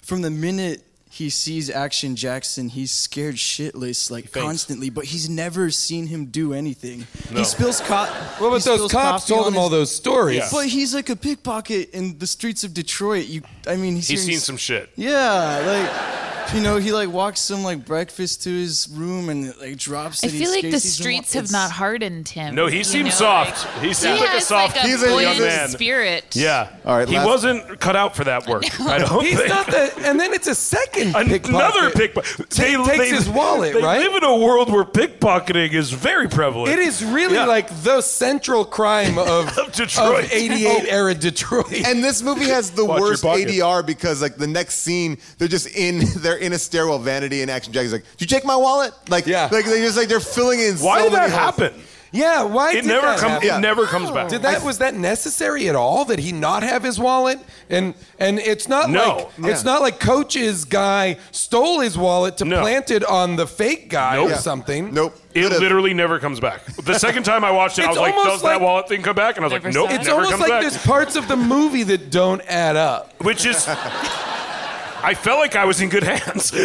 Speaker 15: from the minute he sees Action Jackson, he's scared shitless, like constantly, but he's never seen him do anything.
Speaker 4: No.
Speaker 15: He spills cop.
Speaker 4: Well, but those cops told him all those stories. Yeah.
Speaker 15: But he's like a pickpocket in the streets of Detroit. You, I mean, he's
Speaker 6: He's
Speaker 15: hearing
Speaker 6: seen
Speaker 15: s-
Speaker 6: some shit.
Speaker 15: Yeah, like. You know, he like walks some like breakfast to his room and like drops.
Speaker 7: I
Speaker 15: it, he
Speaker 7: feel like the
Speaker 15: skates, he's in wa-
Speaker 7: streets have
Speaker 15: it's-
Speaker 7: not hardened him.
Speaker 6: No, he
Speaker 7: you
Speaker 6: seems
Speaker 7: know, like-
Speaker 6: soft. he seems like a
Speaker 7: has,
Speaker 6: soft,
Speaker 7: like, a
Speaker 6: he's a young
Speaker 7: buoyant
Speaker 6: man.
Speaker 7: spirit.
Speaker 6: Yeah.
Speaker 2: All right.
Speaker 6: He
Speaker 2: last-
Speaker 6: wasn't cut out for that work. I don't
Speaker 4: He's
Speaker 6: think.
Speaker 4: not the. And then it's a second
Speaker 6: Another
Speaker 4: pickpocket.
Speaker 6: pickpocket.
Speaker 4: Ta- takes his wallet,
Speaker 6: they
Speaker 4: right?
Speaker 6: live in a world where pickpocketing is very prevalent.
Speaker 4: It is really like the central crime of,
Speaker 6: Of Detroit. Oh.
Speaker 4: of 88 era Detroit.
Speaker 2: And this movie has the
Speaker 4: Watch your
Speaker 2: worst
Speaker 4: pocket.
Speaker 2: ADR because like the next scene, they're just in they're in a stairwell vanity and action Jackson's like, Did you take my wallet? Like yeah. like they just like they're filling in
Speaker 6: Why
Speaker 2: so
Speaker 6: did that
Speaker 2: many holes.
Speaker 6: happen?
Speaker 4: Yeah, why
Speaker 6: It
Speaker 4: did
Speaker 6: never
Speaker 4: that
Speaker 6: come- it
Speaker 4: happen?
Speaker 6: never comes back.
Speaker 4: Did that was that necessary at all? That he not have his wallet? And and it's not
Speaker 6: No.
Speaker 4: like it's not like coach's guy stole his wallet to plant it on the fake guy or
Speaker 6: Nope.
Speaker 4: something.
Speaker 2: Nope.
Speaker 6: It literally never comes back. The second time I watched it, I
Speaker 4: It's
Speaker 6: was like,
Speaker 4: almost
Speaker 6: "Does
Speaker 4: like-
Speaker 6: that wallet thing come back?" And I was like, "Nope, it
Speaker 4: It's
Speaker 6: never
Speaker 4: almost
Speaker 6: comes
Speaker 4: like
Speaker 6: back."
Speaker 4: there's parts of the movie that don't add up.
Speaker 6: Which is I felt like I was in good hands.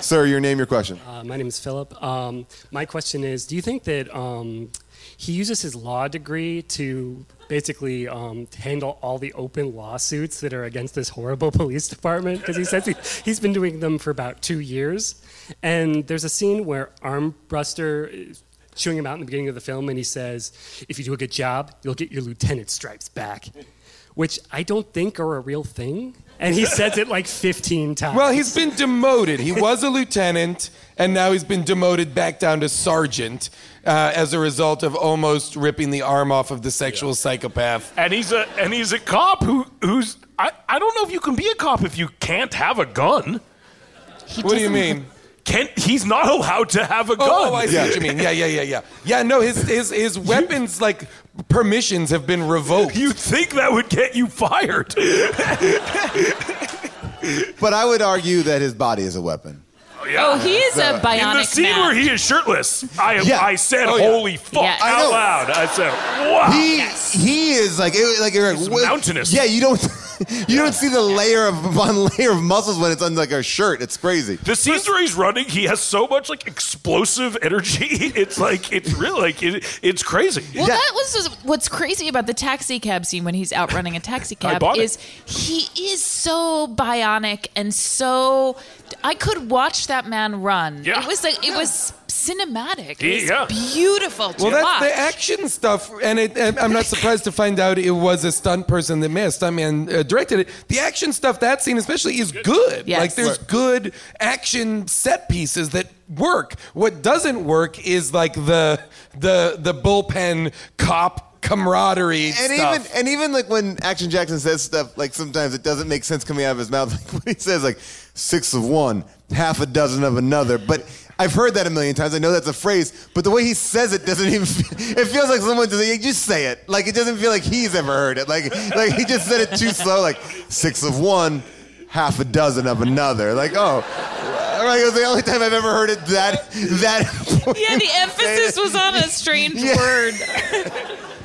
Speaker 2: Sir, your name, your question.
Speaker 16: Uh, my name is Philip. Um, my question is Do you think that um, he uses his law degree to basically um, handle all the open lawsuits that are against this horrible police department? Because he says he, he's been doing them for about two years. And there's a scene where Armbruster is chewing him out in the beginning of the film, and he says, If you do a good job, you'll get your lieutenant stripes back. Which I don't think are a real thing. And he says it like 15 times.
Speaker 4: Well, he's been demoted. He was a lieutenant, and now he's been demoted back down to sergeant uh, as a result of almost ripping the arm off of the sexual psychopath.
Speaker 6: and he's a and he's a cop who who's I, I don't know if you can be a cop if you can't have a gun.
Speaker 4: What do you doesn't- mean?
Speaker 6: Can't he's not allowed to have a gun?
Speaker 4: Oh, I see what you mean. Yeah, yeah, yeah, yeah. Yeah, no, his his his weapons like permissions have been revoked. You
Speaker 6: think that would get you fired?
Speaker 2: But I would argue that his body is a weapon.
Speaker 7: Oh, he is a bionic
Speaker 6: In the scene
Speaker 7: man.
Speaker 6: where he is shirtless, I
Speaker 2: Yeah.
Speaker 6: I said,
Speaker 2: Oh, yeah.
Speaker 6: "Holy fuck!"
Speaker 7: Yes. I
Speaker 6: out
Speaker 7: know.
Speaker 6: loud. I said, "Wow."
Speaker 2: He he is like it, like, you're like
Speaker 6: He's
Speaker 2: what-
Speaker 6: mountainous.
Speaker 2: Yeah, you don't you don't see the layer of upon layer of muscles when it's on like a shirt. It's crazy.
Speaker 6: The scenes where he's running, he has so much like explosive energy. It's like it's real, like it, it's crazy.
Speaker 7: Well, that was just- what's crazy about the taxi cab scene when he's out running a taxi
Speaker 6: I
Speaker 7: cab
Speaker 6: bought it.
Speaker 7: is he is so bionic and so I could watch that man run.
Speaker 4: Yeah.
Speaker 7: It was like it was cinematic.
Speaker 4: He-
Speaker 7: It was
Speaker 4: yeah.
Speaker 7: beautiful to
Speaker 4: Well, that's
Speaker 7: watch.
Speaker 4: the action stuff, and, it, and I'm not surprised to find out it was a stunt person that missed. I mean, uh, directed it. The action stuff that scene especially is good.
Speaker 6: Yes.
Speaker 4: Like there's
Speaker 6: Right.
Speaker 4: good action set pieces that work. What doesn't work is like the the the bullpen cop camaraderie
Speaker 2: And
Speaker 4: stuff.
Speaker 2: even and even like when Action Jackson says stuff, like sometimes it doesn't make sense coming out of his mouth. Like when he says like six of one, half a dozen of another. But I've heard that a million times. I know that's a phrase, but the way he says it doesn't even. It feels like someone just like, just say it. Like it doesn't feel like he's ever heard it. Like like he just said it too slow. Like six of one, half a dozen of another. Like oh. Like, it was the only time I've ever heard it that that.
Speaker 7: yeah, the emphasis was on a strange word.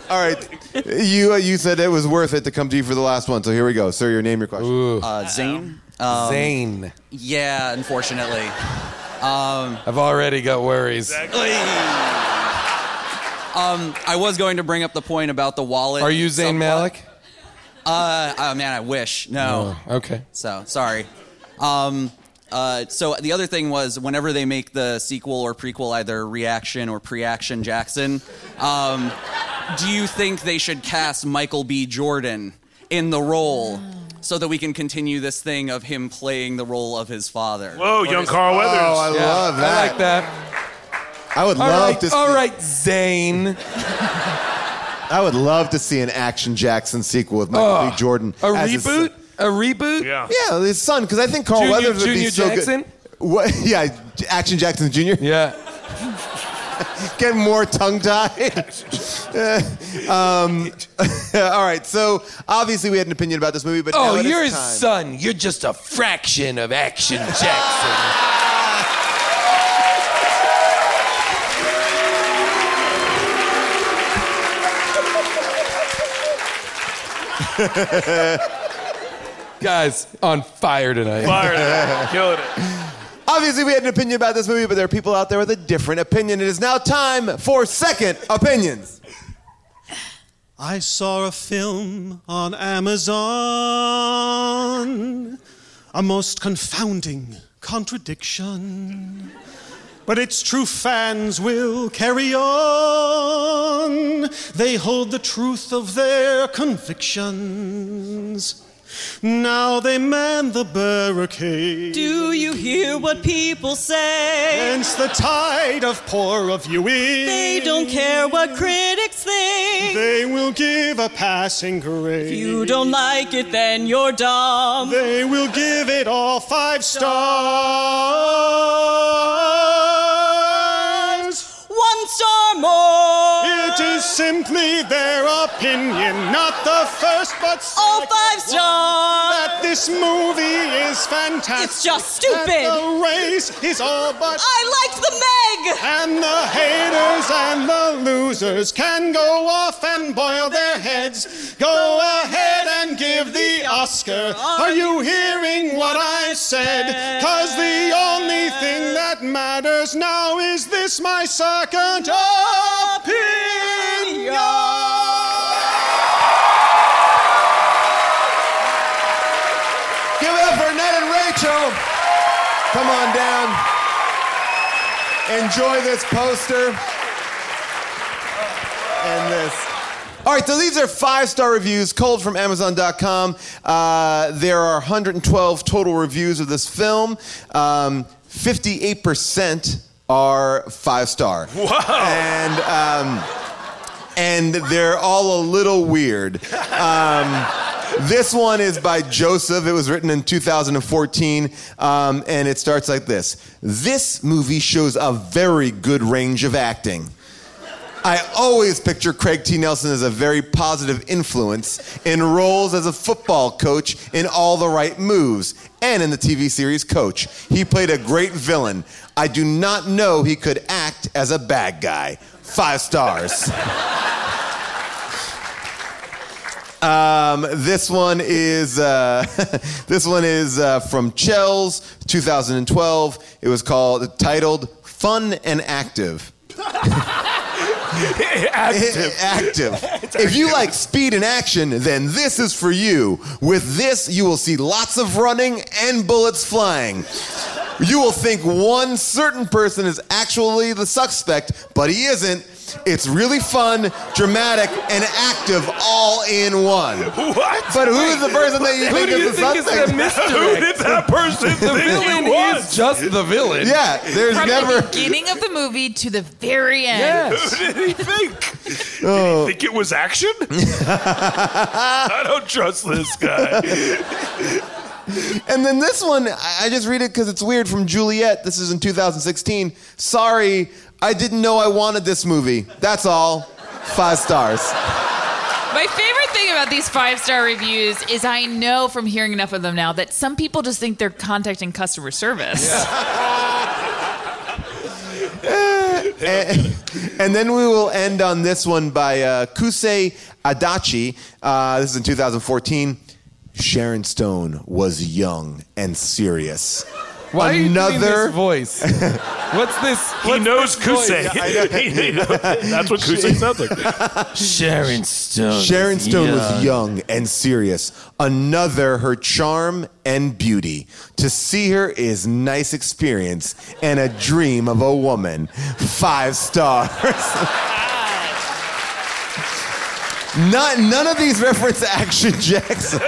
Speaker 2: All right, you uh, you said it was worth it to come to you for the last one, so here we go, sir. Your name, your question.
Speaker 17: Uh, um, Zane.
Speaker 4: Zane.
Speaker 17: Yeah, unfortunately. Um,
Speaker 4: I've already got worries.
Speaker 17: Um, I was going to bring up the point about the wallet.
Speaker 4: Are you Zayn Malik?
Speaker 17: Uh, oh man, I wish. No.
Speaker 4: okay.
Speaker 17: So sorry. Um, uh, so the other thing was whenever they make the sequel or prequel, either reaction or pre-action Jackson, um, do you think they should cast Michael B. Jordan in the role? So that we can continue this thing of him playing the role of his father.
Speaker 6: Whoa,
Speaker 17: Or
Speaker 6: young
Speaker 17: his-
Speaker 6: Carl Weathers.
Speaker 2: Oh,
Speaker 17: Yeah.
Speaker 4: Oh, I like that.
Speaker 2: I would
Speaker 4: All
Speaker 2: love
Speaker 4: right,
Speaker 2: to. See,
Speaker 4: All right, Zane.
Speaker 2: I would love to see an Action Jackson sequel with Michael
Speaker 4: Oh,
Speaker 2: B. Jordan.
Speaker 4: A
Speaker 2: as his son.
Speaker 4: reboot? A reboot?
Speaker 2: Yeah, his son, because I think Carl
Speaker 4: Junior-
Speaker 2: Weathers would
Speaker 4: Junior
Speaker 2: be so
Speaker 4: Jackson?
Speaker 2: good. What? Yeah, J- Action Jackson Jr.
Speaker 4: Yeah.
Speaker 2: Get more tongue tied. um, all right, so obviously we had an opinion about this movie, but now
Speaker 4: oh,
Speaker 2: it is
Speaker 4: you're his
Speaker 2: time.
Speaker 4: son. You're just a fraction of Action Jackson. Guys, on fire tonight.
Speaker 6: Fire tonight. Killing it.
Speaker 2: Obviously, we had an opinion about this movie, but there are people out there with a different opinion. It is now time for second opinions.
Speaker 18: I saw a film on Amazon a most confounding contradiction. But its true fans will carry on. They hold the truth of their convictions. Now they man the barricade.
Speaker 19: Do you hear what people say?
Speaker 18: Hence the tide of poor reviewing.
Speaker 19: They don't care what critics think.
Speaker 18: They will give a passing grade.
Speaker 19: If you don't like it, then you're dumb.
Speaker 18: They will give it all five stars.
Speaker 19: One star more.
Speaker 18: It is simply their opinion, not the first but second.
Speaker 19: All five stars.
Speaker 18: That this movie is fantastic.
Speaker 19: It's just stupid.
Speaker 18: That the race is all but.
Speaker 19: I liked the Meg.
Speaker 18: And the haters and the losers can go off and boil their heads. Go ahead and give the Oscar. Are you hearing what I said? Cause the only thing that matters now is this my second opinion.
Speaker 2: Give it up for Ned and Rachel. Come on down. Enjoy this poster and this. All right, so these are five star reviews, cold from Amazon.com. Uh, there are 112 total reviews of this film. Um, 58% are five star.
Speaker 3: Wow.
Speaker 2: And, um, and they're all a little weird. Um, this one is by Joseph. It was written in 2014, um, and it starts like this This movie shows a very good range of acting. I always picture Craig T. Nelson as a very positive influence in roles as a football coach in all the right moves and in the TV series Coach. He played a great villain. I do not know he could act as a bad guy. Five stars. Um, this one is uh, this one is uh, from Chels, 2012. It was called titled "Fun and Active."
Speaker 6: active.
Speaker 2: active. If you like speed and action, then this is for you. With this, you will see lots of running and bullets flying. You will think one certain person is actually the suspect, but he isn't. It's really fun, dramatic, and active all in one.
Speaker 6: What?
Speaker 2: But who's the person that you
Speaker 6: Who
Speaker 2: think
Speaker 6: do you
Speaker 2: is the
Speaker 6: think is the
Speaker 2: suspect?
Speaker 6: misdirect? Who did that person The think he villain was? is
Speaker 4: just the villain.
Speaker 2: Yeah, there's
Speaker 7: From
Speaker 2: never.
Speaker 7: the beginning of the movie to the very end.
Speaker 6: Who did he think?
Speaker 2: Oh.
Speaker 6: Think it was action? I don't trust this guy.
Speaker 2: And then this one, I I just read it because it's weird from Juliet. This is in 2016. Sorry, I didn't know I wanted this movie. That's all. Five stars.
Speaker 7: My favorite thing about these five star reviews is I know from hearing enough of them now that some people just think they're contacting customer service.
Speaker 2: and, and then we will end on this one by uh, Kusei Adachi. Uh, this is in 2014. Sharon Stone was young and serious.
Speaker 4: Why are you doing
Speaker 2: Another
Speaker 4: this voice? What's this?
Speaker 6: He knows Kusei.
Speaker 4: Yeah,
Speaker 6: He knows- That's what Kusei sounds like.
Speaker 4: Sharon Stone.
Speaker 2: Sharon
Speaker 4: is
Speaker 2: Stone was young and serious. Another her charm and beauty. To see her is nice experience and a dream of a woman. Five stars. Not, none of these reference Action Jackson.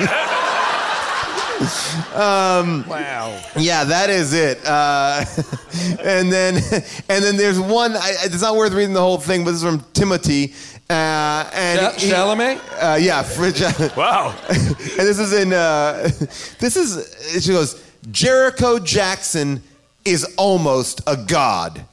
Speaker 2: um, wow. Yeah, that is it. Uh, and then, and then there's one. I, it's not worth reading the whole thing, but this is from Timothy. Uh, and
Speaker 4: Sha- Chalamet?
Speaker 2: Uh, yeah. For,
Speaker 6: wow.
Speaker 2: and this is in. Uh, this is. She goes. Jericho Jackson is almost a god.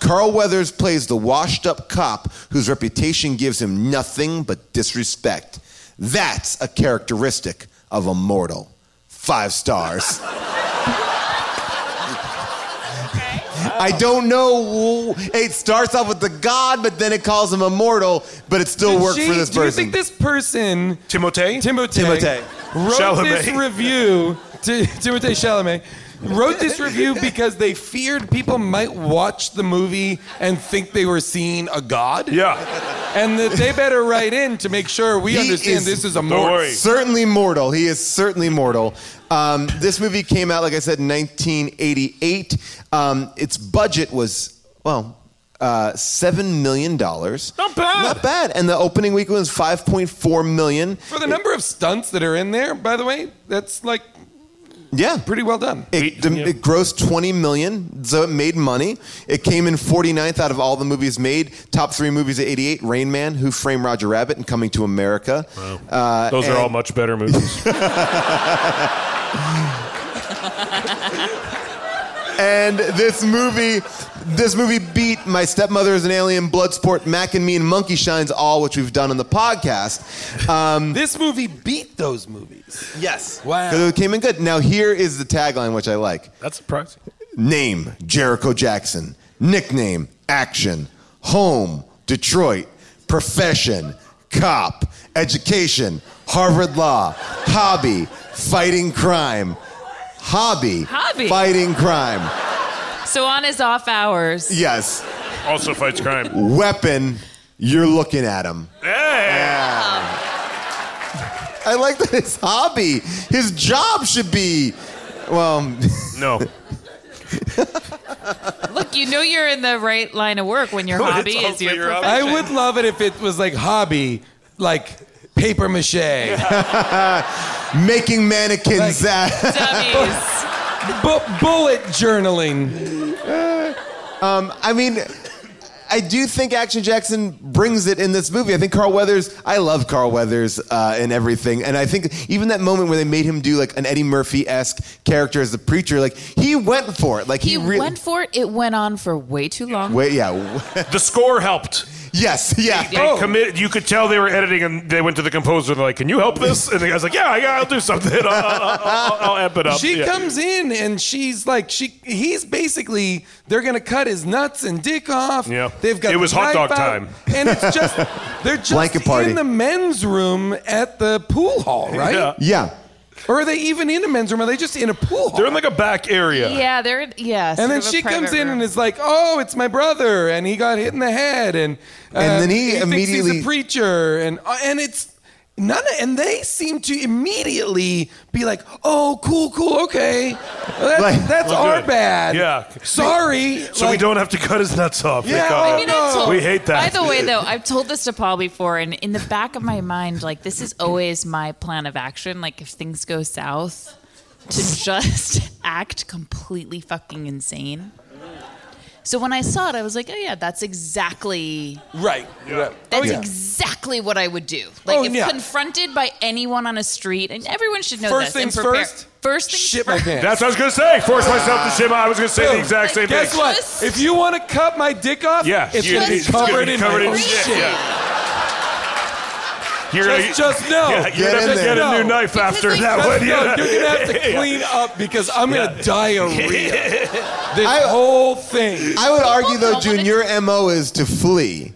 Speaker 2: Carl Weathers plays the washed up cop whose reputation gives him nothing but disrespect. That's a characteristic of a mortal. Five stars. I don't know. It starts off with the god, but then it calls him immortal, but it still
Speaker 4: Did
Speaker 2: works
Speaker 4: she-
Speaker 2: for this
Speaker 4: Do you
Speaker 2: person.
Speaker 4: think this person,
Speaker 6: Timotei,
Speaker 4: Timotei,
Speaker 2: Timotei.
Speaker 4: wrote this
Speaker 6: Chalamet.
Speaker 4: review to Timothée Chalamet. Wrote this review because they feared people might watch the movie and think they were seeing a god.
Speaker 6: Yeah.
Speaker 4: And that they better write in to make sure we
Speaker 2: He
Speaker 4: understand
Speaker 2: is-
Speaker 4: this is a mortal.
Speaker 2: Certainly mortal. He is certainly mortal. Um, this movie came out, like I said, in 1988. Um, its budget was, well, uh, $7 million. Not
Speaker 4: bad.
Speaker 2: Not bad. And the opening week was $5.4 million.
Speaker 4: For the number of stunts that are in there, by the way, that's like
Speaker 2: Yeah.
Speaker 4: Pretty well done.
Speaker 2: It, the- it grossed 20 million, so it made money. It came in 49th out of all the movies made. Top three movies at 88 Rain Man, Who Framed Roger Rabbit, and Coming to America. Wow. Uh,
Speaker 6: Those are
Speaker 2: and-
Speaker 6: all much better movies.
Speaker 2: and this movie this movie beat my stepmother is an alien bloodsport mac and me and monkey shines all which we've done on the podcast um,
Speaker 4: this movie beat those movies
Speaker 2: yes
Speaker 4: wow
Speaker 2: it came in good now here is the tagline which i like
Speaker 6: that's surprising
Speaker 2: name jericho jackson nickname action home detroit profession cop education harvard law hobby fighting crime hobby,
Speaker 7: Hobby.
Speaker 2: fighting crime
Speaker 7: So on his off hours.
Speaker 2: Yes.
Speaker 6: Also fights crime.
Speaker 2: Weapon, you're looking at him. I like that his hobby, his job should be, well.
Speaker 6: No.
Speaker 7: Look, you know you're in the right line of work when your
Speaker 4: It's
Speaker 7: hobby is
Speaker 4: also
Speaker 7: your
Speaker 4: your hobby.
Speaker 7: profession.
Speaker 4: I would love it if it was like hobby, like paper mache.
Speaker 2: Making mannequins uh,
Speaker 4: dummies. bullet journaling.
Speaker 2: Um, I mean, I do think Action Jackson brings it in this movie. I think Carl Weathers, I love Carl Weathers uh, and everything. And I think even that moment where they made him do like an Eddie Murphy esque character as the preacher, like he went for it. Like he,
Speaker 7: He
Speaker 2: really.
Speaker 7: went for it. It went on for way too long.
Speaker 2: Wait, yeah.
Speaker 6: the score helped.
Speaker 2: Yes, yeah.
Speaker 4: Oh.
Speaker 6: They committed. You could tell they were editing, and they went to the composer. They're like, "Can you help this?" And the guy's like, "Yeah, I, I'll do something. I'll, I'll, I'll, I'll amp it up."
Speaker 4: She
Speaker 6: Yeah.
Speaker 4: comes in and she's like, she he's basically they're gonna cut his nuts and dick off.
Speaker 6: Yeah.
Speaker 4: they've got
Speaker 6: It was
Speaker 4: the
Speaker 6: hot dog
Speaker 4: knife out,
Speaker 6: time.
Speaker 4: and it's just they're just
Speaker 2: Blanket party.
Speaker 4: in the men's room at the pool hall, right?
Speaker 6: Yeah.
Speaker 2: Yeah.
Speaker 4: Or are they even in a men's room? Are they just in a pool hall?
Speaker 6: They're in like a back area.
Speaker 7: Yeah, they're yeah. sort
Speaker 4: And then
Speaker 7: of a
Speaker 4: she
Speaker 7: private
Speaker 4: comes in
Speaker 7: room.
Speaker 4: and is like, "Oh, it's my brother, and he got hit in the head, and uh,
Speaker 2: And then he
Speaker 4: thinks
Speaker 2: immediately-
Speaker 4: he's a preacher, and uh, and it's none, of, and they seem to immediately be like, "Oh, cool, cool, okay, that's, that's
Speaker 6: We're
Speaker 4: our
Speaker 6: good.
Speaker 4: bad,
Speaker 6: Yeah.
Speaker 4: sorry."
Speaker 6: So we
Speaker 4: Like-
Speaker 6: don't have to cut his nuts off.
Speaker 4: Yeah,
Speaker 6: Thank
Speaker 4: I
Speaker 6: God.
Speaker 4: mean, I told-
Speaker 6: we hate that.
Speaker 7: By the way, though, I've told this to Paul before, and in the back of my mind, like this is always my plan of action. Like if things go south, to just act completely fucking insane. So when I saw it, I was like, oh yeah, that's exactly
Speaker 4: right.
Speaker 7: That's
Speaker 4: Oh, yeah.
Speaker 7: exactly what I would do. Like
Speaker 4: Oh,
Speaker 7: if
Speaker 4: yeah.
Speaker 7: confronted by anyone on a street, and everyone should know
Speaker 4: First
Speaker 7: this. and
Speaker 4: things
Speaker 7: prepare.
Speaker 4: first,
Speaker 7: First things
Speaker 4: shit my
Speaker 7: first.
Speaker 4: pants.
Speaker 6: That's what I was gonna say. Force myself to shit my- I was gonna say the exact same
Speaker 4: Guess
Speaker 6: thing.
Speaker 4: Guess what? If you want to cut my dick off,
Speaker 6: Yeah,
Speaker 4: it's
Speaker 6: you-
Speaker 4: gonna be
Speaker 6: it's gonna
Speaker 4: covered
Speaker 6: be
Speaker 4: in
Speaker 6: covered
Speaker 4: my
Speaker 6: in
Speaker 4: own
Speaker 6: shit, yeah. You're
Speaker 4: Just- just know.
Speaker 6: Yeah, you're
Speaker 4: Get
Speaker 6: gonna
Speaker 4: in
Speaker 6: have to
Speaker 4: there.
Speaker 6: get a new
Speaker 4: No.
Speaker 6: knife
Speaker 4: Because
Speaker 6: after
Speaker 4: they-
Speaker 6: that
Speaker 4: Just
Speaker 6: one.
Speaker 4: know,
Speaker 6: Yeah.
Speaker 4: You're gonna have to
Speaker 6: Yeah.
Speaker 4: clean up because I'm gonna diarrhea this
Speaker 2: I-
Speaker 4: whole thing.
Speaker 2: I would argue though, June, your MO is to flee.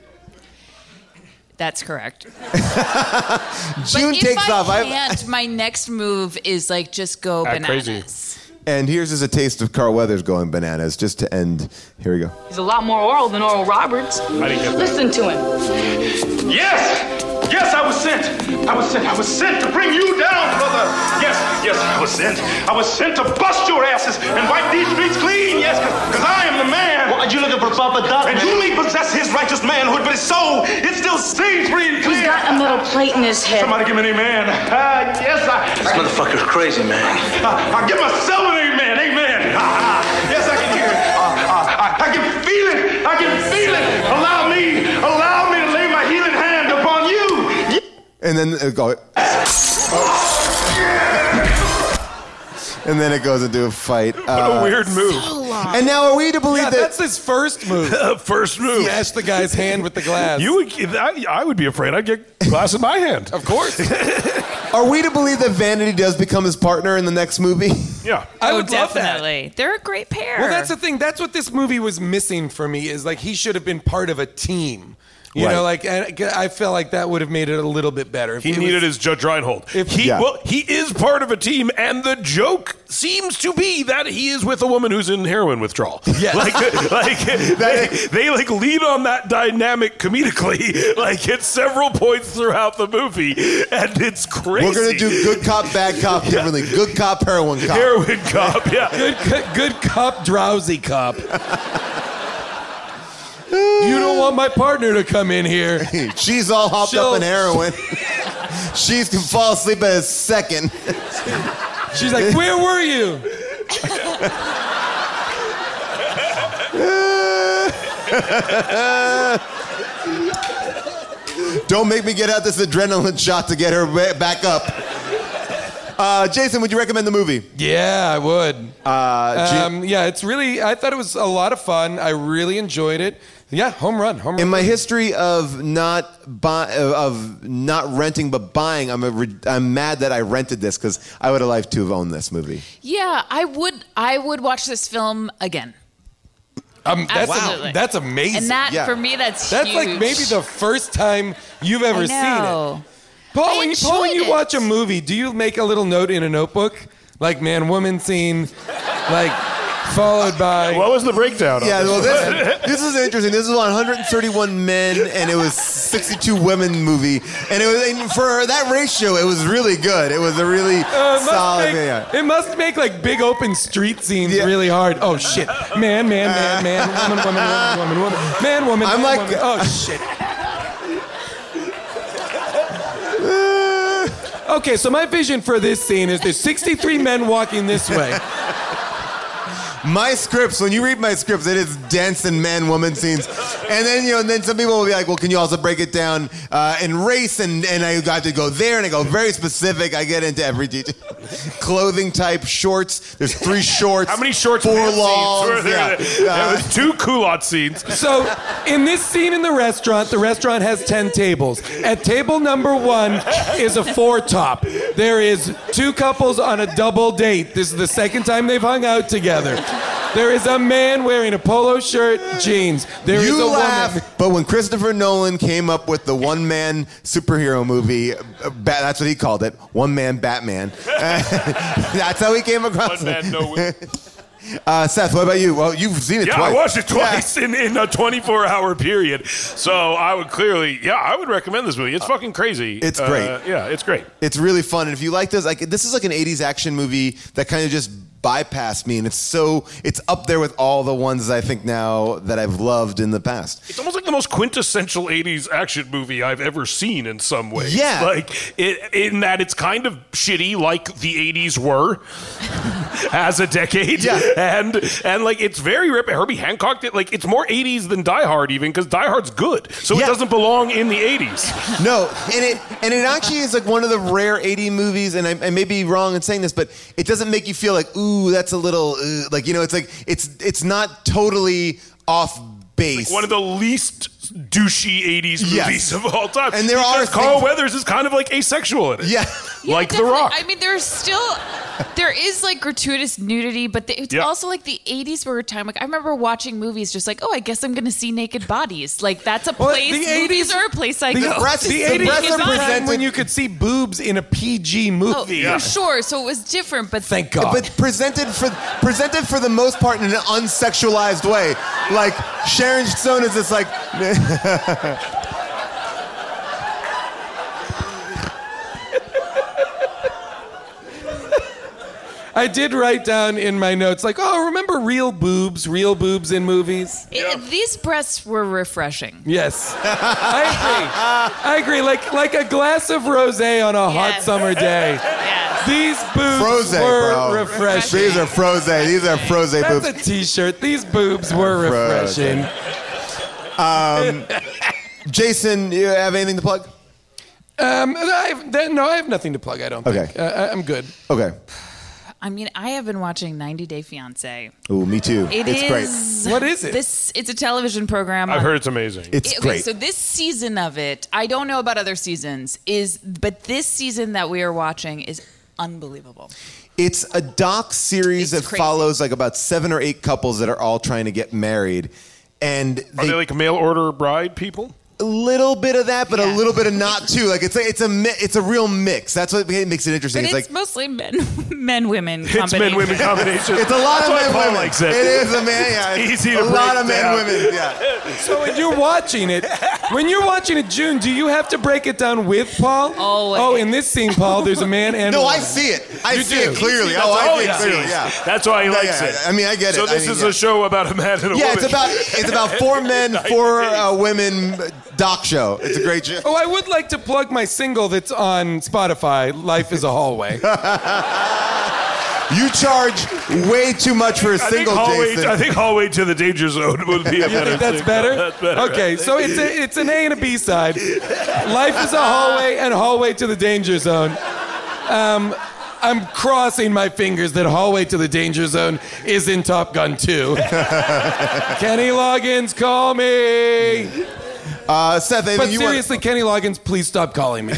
Speaker 7: That's correct.
Speaker 2: June
Speaker 7: but
Speaker 2: takes
Speaker 7: if I
Speaker 2: off. I-
Speaker 7: Can't, my next move is like just go bananas.
Speaker 2: And here's just a taste of Carl Weathers going bananas just to end. Here we go.
Speaker 20: He's a lot more oral than Oral Roberts.
Speaker 2: I didn't get that.
Speaker 20: Listen to him.
Speaker 21: Yes! Yes, I was sent. I was sent. I was sent to bring you down, brother. Yes, yes, I was sent. I was sent to bust your asses and wipe these streets clean. Yes, because I am the man. Well, you looking for Papa Duck? And you may possess his righteous manhood, but his soul, it still stays free and clear. He's got a metal plate in his head. Somebody give me an amen. Uh, yes, I.
Speaker 22: This motherfucker's crazy, man.
Speaker 21: I, I give myself an amen. Amen. Ah, ah. yes, I can hear it. Ah, ah, I, I can feel it. I can feel it. Allow me. Allow me to lay my healing hand upon you.
Speaker 2: And then it go. And then it goes into a fight. What
Speaker 6: a weird move.
Speaker 2: And now are we to believe
Speaker 4: yeah,
Speaker 2: that
Speaker 4: that's his first move?
Speaker 6: Uh, First move.
Speaker 4: Smash the guy's hand with the glass.
Speaker 6: You would. I, I would be afraid. I'd get glass in my hand.
Speaker 4: Of course.
Speaker 2: are we to believe that Vanity does become his partner in the next movie?
Speaker 6: Yeah,
Speaker 4: I
Speaker 7: oh,
Speaker 4: would love that.
Speaker 7: definitely. They're a great pair.
Speaker 4: Well, that's the thing. That's what this movie was missing for me is like he should have been part of a team. You
Speaker 6: Right.
Speaker 4: know, like and I felt like that would have made it a little bit better. if
Speaker 6: He
Speaker 4: it
Speaker 6: needed
Speaker 4: was-
Speaker 6: his Judge Reinhold. he
Speaker 4: Yeah.
Speaker 6: well, he is part of a team, and the joke seems to be that he is with a woman who's in heroin withdrawal.
Speaker 4: Yes.
Speaker 6: like, like they, they like lean on that dynamic comedically, like at several points throughout the movie, and it's crazy.
Speaker 2: We're gonna do good cop, bad cop differently. Good cop, heroin cop.
Speaker 6: Heroin cop, yeah.
Speaker 4: good, good, good cop, drowsy cop. you don't want my partner to come in here.
Speaker 2: She's all hopped
Speaker 4: She'll-
Speaker 2: up in heroin. She's can fall asleep in a second.
Speaker 4: She's like, where were you?
Speaker 2: Don't make me get out this adrenaline shot to get her ba- back up. Uh, Jason, would you recommend the movie?
Speaker 4: Yeah, I would.
Speaker 2: Uh, Ju-
Speaker 4: Um, yeah, it's really. I thought it was a lot of fun. I really enjoyed it. Yeah, home run, home run.
Speaker 2: in my history of not buy, uh, of not renting but buying, I'm a re- I'm mad that I rented this because I would have liked to have owned this movie.
Speaker 7: Yeah, I would. I would watch this film again.
Speaker 4: Um, that's,
Speaker 7: Absolutely.
Speaker 4: that's amazing.
Speaker 7: And that, Yeah. for me, that's
Speaker 4: that's like
Speaker 7: huge.
Speaker 4: maybe the first time you've ever
Speaker 7: I
Speaker 4: seen
Speaker 7: know.
Speaker 4: it. Paul,
Speaker 7: I
Speaker 4: when, you- Paul, when you
Speaker 7: enjoyed it.
Speaker 4: watch a movie, do you make a little note in a notebook, like man, woman scene, like followed by what
Speaker 6: was the breakdown?
Speaker 2: Yeah, well, this, this is interesting. This is 131 men, and it was 62 women movie, and it was and for that ratio, it was really good. It was a really
Speaker 4: Uh, it,
Speaker 2: solid.
Speaker 4: must make,
Speaker 2: yeah.
Speaker 4: it must make like big open street scenes really hard. Oh shit, man, man, man, man, woman, woman, woman, woman, woman, man, woman.
Speaker 2: Uh. I'm
Speaker 4: man,
Speaker 2: like-
Speaker 4: woman. oh shit. okay, so my vision for this scene is there's 63 men walking this way.
Speaker 2: My scripts, when you read my scripts, it is dense and man woman scenes. And then, you know, and then some people will be like, well, can you also break it down uh, in race? And, and I got to go there and I go very specific. I get into every detail. Clothing type, shorts. There's three shorts.
Speaker 6: How many shorts?
Speaker 2: Four
Speaker 6: man scenes were
Speaker 2: longs.
Speaker 6: there?
Speaker 2: Yeah.
Speaker 6: There
Speaker 2: Uh,
Speaker 6: was two culotte scenes.
Speaker 4: So, in this scene in the restaurant, the restaurant has 10 tables. At table number one is a four top. There is two couples on a double date. This is the second time they've hung out together. There is a man wearing a polo shirt, jeans. There is
Speaker 2: you
Speaker 4: a
Speaker 2: laugh,
Speaker 4: woman.
Speaker 2: but when Christopher Nolan came up with the one man superhero movie, uh, Bat- that's what he called it one man Batman. that's how he came across
Speaker 6: One
Speaker 2: it.
Speaker 6: man, no women.
Speaker 2: uh, Seth, what about you? Well, you've seen it
Speaker 6: yeah,
Speaker 2: twice.
Speaker 6: I watched it twice in, in a 24 hour period. So I would clearly, yeah, I would recommend this movie. It's fucking crazy.
Speaker 2: It's
Speaker 6: Uh,
Speaker 2: great.
Speaker 6: yeah, it's great.
Speaker 2: It's really fun, and if you like this, like this is like an '80s action movie that kind of just bypassed me, and it's so it's up there with all the ones I think now that I've loved in the past.
Speaker 6: It's almost like the most quintessential 80s action movie I've ever seen in some ways.
Speaker 2: Yeah.
Speaker 6: Like, it, in that it's kind of shitty, like the 80s were as a decade. Yeah. And, and like, it's very rip. Herbie Hancock did, like, it's more 80s than Die Hard, even, because Die Hard's good. So it doesn't belong in the 80s.
Speaker 2: No, and it and it actually is like one of the rare '80 movies, and I, I may be wrong in saying this, but it doesn't make you feel like ooh, that's a little uh, like you know, it's like it's it's not totally off base.
Speaker 6: One of the least douchey 80s movies
Speaker 2: Yes.
Speaker 6: of all time.
Speaker 2: And there
Speaker 6: because
Speaker 2: are
Speaker 6: Carl
Speaker 2: things-
Speaker 6: Weathers is kind of like asexual in it.
Speaker 2: Yeah.
Speaker 6: like The
Speaker 7: Definitely-
Speaker 6: Rock.
Speaker 7: I mean, there's still there is like gratuitous nudity, but the, it's
Speaker 6: Yeah.
Speaker 7: also like the '80s were a time. Like I remember watching movies, just like, oh, I guess I'm gonna see naked bodies. Like that's a place.
Speaker 4: the 80s
Speaker 7: movies are a place I
Speaker 4: the
Speaker 7: go.
Speaker 4: breasts-
Speaker 7: to
Speaker 4: the
Speaker 7: see
Speaker 4: 80s
Speaker 7: naked
Speaker 4: was a
Speaker 7: bodies.
Speaker 4: time when you could see boobs in a PG
Speaker 7: Oh,
Speaker 4: movie.
Speaker 7: for sure. So it was different, but
Speaker 4: Thank oh God.
Speaker 2: But presented for presented for the most part in an unsexualized way. Like Sharon Stone is just like
Speaker 4: I did write down in my notes, like, oh, remember real boobs, real boobs in movies?
Speaker 7: It- these breasts were refreshing.
Speaker 4: Yes. I agree. I agree. Like like a glass of rosé on a hot
Speaker 7: Yes.
Speaker 4: summer day. These boobs
Speaker 2: froze,
Speaker 4: were
Speaker 2: bro.
Speaker 4: refreshing.
Speaker 2: These are froze. These are froze
Speaker 4: That's
Speaker 2: boobs.
Speaker 4: a t-shirt. These boobs were refreshing.
Speaker 2: Um, Jason, you have anything to plug?
Speaker 4: Um, I have, no, I have nothing to plug. I don't.
Speaker 2: Okay.
Speaker 4: Think. Uh, I- I'm good.
Speaker 2: Okay.
Speaker 7: I mean, I have been watching 90 Day Fiance.
Speaker 2: Ooh, me too.
Speaker 7: It
Speaker 2: it's
Speaker 7: is-
Speaker 2: great.
Speaker 7: This it's a television program.
Speaker 6: I've
Speaker 7: on-
Speaker 6: heard it's amazing.
Speaker 2: It's
Speaker 7: okay,
Speaker 2: great.
Speaker 7: so this season of it, I don't know about other seasons, is but this season that we are watching is unbelievable.
Speaker 2: It's a doc series that
Speaker 7: crazy.
Speaker 2: follows like about seven or eight couples that are all trying to get married, and
Speaker 6: Are they like mail order bride people?
Speaker 2: little bit of that, but a little bit of not too. Like it's a, it's a mi- it's a real mix. That's what makes it interesting.
Speaker 7: But it's,
Speaker 2: it's like
Speaker 7: mostly men, men, women.
Speaker 2: It's men, women combination. It's a lot of
Speaker 7: men.
Speaker 2: men-
Speaker 6: Paul
Speaker 2: women.
Speaker 6: likes it.
Speaker 2: It is a man, yeah. It's Easy to a lot break of men, down. women, yeah.
Speaker 4: So when you're watching it, when you're watching it, June, do you have to break it down with Paul? Always. Oh, in this scene, Paul, there's a man and.
Speaker 2: No,
Speaker 4: a
Speaker 2: I
Speaker 4: woman.
Speaker 2: see it. I
Speaker 4: You
Speaker 2: see
Speaker 4: do.
Speaker 2: it clearly. Oh, I see it clearly. Yeah.
Speaker 6: That's why he
Speaker 2: No,
Speaker 6: likes
Speaker 2: yeah,
Speaker 6: it.
Speaker 2: I mean, I get
Speaker 6: so
Speaker 2: it.
Speaker 6: So this
Speaker 2: I mean,
Speaker 6: is
Speaker 2: yeah.
Speaker 6: a show about a man and a
Speaker 2: yeah,
Speaker 6: woman.
Speaker 2: it's about it's about four men, four uh, women doc show. It's a great show.
Speaker 4: Oh, I would like to plug my single that's on Spotify, Life is a Hallway.
Speaker 2: you charge way too much for a
Speaker 6: I think,
Speaker 2: single,
Speaker 6: hallway,
Speaker 2: Jason.
Speaker 6: I think hallway to the danger zone would be a
Speaker 4: You
Speaker 6: better.
Speaker 4: think that's
Speaker 6: thing.
Speaker 4: better?
Speaker 6: That's better.
Speaker 4: Okay,
Speaker 6: I
Speaker 4: so
Speaker 6: think.
Speaker 4: it's a, it's an A and a B side. Life is a hallway and hallway to the danger zone. Um, I'm crossing my fingers that hallway to the danger zone is in Top Gun 2. Kenny Loggins, call me.
Speaker 2: Uh, Seth, anything
Speaker 4: but
Speaker 2: you want-
Speaker 4: seriously, Kenny Loggins, please stop calling me.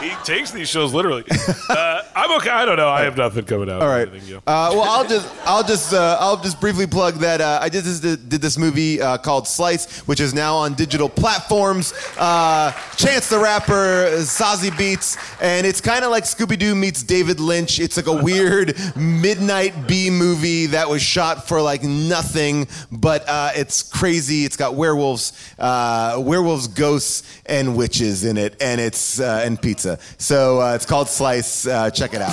Speaker 6: he takes these shows literally. Uh, I'm okay. I don't know. I have nothing coming out.
Speaker 2: All right.
Speaker 6: Anything,
Speaker 2: Uh,
Speaker 6: yeah.
Speaker 2: well, I'll just I'll just uh, I'll just briefly plug that uh, I just did, did this movie uh, called Slice, which is now on digital platforms. Uh, Chance the Rapper, Sazi Beats, and it's kind of like Scooby Doo meets David Lynch. It's like a weird midnight B movie that was shot for like nothing, but uh, it's crazy. It's got werewolves, uh, werewolves, ghosts, and witches in it, and it's uh, and pizza. So uh, it's called Slice. Uh, check it out.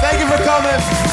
Speaker 2: Thank you for coming.